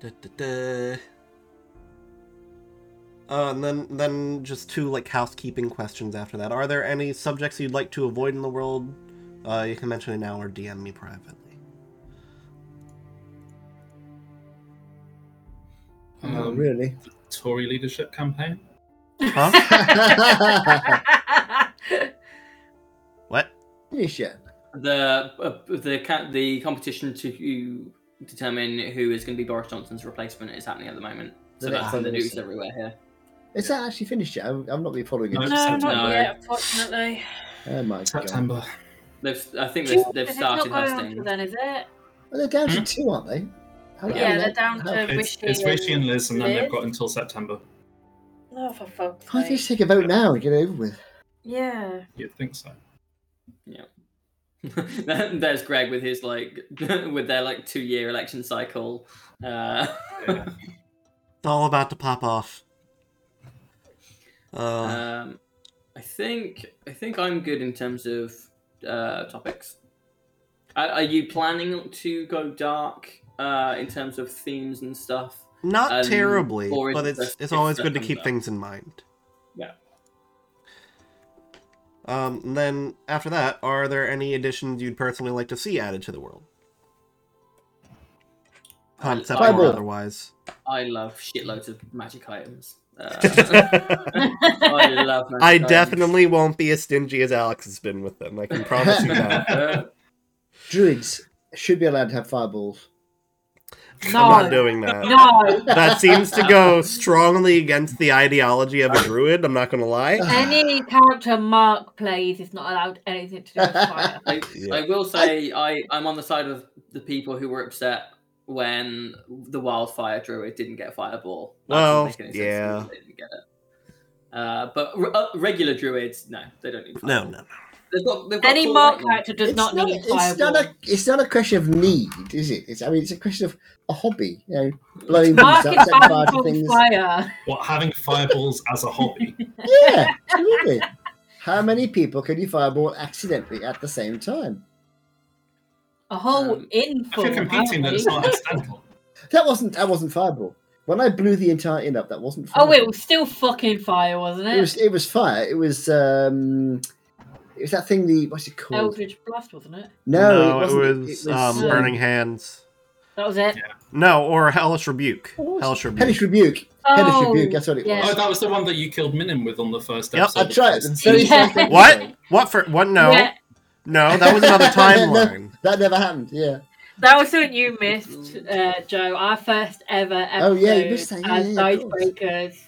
A: Da, da, da. Uh, and then, then just two like housekeeping questions after that. Are there any subjects you'd like to avoid in the world? Uh, you can mention it now or DM me privately.
D: Not
C: Um,
D: Oh, really.
C: Tory leadership campaign.
A: Huh? what?
D: Finish yet.
B: The uh, the ca- the competition to determine who is going to be Boris Johnson's replacement is happening at the moment. So
D: The
B: that's
D: next
B: in the
D: one
B: news
D: is-
B: everywhere here.
D: Is that actually finished yet? I've, I've not been following it.
C: No.
B: No.
E: no, not yet, unfortunately.
D: Oh my god.
B: They've I think
F: Jesus,
B: they've, they've
F: it's not
B: started
F: going on
B: hosting.
F: till then, is it?
D: Well, they're down to two, aren't they? How-
E: Yeah,
D: how-
E: they're down
D: how-
E: to
C: It's,
E: Rishi.
C: it's Rishi and Liz, and then
E: Liz?
C: they've got until September.
E: No, for fuck's
D: Can't they just
E: sake.
D: take a vote now and get it over with?
F: Yeah.
C: You'd think so.
B: There's Greg with his like with their like two year election cycle. Uh,
C: Yeah.
A: It's all about to pop off. Uh,
B: um, I think I think I'm good in terms of uh, topics. Are, are you planning to go dark uh, in terms of themes and stuff?
A: not
B: um,
A: terribly,
B: or is
A: but
B: it
A: it's
B: just-
A: it's
B: it's
A: always
B: the
A: good to keep
B: thunder?
A: things in mind.
B: Yeah.
A: Um, and then after that, are there any additions you'd personally like to see added to the world?
B: Uh,
A: Concept
B: I,
A: or
D: Bible.
A: otherwise.
B: I love shitloads of magic items. Uh, I love. Magic
A: I
B: items.
A: definitely won't be as stingy as Alex has been with them. I can promise you that.
B: Uh,
D: Druids should be allowed to have fireballs.
A: I'm
F: No.
A: not doing that.
F: No.
A: That seems to go strongly against the ideology of a druid. I'm not going to lie.
F: Any character Mark plays is not allowed anything to do with fire.
B: I,
A: Yeah.
B: I will say I, I'm on the side of the people who were upset when the wildfire druid didn't get a fireball. That doesn't
A: Well,
B: make any sense to me
A: yeah.
B: that They didn't get it. Uh, but re- uh, regular druids, no, they don't need.
A: No,
B: Fireball.
A: no.
B: They've got, they've got
F: Any
B: cool
F: Mark
B: lightning.
F: character does
D: It's
F: not, need a
D: It's not
F: fireball.
D: a. It's not a question of need, is it? It's. I mean, it's a question of a hobby. You know, blowing
F: Mark
D: things
F: is
D: up, setting fire
F: banned
D: to
F: from
D: things.
F: fire.
C: What having fireballs as a hobby?
D: Yeah, absolutely. How many people can you fireball accidentally at the same time?
F: A whole
B: Um,
C: If
F: info.
C: you're competing, then it's not accidental.
D: That wasn't. That wasn't fireball. When I blew the entire inn up, that wasn't.
F: Oh,
D: Fireball.
F: it was still fucking fire, wasn't
D: It was.
F: it?
D: It was fire. It was. um It was that thing. The what's it called?
F: Eldridge Blast, wasn't it?
D: No,
A: it,
D: wasn't.
A: was, um,
F: uh,
A: Burning Hands.
F: That was it.
A: No, or Hellish Rebuke.
D: What was it?
A: Hellish Rebuke.
D: Hellish rebuke. Hellish
F: Oh,
D: rebuke. That's what it
F: yeah.
D: was.
C: Oh, that was the one that you killed Minim with on the first
A: Yep.
C: episode.
D: I tried. it.
C: It's-
D: So it's
F: Yeah.
D: like-
A: What? What for? What? No,
F: Yeah,
A: no, that was another timeline.
D: That never happened. Yeah.
F: that was something you missed, uh, Joe. Our first ever episode
D: Oh, yeah, you missed that. Yeah,
F: as
D: yeah, of course.
F: Icebreakers.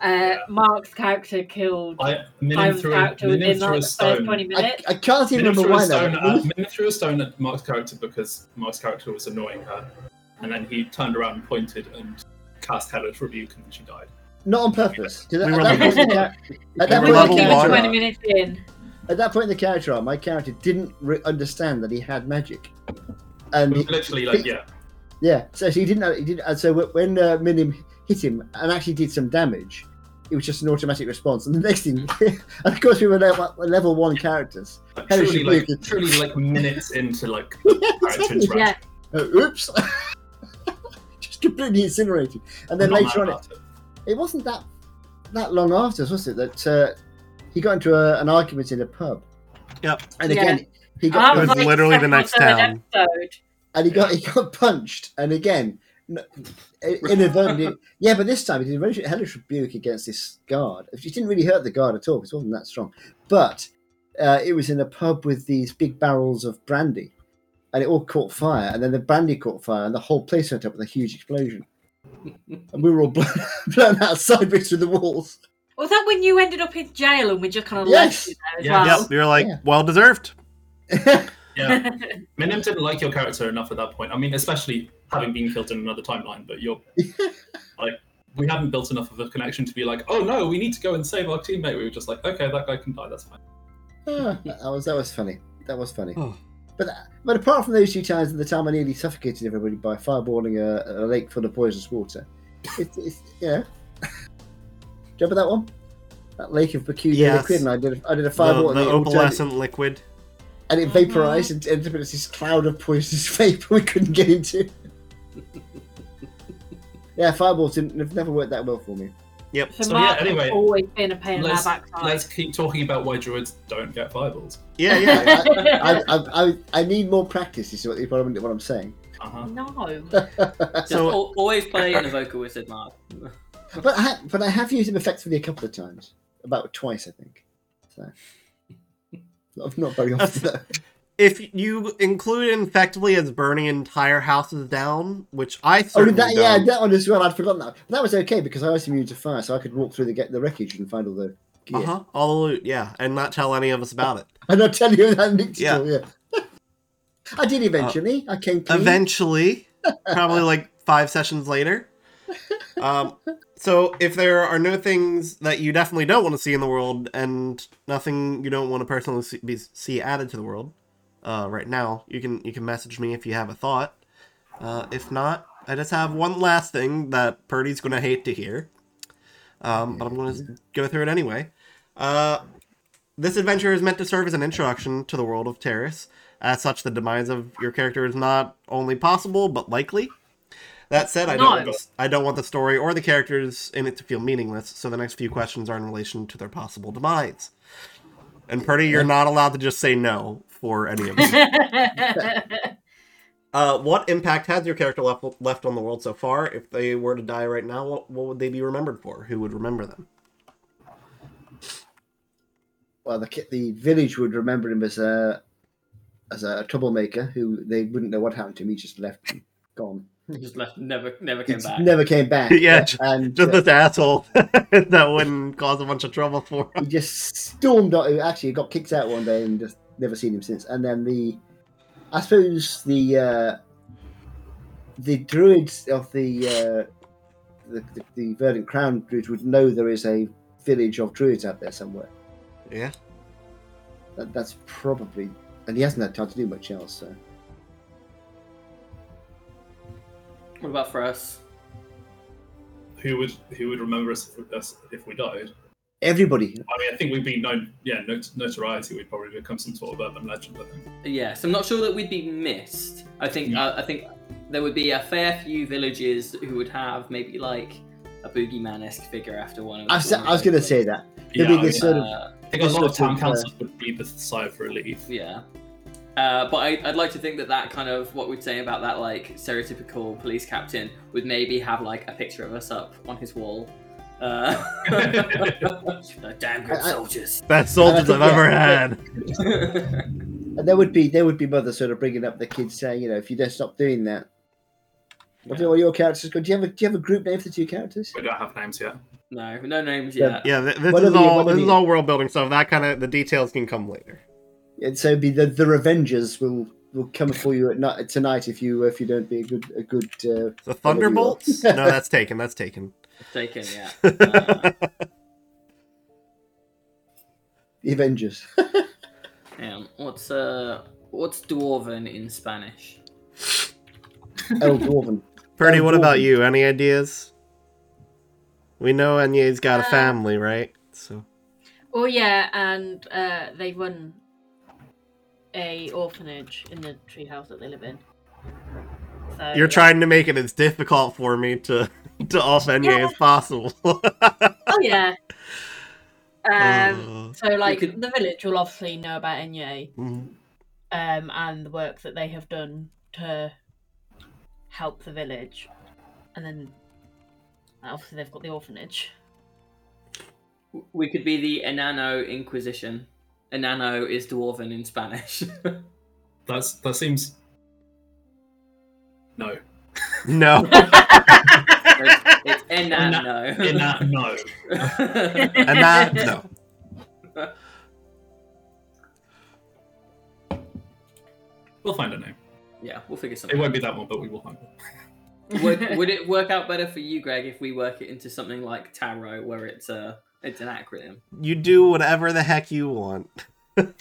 F: Uh, Mark's character killed
C: I, Minim
F: Simon's
C: threw a,
F: character
C: Minim
F: within
C: threw
F: like
C: a
F: the first
C: stone.
F: 20
D: I,
F: minutes.
D: I can't even remember
C: Minim threw, a
D: why now.
C: stone at, Minim threw a stone at Mark's character because Mark's character was annoying her, and then he turned around and pointed and cast Hellish Rebuke, and she died.
D: Not on purpose. 'cause
A: We
D: at
A: were level-
D: that point in the char- at that
F: We
A: were
D: point in the
F: were
A: level
D: character
F: even
A: one.
D: arc-
F: 20 minutes in.
D: At that point in the character arc, my character didn't re- understand that he had magic, and
C: It was
D: he-
C: literally like, yeah,
D: yeah, so he didn't. He didn't. And so when uh, Minim hit him and actually did some damage, it was just an automatic response. And the next thing, and of course, we were level, level one characters.
C: Like,
D: Harry
C: truly,
D: should
C: like,
D: leave.
C: truly, like minutes into like character
D: Exactly.
C: interaction.
F: Yeah,
D: Uh, oops, just completely incinerated. And then
C: I'm not
D: later on,
C: mad
D: it,
C: about
D: it wasn't that that long after, was it? That uh, he got into a, an argument in a pub.
A: Yep.
D: And
E: Yeah.
D: again, he
E: I
A: It
D: got
A: was
E: like,
A: literally the
E: second or
A: next
E: third
A: town.
E: episode.
D: and he got he got punched, and again, n- inadvertently. yeah, but this time he did a very hellish rebuke against this guard. It didn't really hurt the guard at all because it wasn't that strong. But uh, it was in a pub with these big barrels of brandy, and it all caught fire. And then the brandy caught fire, and the whole place went up with a huge explosion. And we were all blown, blown out sideways through the walls.
F: was that when you ended up in jail and we just kind of
D: Yes.
F: left you there as
C: Yeah.
F: well?
A: Yep, you're like,
D: Yeah.
A: well deserved.
C: Yeah, Minim didn't like your character enough at that point. I mean, especially having been killed in another timeline, but you're like, we haven't built enough of a connection to be like, oh no, we need to go and save our teammate. We were just like, okay, that guy can die, that's fine.
D: Ah, that was that was funny. That was funny.
A: Oh.
D: But uh, but apart from those two times and the time I nearly suffocated everybody by fireballing a, a lake full of poisonous water, it's, it's you know. Do you remember that one? That lake of peculiar
A: Yes.
D: liquid, and I did a, I did a
A: The,
D: fireball,
A: the
D: and, it all turned,
A: opalescent liquid.
D: and it vaporized and ended up as this cloud of poisonous vapor we couldn't get into. yeah, fireballs didn't have never worked that well for me.
F: For
C: So, yeah,
F: Mark, it's
C: anyway,
F: always been a pain in our
C: let's-
F: backside.
C: Let's keep talking about why druids don't get fireballs.
A: Yeah, yeah.
D: I, I, I, I need more practice. Is what, what I'm- what I'm saying.
C: Uh huh.
F: no.
B: Just
A: So-
B: al- always play an evoker wizard, Mark.
D: But I, ha- but I have used him effectively a couple of times, about twice I think. So not, not very often. though.
A: if you include infectively as burning entire houses down, which I
D: Oh,
A: certainly
D: did that,
A: don't.
D: yeah, that one as well. I'd forgotten that. But that was okay because I was immune to fire, so I could walk through the get the wreckage and find all the gear.
A: Uh-huh. All the loot, yeah, and not tell any of us about it.
D: And I'll tell you that next
A: Yeah. Uh,
D: yeah. yeah. I did eventually. I came clean.
A: Eventually, probably like five sessions later. Um, so if there are no things that you definitely don't want to see in the world, and nothing you don't want to personally see, be, see added to the world, uh, right now you can you can message me if you have a thought. Uh, if not, I just have one last thing that Purdy's gonna hate to hear, um, but I'm gonna s- go through it anyway. Uh, this adventure is meant to serve as an introduction to the world of Terrace. As such, the demise of your character is not only possible but likely. That said, I don't, want
F: No.
A: the- I don't want the story or the characters in it to feel meaningless, so the next few questions are in relation to their possible demise. And Purdy, you're not allowed to just say no for any of them. Uh, what impact has your character left, left on the world so far? If they were to die right now, what, what would they be remembered for? Who would remember them?
D: well, the ki- the village would remember him as a as a troublemaker who they wouldn't know what happened to him. He just left, and gone.
B: Just left, never, never
D: He
B: came back.
D: never came back.
A: Yeah, ju-
D: and
A: Just
D: uh,
A: this asshole that wouldn't cause a bunch of trouble for him.
D: he just stormed out. he Actually, got kicked out one day and just never seen him since. And then the, I suppose the uh, the druids of the, uh, the, the the verdant crown druids would know there is a village of druids out there somewhere.
A: Yeah.
D: That, that's probably, and he hasn't had time to do much else. So
B: What about for us?
C: Who would who would remember us if, us if we died?
D: everybody,
C: I mean, I think we'd be known, yeah, not- notoriety. We'd probably become some sort of urban legend. I think.
B: Yes, I'm not sure that we'd be missed. I think uh,
D: Mm.
C: Yeah.
B: I I think there would be a fair few villages who would have maybe like a boogeyman-esque figure after one of
D: I was, I was going to say that be
C: Yeah, I, mean,
D: this sort of-
B: Uh,
C: I think a lot
D: sort
C: of town
D: of, uh,
C: councils would breathe a sigh of relief.
B: yeah. Uh, but I, I'd like to think that that kind of what we'd say about that like stereotypical police captain would maybe have like a picture of us up on his wall. Uh, "They're damn good
D: I- I-
B: soldiers.
A: Best soldiers I've
D: Yeah.
A: ever had.
D: And there would be there would be mothers sort of bringing up the kids saying, you know, if you don't stop doing that. What do all your characters called? Do you have a do you have a group name for the two characters?
C: We don't have names yet.
B: no, no names
D: Yeah.
B: yet.
A: Yeah, th- this
D: What are
A: is
D: the-
A: all
D: what are
A: this is
D: the-
A: all world building stuff. That kind of the details can come later.
D: And so be the the Revengers will will come for you at night tonight if you if you don't be a good a good. Uh,
A: The
D: Whatever you want.
A: thunderbolts? no, that's taken. That's taken.
B: Taken, yeah. Uh,
D: the Avengers.
B: um, what's uh, what's dwarven in Spanish?
D: El Dwarven.
A: Purdy,
D: Oh,
A: what about
D: Gordon.
A: you? Any ideas? We know Anye's got a
F: Uh,
A: family, right? So
F: Oh yeah, and uh, they run a orphanage in the treehouse that they live in. So, yeah.
A: you're trying to make it as difficult for me to to off Anye
F: Yeah.
A: as possible.
F: Oh yeah.
A: Oh.
E: Um,
F: So like
B: could-
F: the village will obviously know about Enye
A: Mhm.
F: um, and the work that they have done to help the village, and then obviously they've got the orphanage.
B: We could be the Enano Inquisition. Enano is dwarven in Spanish.
C: That's that seems. No.
A: no,
B: it's, it's Enano.
C: In that, no.
A: and that no.
C: We'll find a name.
B: yeah, we'll figure
C: It
B: something.
C: won't
B: out.
C: be that one, but we will find one.
B: would, would it work out better for you, Greg, if we work it into something like tarot, where it's a it's an acronym?
A: You do whatever the heck you want.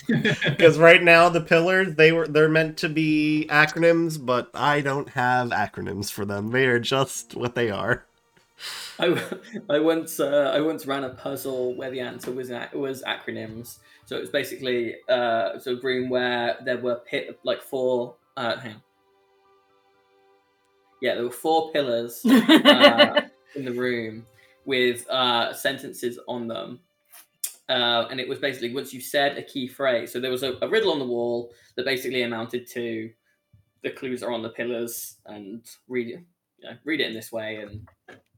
A: Because right now the pillars they were they're meant to be acronyms, but I don't have acronyms for them. They are just what they are.
B: I, I once uh, I once ran a puzzle where the answer was an, ac- was acronyms. So it was basically uh, so a room where there were pit like four. Uh, hang on. Yeah, there were four pillars uh, in the room with uh, sentences on them. Uh, and it was basically once you said a key phrase. So there was a, a riddle on the wall that basically amounted to the clues are on the pillars and read it, you know, read it in this way and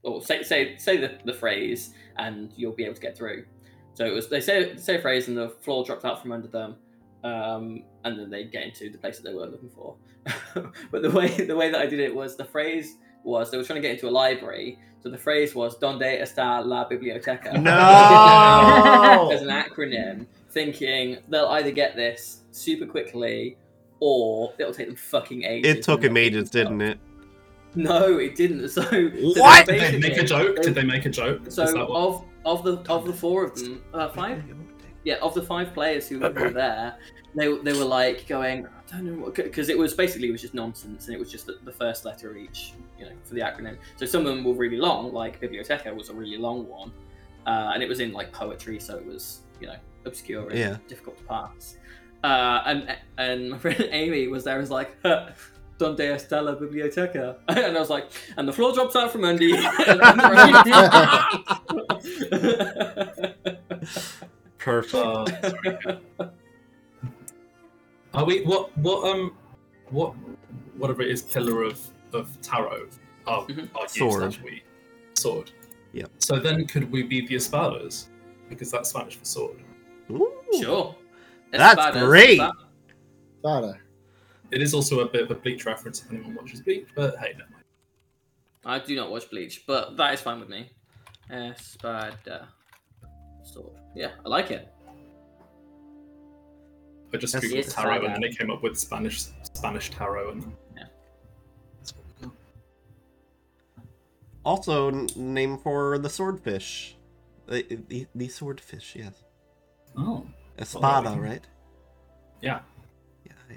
B: or say say say the, the phrase and you'll be able to get through. So it was they say say a phrase and the floor drops out from under them, um, and then they get into the place that they were looking for. but the way the way that I did it was the phrase was they were trying to get into a library, so the phrase was "Donde está la biblioteca?" as an
A: No.
B: acronym, thinking they'll either get this super quickly or it'll take them fucking ages.
A: it took him ages, didn't it?
B: No, it didn't. So, so
A: What?
B: they
C: Did they make a
B: basically-
C: joke?
B: they-
C: Did they make a joke? Is
B: so
C: that what-
B: of of the of the four of them, uh, five. Yeah, of the five players who were there, they they were like going, I don't know, because it was basically it was just nonsense, and it was just the, the first letter each, you know, for the acronym. So some of them were really long, like biblioteca was a really long one, uh, and it was in like poetry, so it was you know obscure and
A: Yeah.
B: difficult to pass. Uh, and and my friend Amy was there, and was like. Donde está la biblioteca? And I was like, and the floor drops out from under you.
A: Perfect.
C: Uh, sorry. Are we what what um what whatever it is pillar of of tarot are,
B: Mhm.
C: are you
A: Sword.
C: slash we sword.
A: Yep.
C: So then could we be the espadas because that's Spanish for sword.
A: Ooh.
B: sure.
A: That's
B: Espadas,
A: great.
B: espa-
D: Father.
C: It is also a bit of a Bleach reference if anyone watches Bleach, but hey, never mind.
B: I do not watch Bleach, but that is fine with me. Espada. Sword. Yeah, I like it.
C: I just
A: That's-
C: googled
B: Yes,
C: tarot
B: Espada.
C: and then it came up with Spanish Spanish tarot and
B: Yeah.
C: That's what we got.
A: Also, n- name for the swordfish. The, the, the swordfish, yes.
C: Oh,
A: Espada,
C: can-
A: right?
C: yeah.
A: Yeah, yeah,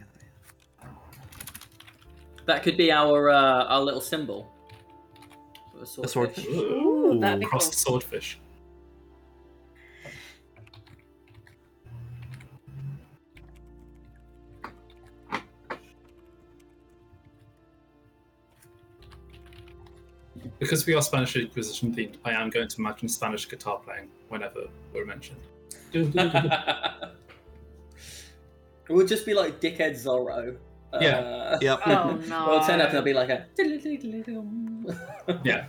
A: yeah.
B: That could be our uh, our little symbol. A
A: The
B: swordfish.
A: swordfish.
E: Ooh, that'd be cool.
C: Crossed swordfish. Because we are Spanish Inquisition themed, I am going to imagine Spanish guitar playing whenever we're mentioned.
B: it would just be like Dickhead Zorro.
C: Yeah.
B: Uh,
A: Yep.
E: Oh no.
B: Well, turn up and it'll be like a.
C: Yeah.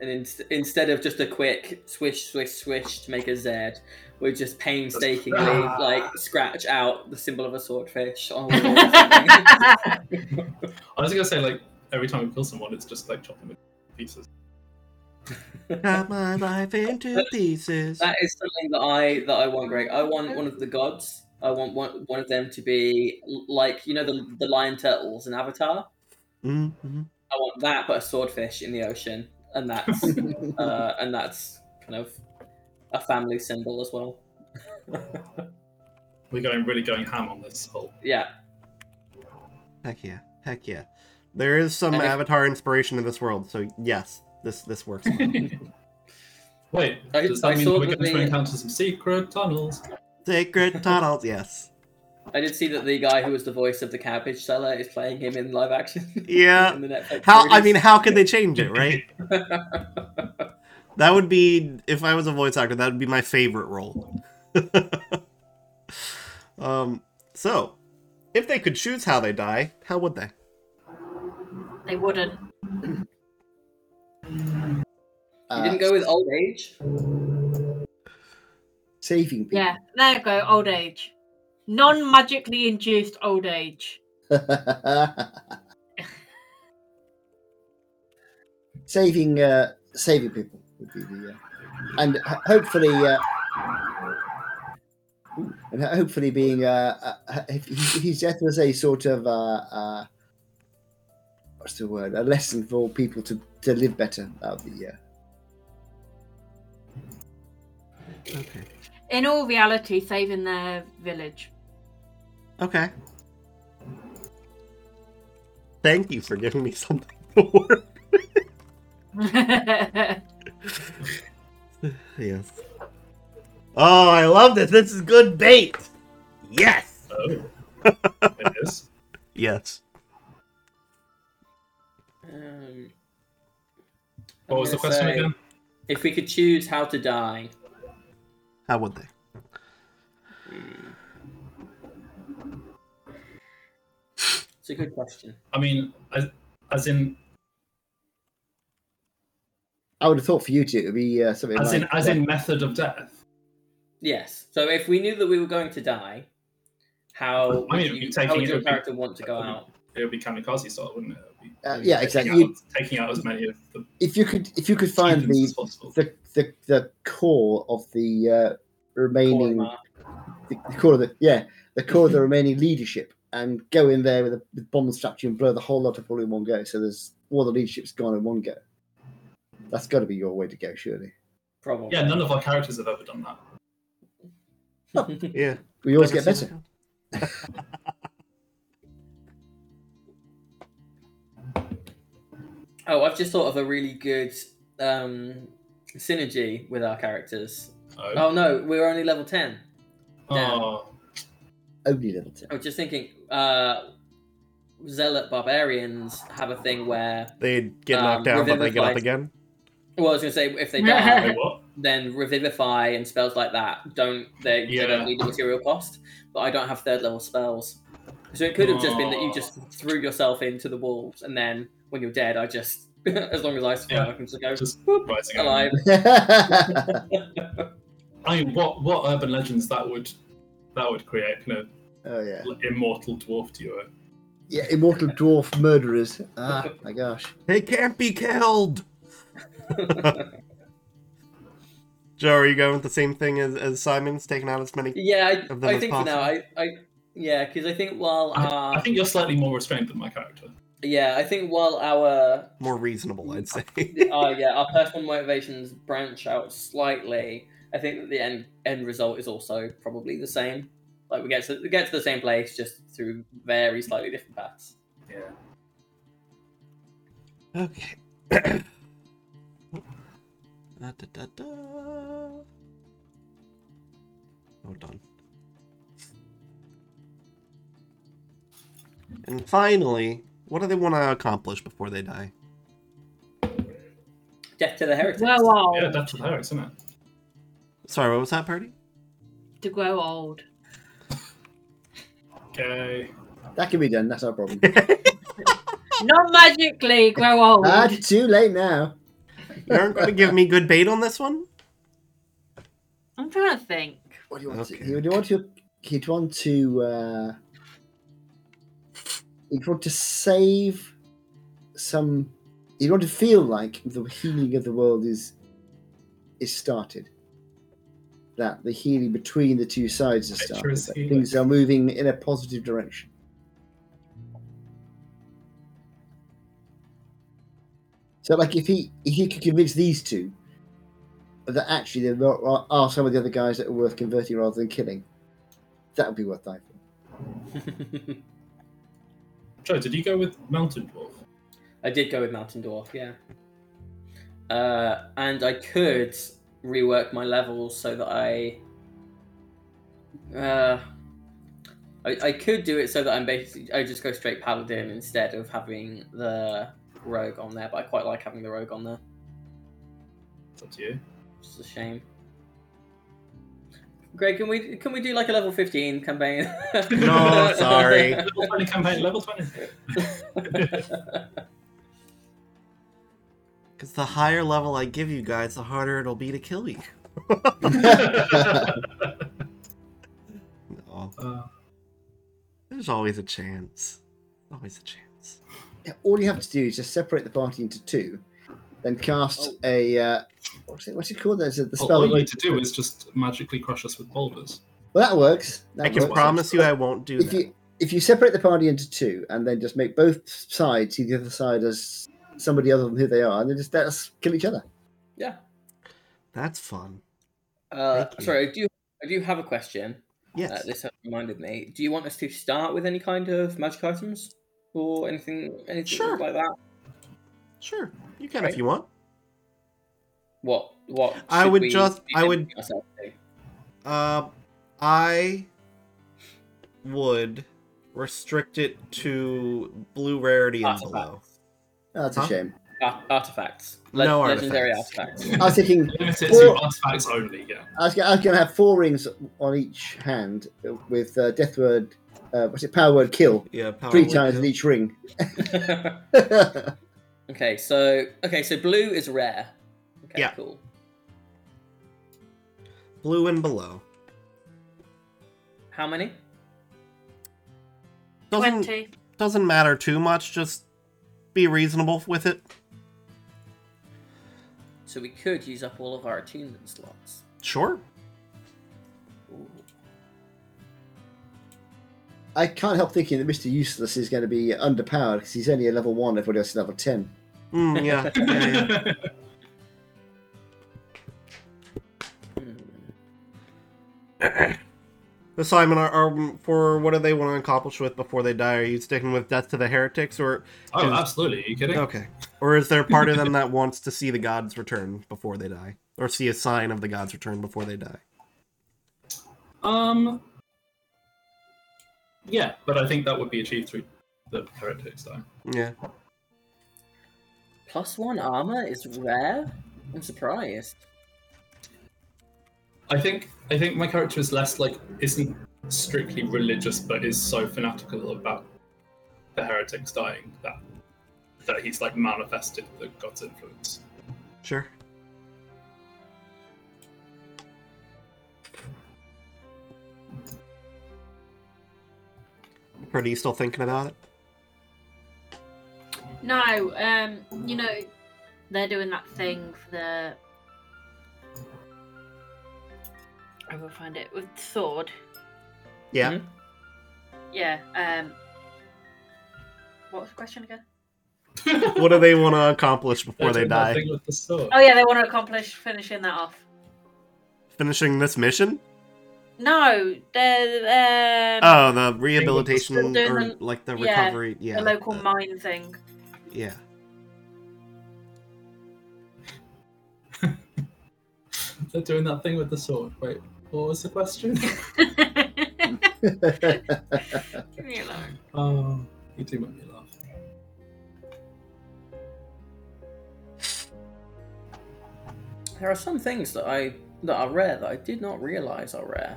B: And in, instead of just a quick swish, swish, swish to make a Z, we just painstakingly
C: Ah.
B: like scratch out the symbol of a swordfish on a wall or something.
C: I was gonna say like every time we kill someone, it's just like chopping them into pieces.
A: Cut my life into pieces.
B: That is something that I that I want, Greg. I want one of the gods. I want one, one of them to be l- like you know the the lion turtles in Avatar.
A: Mm-hmm.
B: I want that, but a swordfish in the ocean, and that's uh, and that's kind of a family symbol as well.
C: We're going really going ham on this whole.
B: Yeah,
A: Heck yeah. Heck yeah. There is some
B: And if-
A: Avatar inspiration in this world, so yes, this this works. well.
C: Wait,
B: I-
C: does that
B: I
C: mean
B: saw
C: we're
B: that
C: going to
B: they-
C: encounter some secret tunnels?
A: Sacred tunnels, yes.
B: I did see that the guy who was the voice of the cabbage seller is playing him in live action.
A: Yeah.
B: in the Netflix
A: How I
B: series.
A: mean, how could they change it, right? That would be if I was a voice actor, that would be my favorite role. um, so if they could choose how they die, how would they?
E: They wouldn't.
B: you
D: Uh,
B: didn't go with old age. Um,
D: saving people.
F: Yeah, there you go. Old age, non magically induced old age.
D: saving uh, saving people would be the uh, and ho- hopefully uh, ooh, and ho- hopefully being uh, uh, if, if his death was a sort of uh, uh, what's the word a lesson for people to, to live better out of the year.
A: Okay.
F: In all reality, saving their village.
A: Okay. Thank you for giving me something to work. Yes. Oh, I love this. This is good bait. Yes.
C: Oh, it is.
A: Yes.
B: Um,
C: What
B: I'm
C: was the
B: gonna
C: question
B: say,
C: again?
B: If we could choose how to die,
A: How would they?
B: it's a good question.
C: I mean, as, as in,
D: I would have thought for you two it would be uh, something
C: as
D: like
C: in, as in method of death.
B: Yes. So if we knew that we were going to die, how
C: I mean,
B: would
C: it'd be
B: you,
C: taking-
B: how would
C: it
B: your
C: would be-
B: character want to go out?
C: It would be kamikaze style, wouldn't it? It would be
D: Uh, yeah,
C: taking
D: exactly.
C: out- taking out as many of the
D: if you could if you could find
C: humans
D: the
C: as possible.
D: the, the the core of the uh, remaining
B: Cormar.
D: the, the core of the yeah the core of the remaining leadership and go in there with a with bomb statue and blow the whole lot up all in one go. So there's all the leadership's gone in one go. That's got to be your way to go, surely.
B: Probably.
C: Yeah, none of our characters have ever done that.
A: Yeah.
D: We always
A: Ever
D: get
A: seen
D: better.
B: Oh, I've just thought of a really good um, synergy with our characters.
C: Oh,
B: Oh no, we're only level ten. damn.
C: Oh,
D: Only little tip.
B: I was just thinking, uh, zealot barbarians have a thing where.
A: They get
B: Um,
A: knocked down, but they
B: within
A: get up
B: like-
A: again.
B: Well, I was gonna say if they die,
C: wait, what?
B: then revivify and spells like that don't they, they
C: Yeah.
B: don't need the material cost. But I don't have third level spells, so it could have just been that you just threw yourself into the wolves, and then when you're dead, I just as long as I survive,
C: Yeah.
B: I can just go
C: Just
B: whoop,
C: rising up.
B: alive.
C: I mean, what what urban legends that would that would create kind
D: oh yeah,
C: of immortal dwarf duo.
D: yeah. Immortal dwarf murderers. Ah, my gosh.
A: They can't be killed. Joe, are you going with the same thing as, as Simon's taking out as many?
B: Yeah,
A: Of
B: I,
A: them
B: I
A: as
B: think for now, I, I yeah, because I think while
C: I
B: uh,
C: think you're slightly more restrained than my character.
B: yeah, I think while our
A: More reasonable, I'd say.
B: uh, yeah, our personal motivations branch out slightly. I think that the end end result is also probably the same. Like we get to we get to the same place just through very slightly different paths.
C: Yeah.
A: okay. Da, da, da, da. Hold on. And finally, what do they want to accomplish before they die?
B: Death to the heretics.
F: grow
D: oh.
F: old.
C: Yeah, that's hilarious, isn't it?
A: Sorry, what was that party?
F: To grow old.
C: Okay.
D: That can be done. That's our problem.
F: Non magically grow old.
D: ah, too late now.
A: You aren't going to give me good bait on this one?
F: I'm trying to think.
D: What do you want
A: Okay.
D: to? You would want to? He'd want to. Uh, he'd want to save some. He'd want to feel like the healing of the world is is started. That the healing between the two sides is
C: Nature
D: started.
C: is
D: that
C: healing.
D: things are moving in a positive direction. So, like, if he if he could convince these two that actually there are, are some of the other guys that are worth converting rather than killing, that would be worth dying for.
C: Joe, did you go with mountain dwarf?
B: I did go with Mountain Dwarf, yeah. Uh, and I could rework my levels so that I, uh, I, I could do it so that I'm basically I just go straight Paladin instead of having the Rogue on there. But I quite like having the Rogue on there.
C: It's up to you.
B: It's a shame. Greg, can we can we do like a level fifteen campaign?
A: No, sorry.
C: Level 20 campaign, level 20.
A: Because the higher level I give you guys, the harder it'll be to kill you. No,
C: Uh,
A: there's always a chance. Always a chance.
D: All you have to do is just separate the party into two, then cast
A: Oh.
D: a uh, what's it? What's it called? There's a, the
C: well,
D: spell.
C: all you
D: that-
C: need to do is just magically crush us with boulders.
D: well, that works. That
A: I can
D: works.
A: promise you I won't do
D: If
A: that.
D: you if you separate the party into two and then just make both sides see the other side as somebody other than who they are, and then just let us kill each other.
B: yeah.
A: That's fun.
B: Uh,
A: Thank you.
B: sorry, I do I do have a question. Uh,
A: Yes.
B: this has reminded me. Do you want us to start with any kind of magic items or anything, anything
A: Sure.
B: like that?
A: Sure. You can if
B: Right.
A: you want.
B: What? What?
A: I
B: should
A: would
B: we
A: just-
B: be
A: I would-
B: limiting ourselves to?
A: Uh, I would restrict it to blue rarity and below.
B: Artifacts.
D: Oh, that's
A: Huh?
D: a shame.
B: Ar- artifacts.
A: No
B: legendary
A: artifacts.
B: artifacts.
D: I was thinking
C: Limit it to
D: Well-
C: artifacts only, yeah.
D: I was, gonna, I was gonna have four rings on each hand with uh, death word, uh, what's it? Power word kill
A: Yeah, power
D: three
A: would
D: times
A: do.
D: in each ring.
B: okay, so okay, so blue is rare. Okay,
A: Yeah.
B: cool.
A: Blue and below.
B: How many?
A: Doesn't
E: Twenty.
A: doesn't matter too much. Just be reasonable with it.
B: So we could use up all of our attunement slots.
A: Sure.
B: Ooh.
D: I can't help thinking that Mister Useless is going to be underpowered because he's only a level one. Everybody else is level ten.
A: Mm, yeah. yeah, yeah.
B: Hmm.
A: But Simon, are, are for what do they want to accomplish with before they die? Are you sticking with death to the heretics, or
C: oh, absolutely. Are you kidding?
A: okay, or is there a part of them that wants to see the gods return before they die, or see a sign of the gods return before they die?
C: Um. Yeah, but I think that would be achieved through the heretics, though.
A: Yeah,
B: Plus one armor is rare. I'm surprised.
C: I think I think my character is less like isn't strictly religious, but is so fanatical about the heretics dying that that he's like manifested the god's influence.
A: sure. Pretty you still thinking about it?
E: No, um, you know, they're doing that thing for the.
F: I will find it with sword.
A: Yeah.
E: Yeah. Um, what was the question again?
A: What do they want to accomplish before
C: They're
A: they
C: doing that
A: die?
C: thing with the sword.
E: Oh yeah, they want to accomplish finishing that off.
A: Finishing this mission?
E: No, they're um,
A: Oh, the rehabilitation
E: Doing the-
A: or like the
E: yeah,
A: recovery? Yeah,
E: the local
A: the-
E: mine thing.
A: yeah.
C: They're doing that thing with the sword. Wait, what was the question?
E: Leave me alone.
C: oh, you do make me laugh.
B: There are some things that I that are rare that I did not realize are rare.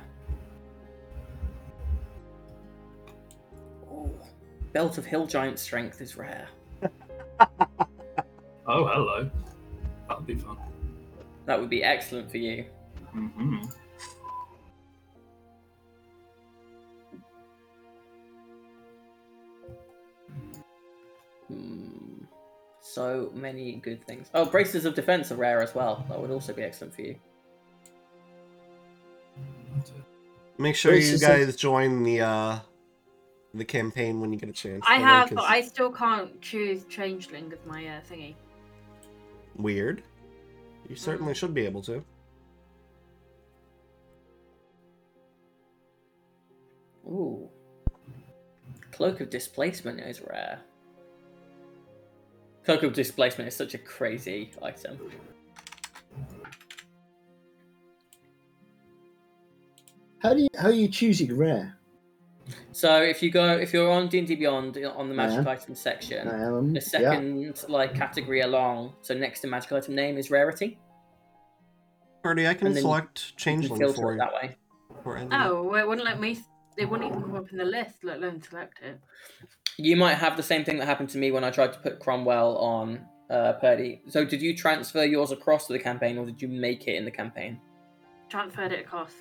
B: Ooh, Belt of Hill Giant Strength is rare.
C: Oh, hello. That'll be fun.
B: That would be excellent for you. Mm-hmm.
C: hmm
B: Hmm. So many good things. Oh, Braces of Defense are rare as well. That would also be excellent for you.
A: Make sure you
D: Racism.
A: guys join the uh the campaign when you get a chance.
E: I
A: The
E: have,
A: link
E: but
A: is
E: I still can't choose changeling as my uh, thingy.
A: weird. You certainly should be able to.
B: Ooh. Cloak of Displacement is rare. Token of displacement is such a crazy item.
D: How do you how are you choosing rare?
B: So if you go, if you're on D and D Beyond uh, on the magic
D: Yeah.
B: item section,
D: Um,
B: the second like category along, so next to magic item name is rarity.
A: Party, I can
B: And then
A: select
B: You can
A: changeling
B: filter
A: for
B: it
A: you.
B: that way.
A: Or any-
E: Oh, well, it wouldn't let me. It wouldn't even come up in the list, let alone select it.
B: You might have the same thing that happened to me when I tried to put Cromwell on uh, Purdy. So did you transfer yours across to the campaign, or did you make it in the campaign?
E: Transferred it across.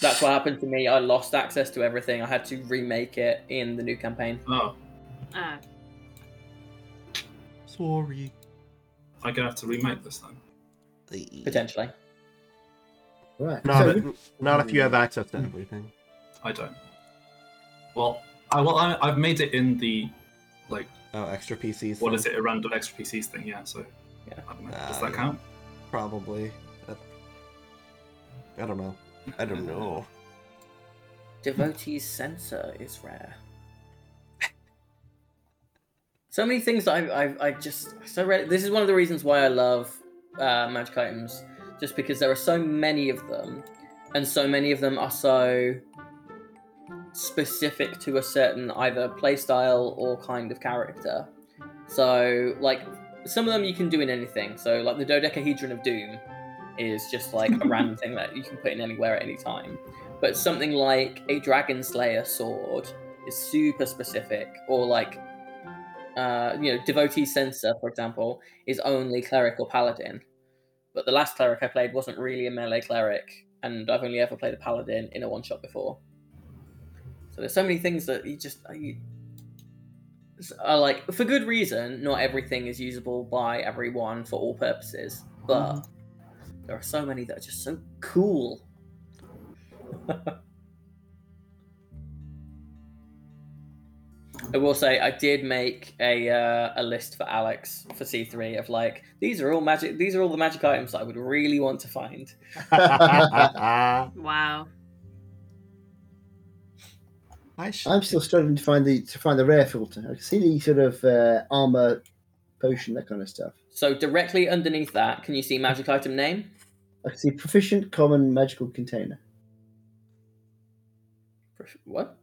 B: That's what happened to me. I lost access to everything. I had to remake it in the new campaign.
C: Oh,
E: Oh,
A: Sorry.
C: I gonna have to remake this then.
B: Potentially.
D: Right.
A: Not,
D: so
A: if- not if you have access to everything.
C: I don't. Well, I well I, I've made it in the like
A: Oh, extra PCs.
C: what
A: then.
C: is it a random extra PCs thing? Yeah, so
B: Yeah.
C: I don't know.
A: Ah,
C: Does that
A: yeah.
C: count?
A: Probably. That- I don't know. I don't know.
B: Devotee's sensor is rare. so many things that I, I, I just so rare. This is one of the reasons why I love uh, magic items, just because there are so many of them, and so many of them are so specific to a certain either playstyle or kind of character. So like some of them you can do in anything. So like the dodecahedron of doom is just like a random thing that you can put in anywhere at any time but something like a dragon slayer sword is super specific or like uh, you know devotee sensor for example is only cleric or paladin but the last cleric i played wasn't really a melee cleric and i've only ever played a paladin in a one shot before so there's so many things that you just you, s- are like for good reason not everything is usable by everyone for all purposes but there are so many that are just so cool I will say I did make a uh, a list for Alex for C three of like these are all magic these are all the magic items that I would really want to find.
E: wow.
A: I should.
D: I'm still struggling to find the to find the rare filter. I can see the sort of uh, armor, potion, that kind of stuff.
B: So directly underneath that, can you see magic item name?
D: I can see proficient, common, magical container.
B: Prof- What?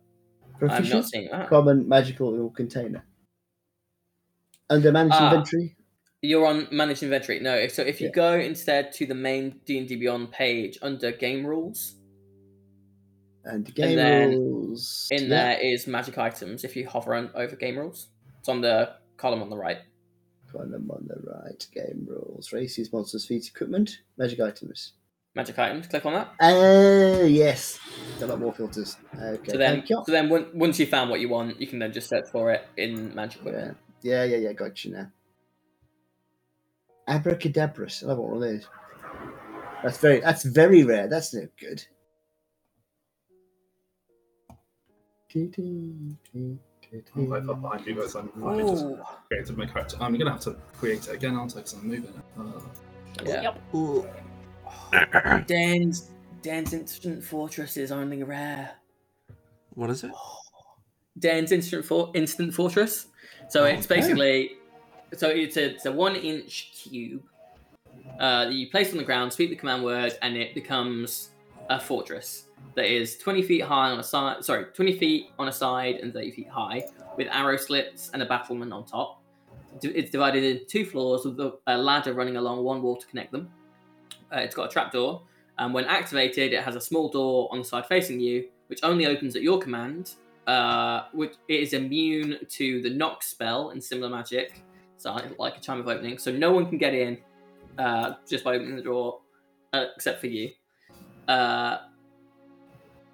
B: I'm not
D: Proficient,
B: seeing that.
D: common, magical, or container. Under managed
B: Ah.
D: inventory.
B: You're on manage inventory. No, if, so if you
D: Yeah.
B: go instead to the main D and D Beyond page under game rules,
D: And game
B: then
D: rules.
B: in
D: yeah.
B: there is magic items. If you hover on, over game rules, it's on the column on the right.
D: Column on the right. Game rules. Races, monsters, feats, equipment, magic items.
B: Magic items. Click on that.
D: Oh, yes. Got a lot more filters. Okay.
B: So then,
D: thank you.
B: so then, on- once you found what you want, you can then just search for it in magic equipment.
D: Yeah, yeah, yeah, yeah. Gotcha now. Abracadabras. I love one of those. That's very. That's very rare. That's no good.
C: I'm over behind you guys. I'm finally just created my character. I'm gonna have to create it again, aren't I? Because I'm moving it. Uh,
B: Yeah.
A: Ooh.
B: Dan's Dan's instant fortress is only rare.
A: What is it?
B: Dan's instant for instant fortress. So it's
D: Okay.
B: basically so it's a it's a one inch cube uh, that you place on the ground, speak the command word, and it becomes a fortress that is twenty feet high on a side. Sorry, twenty feet on a side and thirty feet high, with arrow slits and a battlement on top. D- It's divided into two floors with a- a ladder running along one wall to connect them. Uh, it's got a trapdoor, and when activated, it has a small door on the side facing you, which only opens at your command. Uh, which it is immune to the knock spell and similar magic, so like a chime of opening. So no one can get in uh, just by opening the door, uh, except for you. Uh,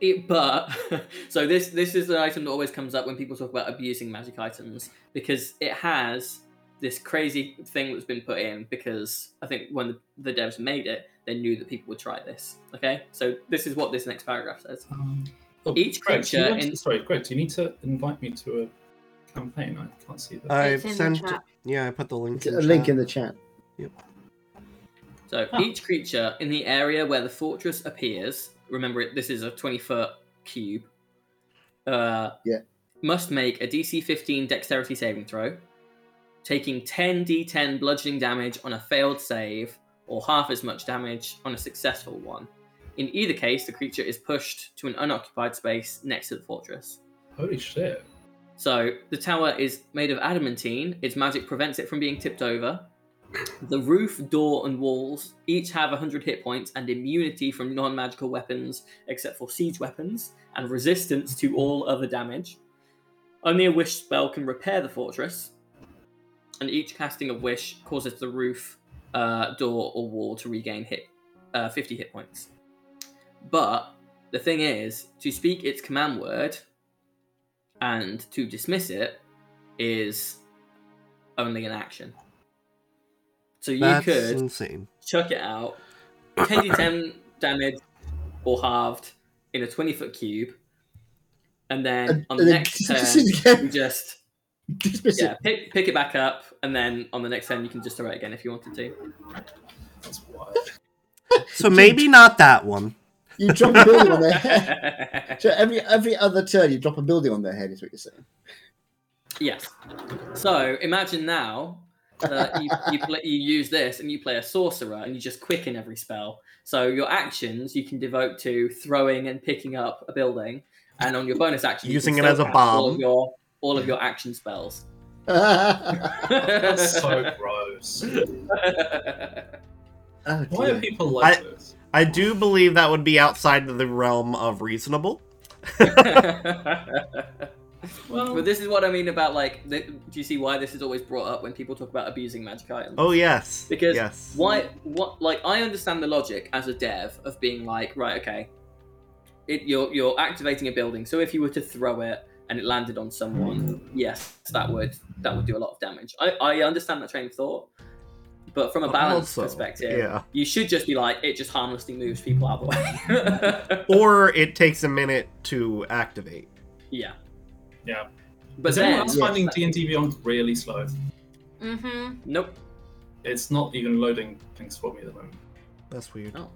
B: it, but so this this is the item that always comes up when people talk about abusing magic items because it has this crazy thing that's been put in because I think when the, the devs made it, they knew that people would try this. Okay, so this is what this next paragraph says.
C: um, oh,
B: Each
C: Greg, do you
B: creature
C: want to-
B: in-
C: sorry, Greg, do you need to invite me to a campaign? I can't see that.
A: I
E: It's in the
A: sent.
E: chat.
A: Yeah, I put the link.
D: A
A: the
D: link
A: chat.
D: in the chat.
B: So each creature in the area where the fortress appears, remember it, this is a 20 foot cube, uh,
D: Yeah.
B: must make a DC 15 dexterity saving throw taking 10d10 bludgeoning damage on a failed save, or half as much damage on a successful one. In either case, the creature is pushed to an unoccupied space next to the fortress.
C: Holy shit.
B: So the tower is made of adamantine. Its magic prevents it from being tipped over. The roof, door, and walls each have 100 hit points and immunity from non magical weapons except for siege weapons and resistance to all other damage. Only a wish spell can repair the fortress, and each casting of wish causes the roof, uh, door, or wall to regain hit uh, 50 hit points. But the thing is, to speak its command word, and to dismiss it is only an action. So you
A: That's
B: could
A: insane.
B: chuck it out, 10d10 damage or halved in a 20 foot cube, and then
D: And-
B: on
D: and
B: the
D: then
B: next
D: dismiss
B: turn,
D: it again.
B: you just
D: Dismiss
B: yeah,
D: it.
B: pick, pick it back up, and then on the next turn, you can just throw it again if you wanted to.
C: That's wild.
A: So maybe not that one.
D: You drop a building on their head. So every every other turn, you drop a building on their head. Is what you're saying.
B: Yes. So imagine now that you, you, play, you use this and you play a sorcerer and you just quicken every spell. So your actions you can devote to throwing and picking up a building, and on your bonus action you can
A: Using it
B: still
A: as a
B: cast All of
A: bomb.
B: your, all of your action spells.
D: oh,
C: That's so gross. Why are
D: dear.
C: people like
A: I-
C: this?
A: I do believe that would be outside of the realm of reasonable.
B: but this is what I mean about like. The, do you see why this is always brought up when people talk about abusing magic items?
A: Oh yes,
B: Because
A: yes,
B: why what like i understand the logic as a dev of being like right okay it you're you're activating a building so if you were to throw it and it landed on someone yes that would that would do a lot of damage i i understand that train of thought but from a
A: But
B: balance
A: also,
B: perspective
A: yeah.
B: you should just be like it just harmlessly moves people out of the way
A: Or it takes a minute to activate.
B: yeah
C: Yeah.
B: but
C: Is
B: then
C: anyone else finding D and D Beyond really slow?
E: Mm-hmm.
B: nope
C: It's not even loading things for me at the moment.
A: That's weird.
B: Oh.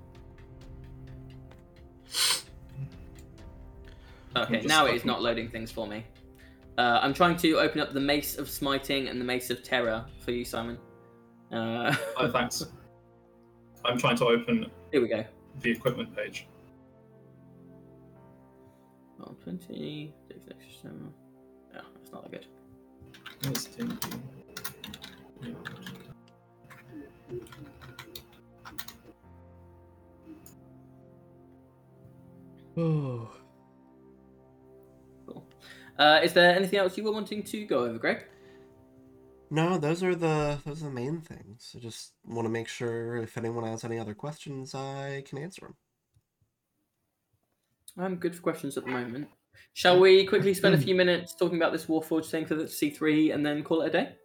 C: I'm
B: Okay,
C: just
B: now it is
C: fucking-
B: not loading things for me. Uh, I'm trying to open up the Mace of Smiting and the Mace of Terror for you, Simon. Uh,
C: Oh, thanks. I'm trying to open
B: here we go.
C: the equipment page.
B: Roll 20, takes an extra seven. No, that's not that good.
C: Where's D&D Beyond?
B: Cool. Uh, is there anything else you were wanting to go over, Greg?
A: No, those are the those are the main things. I just want to make sure if anyone has any other questions, I can answer them.
B: I'm good for questions at the moment. Shall we quickly spend a few minutes talking about this Warforged thing for the C3 and then call it a day?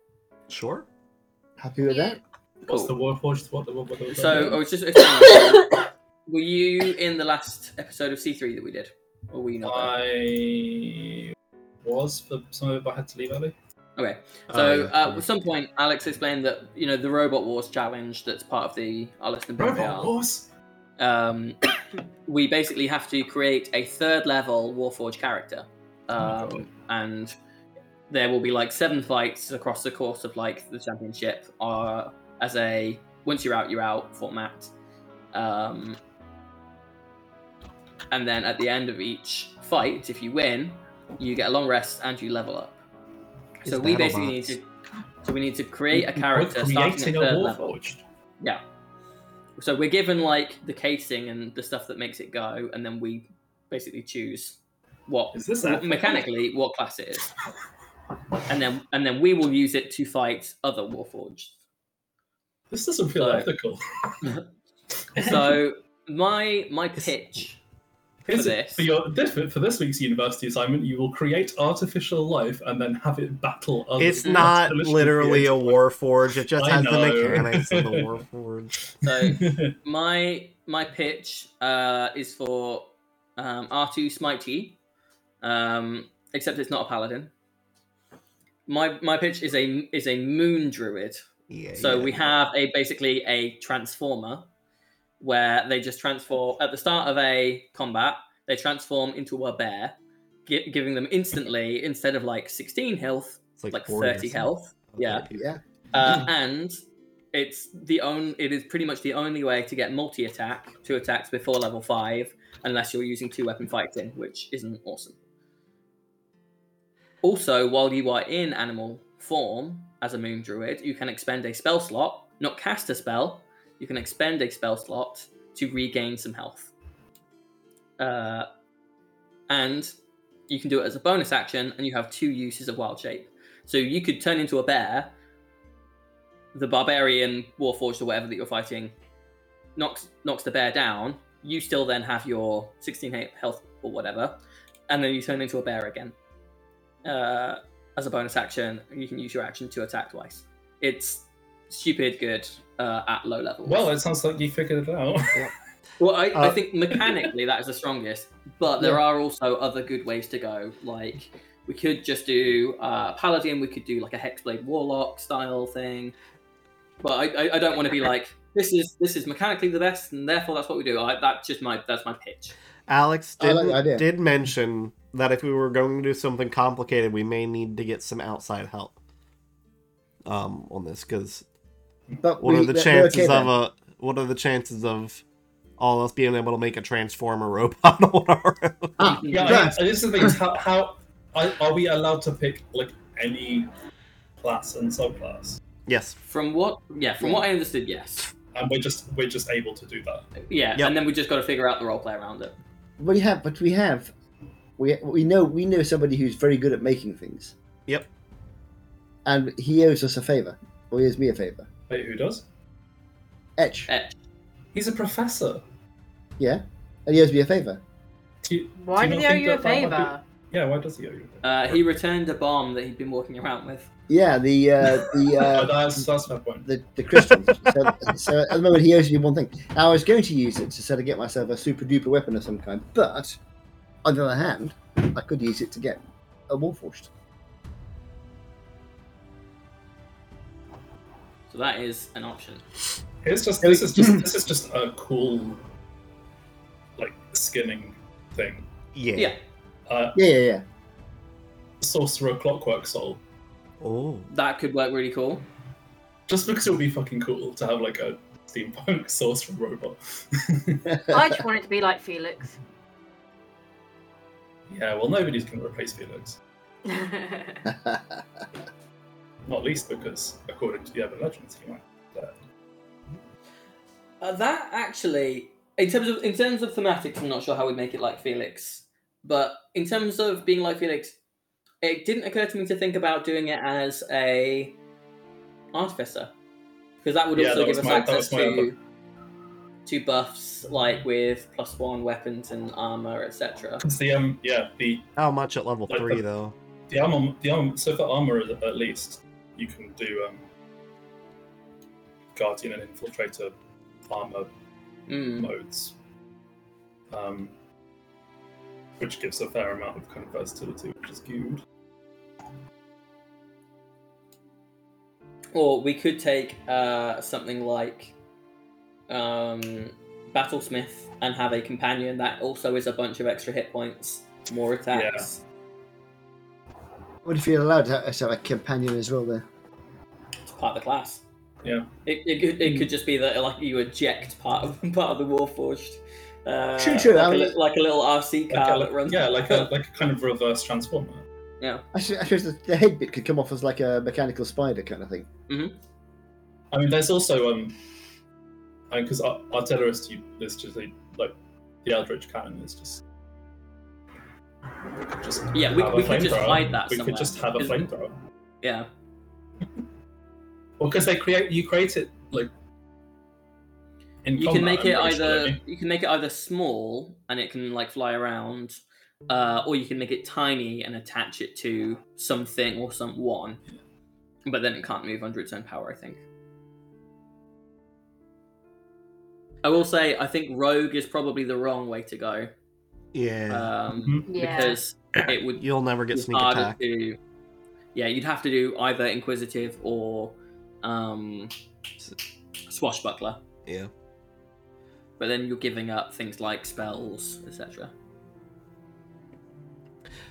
A: Sure.
D: Happy with that?
C: What's
B: Cool.
C: the Warforged? What the what, what, what,
B: So I was just explaining. were you in the last episode of C three that we did, or were you not? there?
C: I was for some of it, but I had to leave early.
B: Okay. So uh, at some point, Alex explained that you know the Robot Wars challenge that's part of the our listener Royale.
C: Wars.
B: Um, we basically have to create a third level Warforged character,
C: Oh my
B: um, and there will be like seven fights across the course of like the championship. Uh, as a once you're out, you're out format. Um, and then at the end of each fight, if you win, you get a long rest and you level up.
A: It's
B: so we
A: battle
B: basically need
A: bots.
B: to, so we need to create a
C: We're
B: character starting
C: creating
B: at
C: a
B: third level.
C: Warforged.
B: So we're given like the casing and the stuff that makes it go, and then we basically choose what
C: Is this
B: what-
C: that
B: mechanically what class it is, and then and then we will use it to fight other Warforged.
C: This doesn't feel
B: So-
C: ethical.
B: So my my pitch for
C: Is it-
B: this,
C: For, your, this, for this week's university assignment, you will create artificial life and then have it battle other
A: It's
C: people.
A: not
C: That's
A: literally a war forge. It just
C: I
A: has the
C: know.
A: mechanics of the war forge.
B: so
C: literally-
B: my my pitch uh, is for um, R2 Smitey, um, except it's not a paladin. My my pitch is a is a moon druid.
A: Yeah.
B: So
A: yeah,
B: we
A: E yeah.
B: have a basically a transformer where they just transform at the start of a combat. They transform into a bear, gi- giving them instantly instead of like 16 health,
A: It's
B: like
A: 40 or
B: 30
A: something.
B: health. Yeah.
D: Yeah.
B: Uh, and it's the own. It is pretty much the only way to get multi-attack, two attacks before level five, unless you're using two weapon fighting, which isn't awesome. Also, while you are in animal form as a moon druid, you can expend a spell slot, not cast a spell. You can expend a spell slot to regain some health. Uh, and you can do it as a bonus action, and you have two uses of wild shape. So you could turn into a bear. The barbarian, warforged, or whatever that you're fighting, knocks knocks the bear down. You still then have your 16 he- health or whatever, and then you turn into a bear again. Uh, as a bonus action, you can use your action to attack twice. It's stupid good uh, at low levels.
C: Well, it sounds like you figured it out.
B: Well, I, I
A: Uh,
B: think mechanically that is the strongest, but there are also other good ways to go. Like we could just do uh, paladin, we could do like a hexblade warlock style thing. But I, I, I don't want to be like this is this is mechanically the best, and therefore that's what we do. I, that's just my that's my pitch.
A: Alex
D: I
A: did,
D: like the idea.
A: did mention that if we were going to do something complicated, we may need to get some outside help um, on this because
D: But
A: what
D: we,
A: are the
D: we're
A: chances
D: okay
A: of
D: then.
A: a what are the chances of all of us being able to make a transformer robot on our own?
D: Ah,
C: yeah, I-
D: Right.
C: and this is the thing. is How, how are, are we allowed to pick like any class and subclass?
A: Yes.
B: From what yeah, from what I understood, yes,
C: And we're just we're just able to do that.
B: yeah,
A: Yep.
B: and then we just got to figure out the roleplay around it.
D: we have, but we have, we we know we know somebody who's very good at making things.
A: Yep.
D: And he owes us a favor, or he owes me a favor.
C: Wait, who does?
D: Etch,
B: Etch.
C: He's a professor.
D: yeah, and he owes me a favor.
C: Do you,
E: Why
C: do not
E: did he owe
C: think
E: you a
C: that that might be-
E: favour?
C: Yeah, why does he owe you? a
B: Uh, he returned a bomb that he'd been walking around with.
D: Yeah, the uh, the
C: favor?
D: uh,
C: Oh, that's that's my point.
D: the, the Christians. so, so at the moment, he owes me one thing. Now, I was going to use it to sort of get myself a super duper weapon of some kind, but on the other hand, I could use it to get a warforged.
B: So that is an option.
C: It's just this is just this is just a cool, like skinning thing.
A: Yeah.
B: Yeah,
C: Uh,
D: Yeah, yeah, yeah.
C: sorcerer clockwork soul.
A: Oh.
B: that could work really cool.
C: Just because it would be fucking cool to have like a steampunk sorcerer robot.
E: I just want it to be like Felix.
C: yeah, well, nobody's gonna replace Felix. Not least because, according to the urban legends, he might.
B: Uh, that actually, in terms of in terms of thematics, I'm not sure how we make it like Felix, but in terms of being like Felix, it didn't occur to me to think about doing it as a artificer, because that would
C: Yeah,
B: also
C: that
B: give
C: was
B: us
C: my- that
B: access
C: was my other-
B: to to buffs like with plus one weapons and armor, etc.
C: Because the um, yeah, the
A: How much at level
C: Like
A: three
C: the-
A: though?
C: the armor, the armor. So for armor, at at least you can do um, guardian and infiltrator armor
A: Hmm.
B: Mm.
C: modes, um, which gives a fair amount of kind of versatility, which is good.
B: Or we could take uh, something like um, Battlesmith and have a companion that also is a bunch of extra hit points, more attacks.
D: what if you're allowed to have, to have a companion as well? There,
B: It's part of the class.
C: Yeah.
B: It, it, could, it
C: Mm.
B: could just be that like you eject part of part of the Warforged. Uh,
D: True, true,
B: Like,
D: I
B: a,
D: mean-
B: li- like a little RC
C: Like
B: car
C: a,
B: that runs.
C: Uh, yeah, like a like a kind of reverse transformer.
D: I su- I suppose the, the head bit could come off as like a mechanical spider kind of thing.
C: I mean, there's also um, I because our, our terrorist you there's just a, like the Eldritch cannon is just. we could Just
B: Yeah, we-
C: have a
B: we could just
C: flamethrower.
B: hide that
C: We
B: somewhere.
C: could just have a
B: Is-
C: flamethrower.
B: yeah.
C: Well, because they create you create it like. In
B: you can
C: combat,
B: make it
C: I'm pretty sure,
B: either
C: don't you?
B: you can make it either small and it can like fly around uh, or you can make it tiny and attach it to something or someone but then it can't move under its own power i think i will say i think rogue is probably the wrong way to go
A: Yeah. Mm-hmm.
B: um,
C: Mhm.
E: yeah.
B: because it would
A: You'll never get
B: it's
A: sneak
B: harder
A: attack.
B: to yeah you'd have to do either inquisitive or um, swashbuckler
A: Yeah.
B: but then you're giving up things like spells, etc.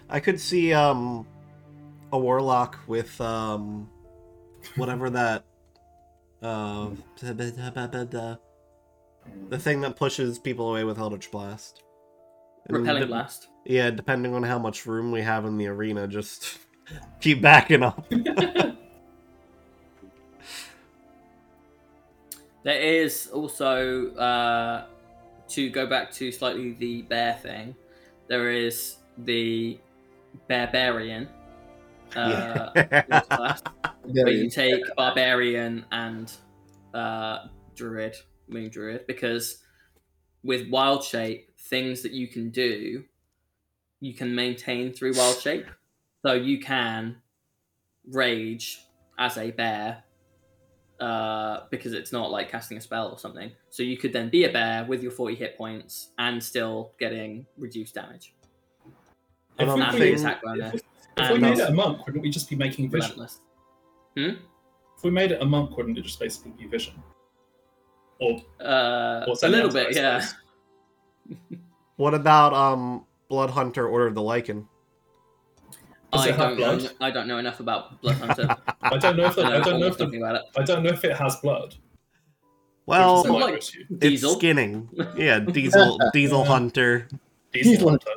A: I could see um a warlock with um whatever that uh the thing that pushes people away with Eldritch Blast. And
B: Repelling
A: de-
B: blast.
A: Yeah, depending on how much room we have in the arena, just keep backing up.
B: There is also uh, to go back to slightly the bear thing. There is the barbarian. Uh, class, where you take barbarian and uh, druid, moon druid, because with wild shape, things that you can do, you can maintain through wild shape. So you can rage as a bear uh, because it's not like casting a spell or something. So you could then be a bear with your 40 hit points and still getting reduced damage.
A: And
C: If
A: I'm
C: we
B: And the
A: thinking-
B: attack bonus.
C: If, if we
B: And
C: made it a monk, wouldn't we just be making vision?
B: relentless.
C: If we made it a monk, wouldn't it just basically be vision? Or,
B: Uh,
C: or
B: a little
C: sentience, I
B: bit, yeah.
C: suppose.
A: What about um Blood Hunter Order of the Lycan?
C: Does
B: I
C: it
B: don't,
C: have
B: know,
C: blood?
B: I don't know enough about Blood Hunter.
C: I don't know if the, I don't know if the,
B: something about it.
C: I don't know if it has blood.
A: Well,
C: which is
B: Well,
C: my
B: like-
C: issue.
A: it's
B: Diesel.
A: skinning. Yeah, Diesel Diesel
C: Yeah.
A: Hunter.
D: He's
C: Diesel hunter.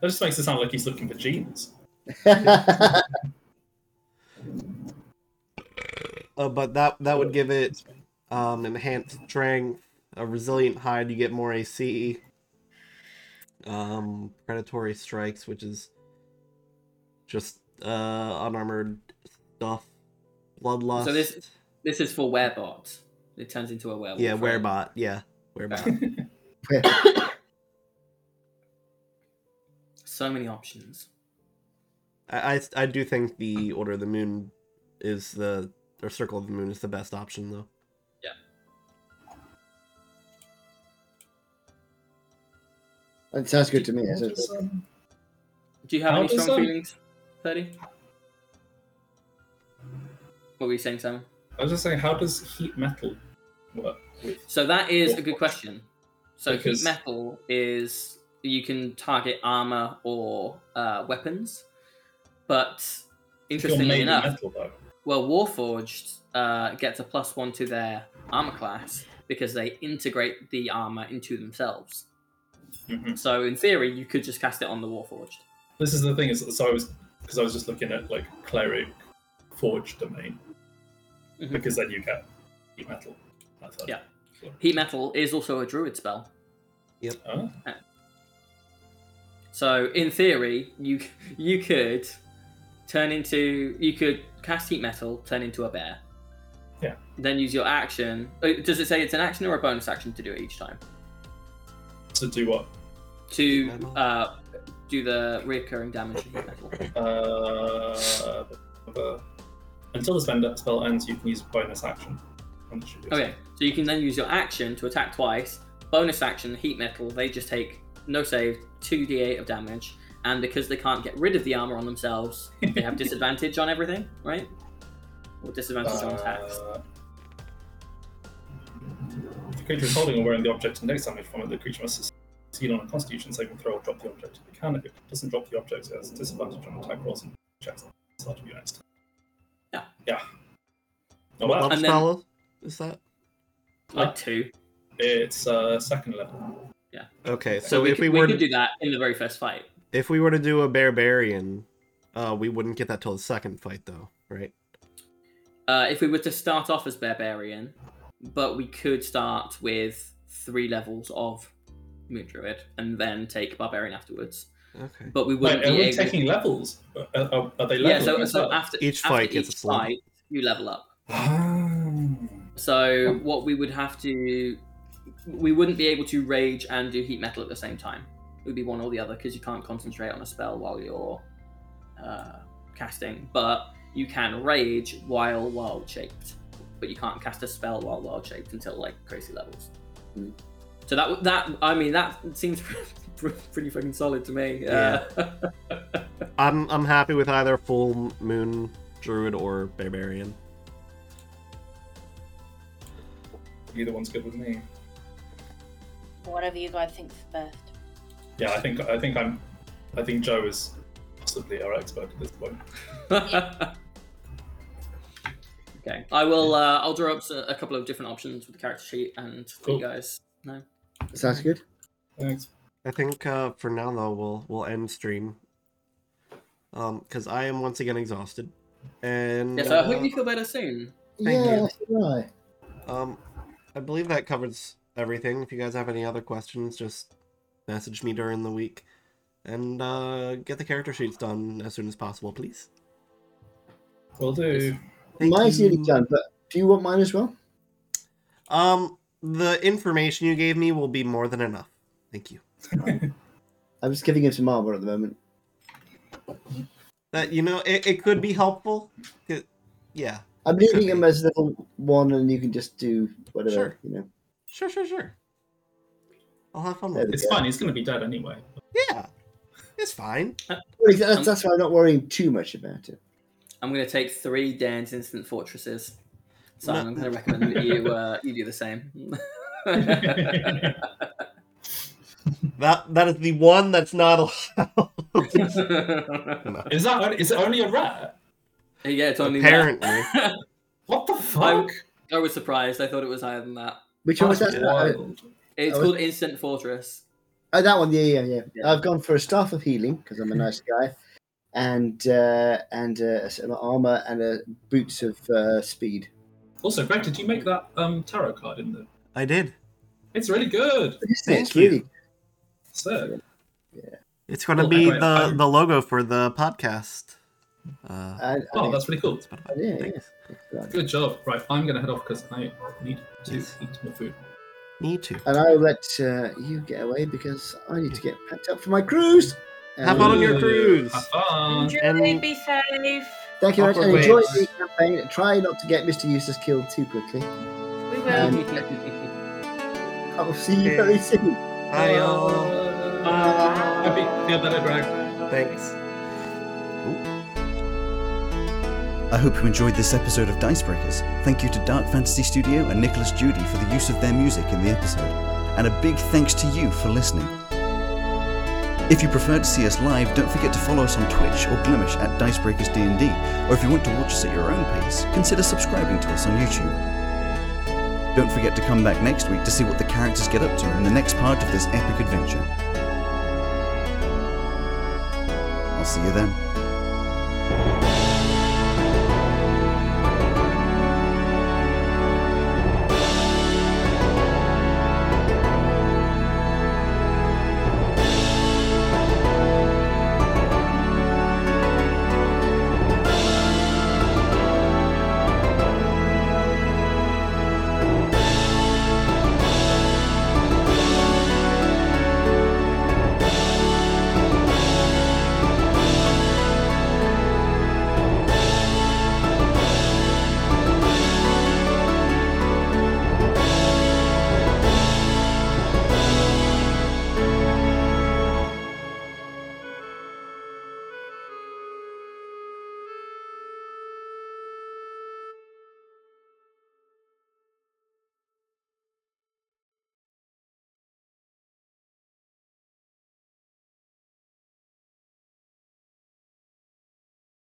C: That just makes it sound like he's looking for genes.
A: Uh, but that that would give it um, enhanced strength, a resilient hide. You get more AC. Um, predatory strikes, which is just uh, unarmored stuff. Bloodlust.
B: So this- This is for werebot. It turns into a werewolf.
A: yeah,
B: right?
A: werebot. Yeah, werebot.
B: So many options.
A: I, I I do think the Order of the Moon is the or Circle of the Moon is the best option though.
D: it sounds good to me. It's- it's-
C: Um,
B: Do you have
C: How
B: any
C: does
B: strong
C: that-
B: feelings, Thirty? What were you saying, Simon?
C: I was just saying, how does heat metal work? with-
B: So that is a
C: Well,
B: good question. So
C: because-
B: heat metal is you can target armor or uh, weapons, but
C: if you're made
B: interestingly
C: in
B: enough,
C: metal though.
B: well, Warforged uh, gets a plus one to their armor class because they integrate the armor into themselves.
C: Mhm.
B: So in theory, you could just cast it on the Warforged.
C: This is the thing is so I was because I was just looking at like cleric forge domain
B: Mhm.
C: because then you get heat metal. I thought.
B: Yeah. Heat metal is also a druid spell.
C: Oh,
B: So in theory, you you could turn into you could cast heat metal, turn into a bear.
C: Yeah.
B: Then use your action. uh, Does it say it's an action or a bonus action to do it each time?
C: to do what?
B: To
A: metal.
B: uh, do the recurring damage of heat metal.
C: Uh, uh, until the spend spell ends, you can use bonus action. And shoot yourself.
B: Okay, so you can then use your action to attack twice. Bonus action, heat metal, they just take no save, 2d8 of damage. And because they can't get rid of the armor on themselves, they have disadvantage on everything, right? Or disadvantage on attacks.
C: Uh, if the creature is holding or wearing the object and takes damage from it, the creature must succeed on a constitution saving throw or drop the object. If it can, if it doesn't drop the object, it has disadvantage on attack rolls and checks at the start of your next turn.
B: Yeah.
C: Yeah. Oh,
A: What
C: wow.
A: level
B: And then-
A: spell is that?
C: Uh,
B: Like two.
C: It's uh, second level.
A: Okay, so,
B: So we,
A: if
B: could,
A: we
B: we,
A: were
B: could do that in the very first fight.
A: if we were to do a barbarian, uh, we wouldn't get that till the second fight though, right?
B: Uh, if we were to start off as barbarian, but we could start with three levels of moon druid and then take barbarian afterwards.
A: Okay.
B: But we
C: Wait,
B: wouldn't
C: are
B: be
C: we
B: able.
C: taking levels? Are, are, are they
B: yeah,
C: levels?
B: so, so after
A: Each
B: after
A: fight gets a
B: each
A: slot.
B: fight, you level up.
C: Ah.
B: So what we would have to, we wouldn't be able to rage and do heat metal at the same time. It would be one or the other because you can't concentrate on a spell while you're uh, casting. But you can rage while wild shaped, but you can't cast a spell while wild shaped until like crazy levels.
D: Mm.
B: So that w- that I mean that seems pretty fucking solid to me.
A: Yeah.
B: Uh,
A: I'm I'm happy with either full moon druid or barbarian.
C: Either one's good with me.
G: Whatever you guys think's best.
C: Yeah, I think I think I'm. I think Joe is possibly our expert at this point.
B: okay. Okay, I will. Uh, I'll draw up s- a couple of different options with the character sheet, and let
C: Cool.
B: you guys. know.
D: Sounds good.
C: Thanks.
A: I think uh, for now though we'll we'll end stream. Um, because I am once again exhausted, and
B: Yes, I hope you feel better soon.
A: Thank
D: yeah,
A: you.
D: that's right.
A: uh, um, I believe that covers everything. If you guys have any other questions, just message me during the week, and uh, get the character sheets done as soon as possible, please.
C: Will do.
A: Thank
D: Mine's
A: you.
D: nearly done, but do you want mine as well?
A: Um, the information you gave me will be more than enough. Thank you.
D: I'm just giving him some armor at the moment.
A: That you know, it, it could be helpful. It- yeah,
D: I'm leaving him as level one, and you can just do whatever
A: Sure.
D: you know.
A: sure, sure, sure. I'll have fun with it.
C: It's fine. He's going to be dead anyway.
A: Yeah, it's fine.
D: Well, that's, that's why I'm not worrying too much about it.
B: I'm going to take three Dan's instant fortresses. Simon,
A: No.
B: I'm going to recommend that you uh, you do the same.
A: That that is the one that's not allowed.
C: Is that is it only a rat?
B: yeah, it's only
A: Apparently,
B: that.
C: What the
B: I'm-
C: fuck?
B: I was surprised. I thought it was higher than that.
D: Which one was that?
C: That's
D: Uh,
C: wild.
B: It's
D: Oh,
B: called Instant Fortress.
D: Oh, that one. Yeah, yeah, yeah.
B: Yeah.
D: I've gone for a staff of healing because I'm a nice guy, and uh, and uh, some armor and uh, boots of uh, speed.
C: Also, Greg, did you make that um, tarot card in there?
A: I did.
C: It's really good.
D: Isn't it?
A: Thank
D: It's really
C: So
A: It's gonna
C: Well,
A: be
C: anyway,
A: the
C: I-
A: the logo for the podcast. Uh,
D: and,
C: oh,
D: and it's
C: that's really cool.
A: Spotify.
D: yeah, yeah.
A: Thanks.
D: good.
C: Good job. Right, I'm going to head off because I need to
A: Yes.
C: eat more food.
A: Me too.
D: And I'll let uh, you get away because I need to get packed up for my cruise.
A: Have fun on your
C: Uh,
A: cruise.
C: Have fun.
G: Enjoy,
A: and-
G: be safe.
D: Thank you very much.
A: Awkward
D: And enjoy
A: waves.
D: the campaign. Try not to get Mr. Eustace killed too quickly.
G: We will.
D: Um, I will see you very soon.
A: Bye, all.
C: Happy, yeah, better, Greg.
A: Thanks.
H: I hope you enjoyed this episode of Dicebreakers. Thank you to Dark Fantasy Studio and Nicholas Judy for the use of their music in the episode, and a big thanks to you for listening. If you prefer to see us live, don't forget to follow us on Twitch or Blemish at Dicebreakers D&D, or if you want to watch us at your own pace, consider subscribing to us on YouTube. Don't forget to come back next week to see what the characters get up to in the next part of this epic adventure. I'll see you then.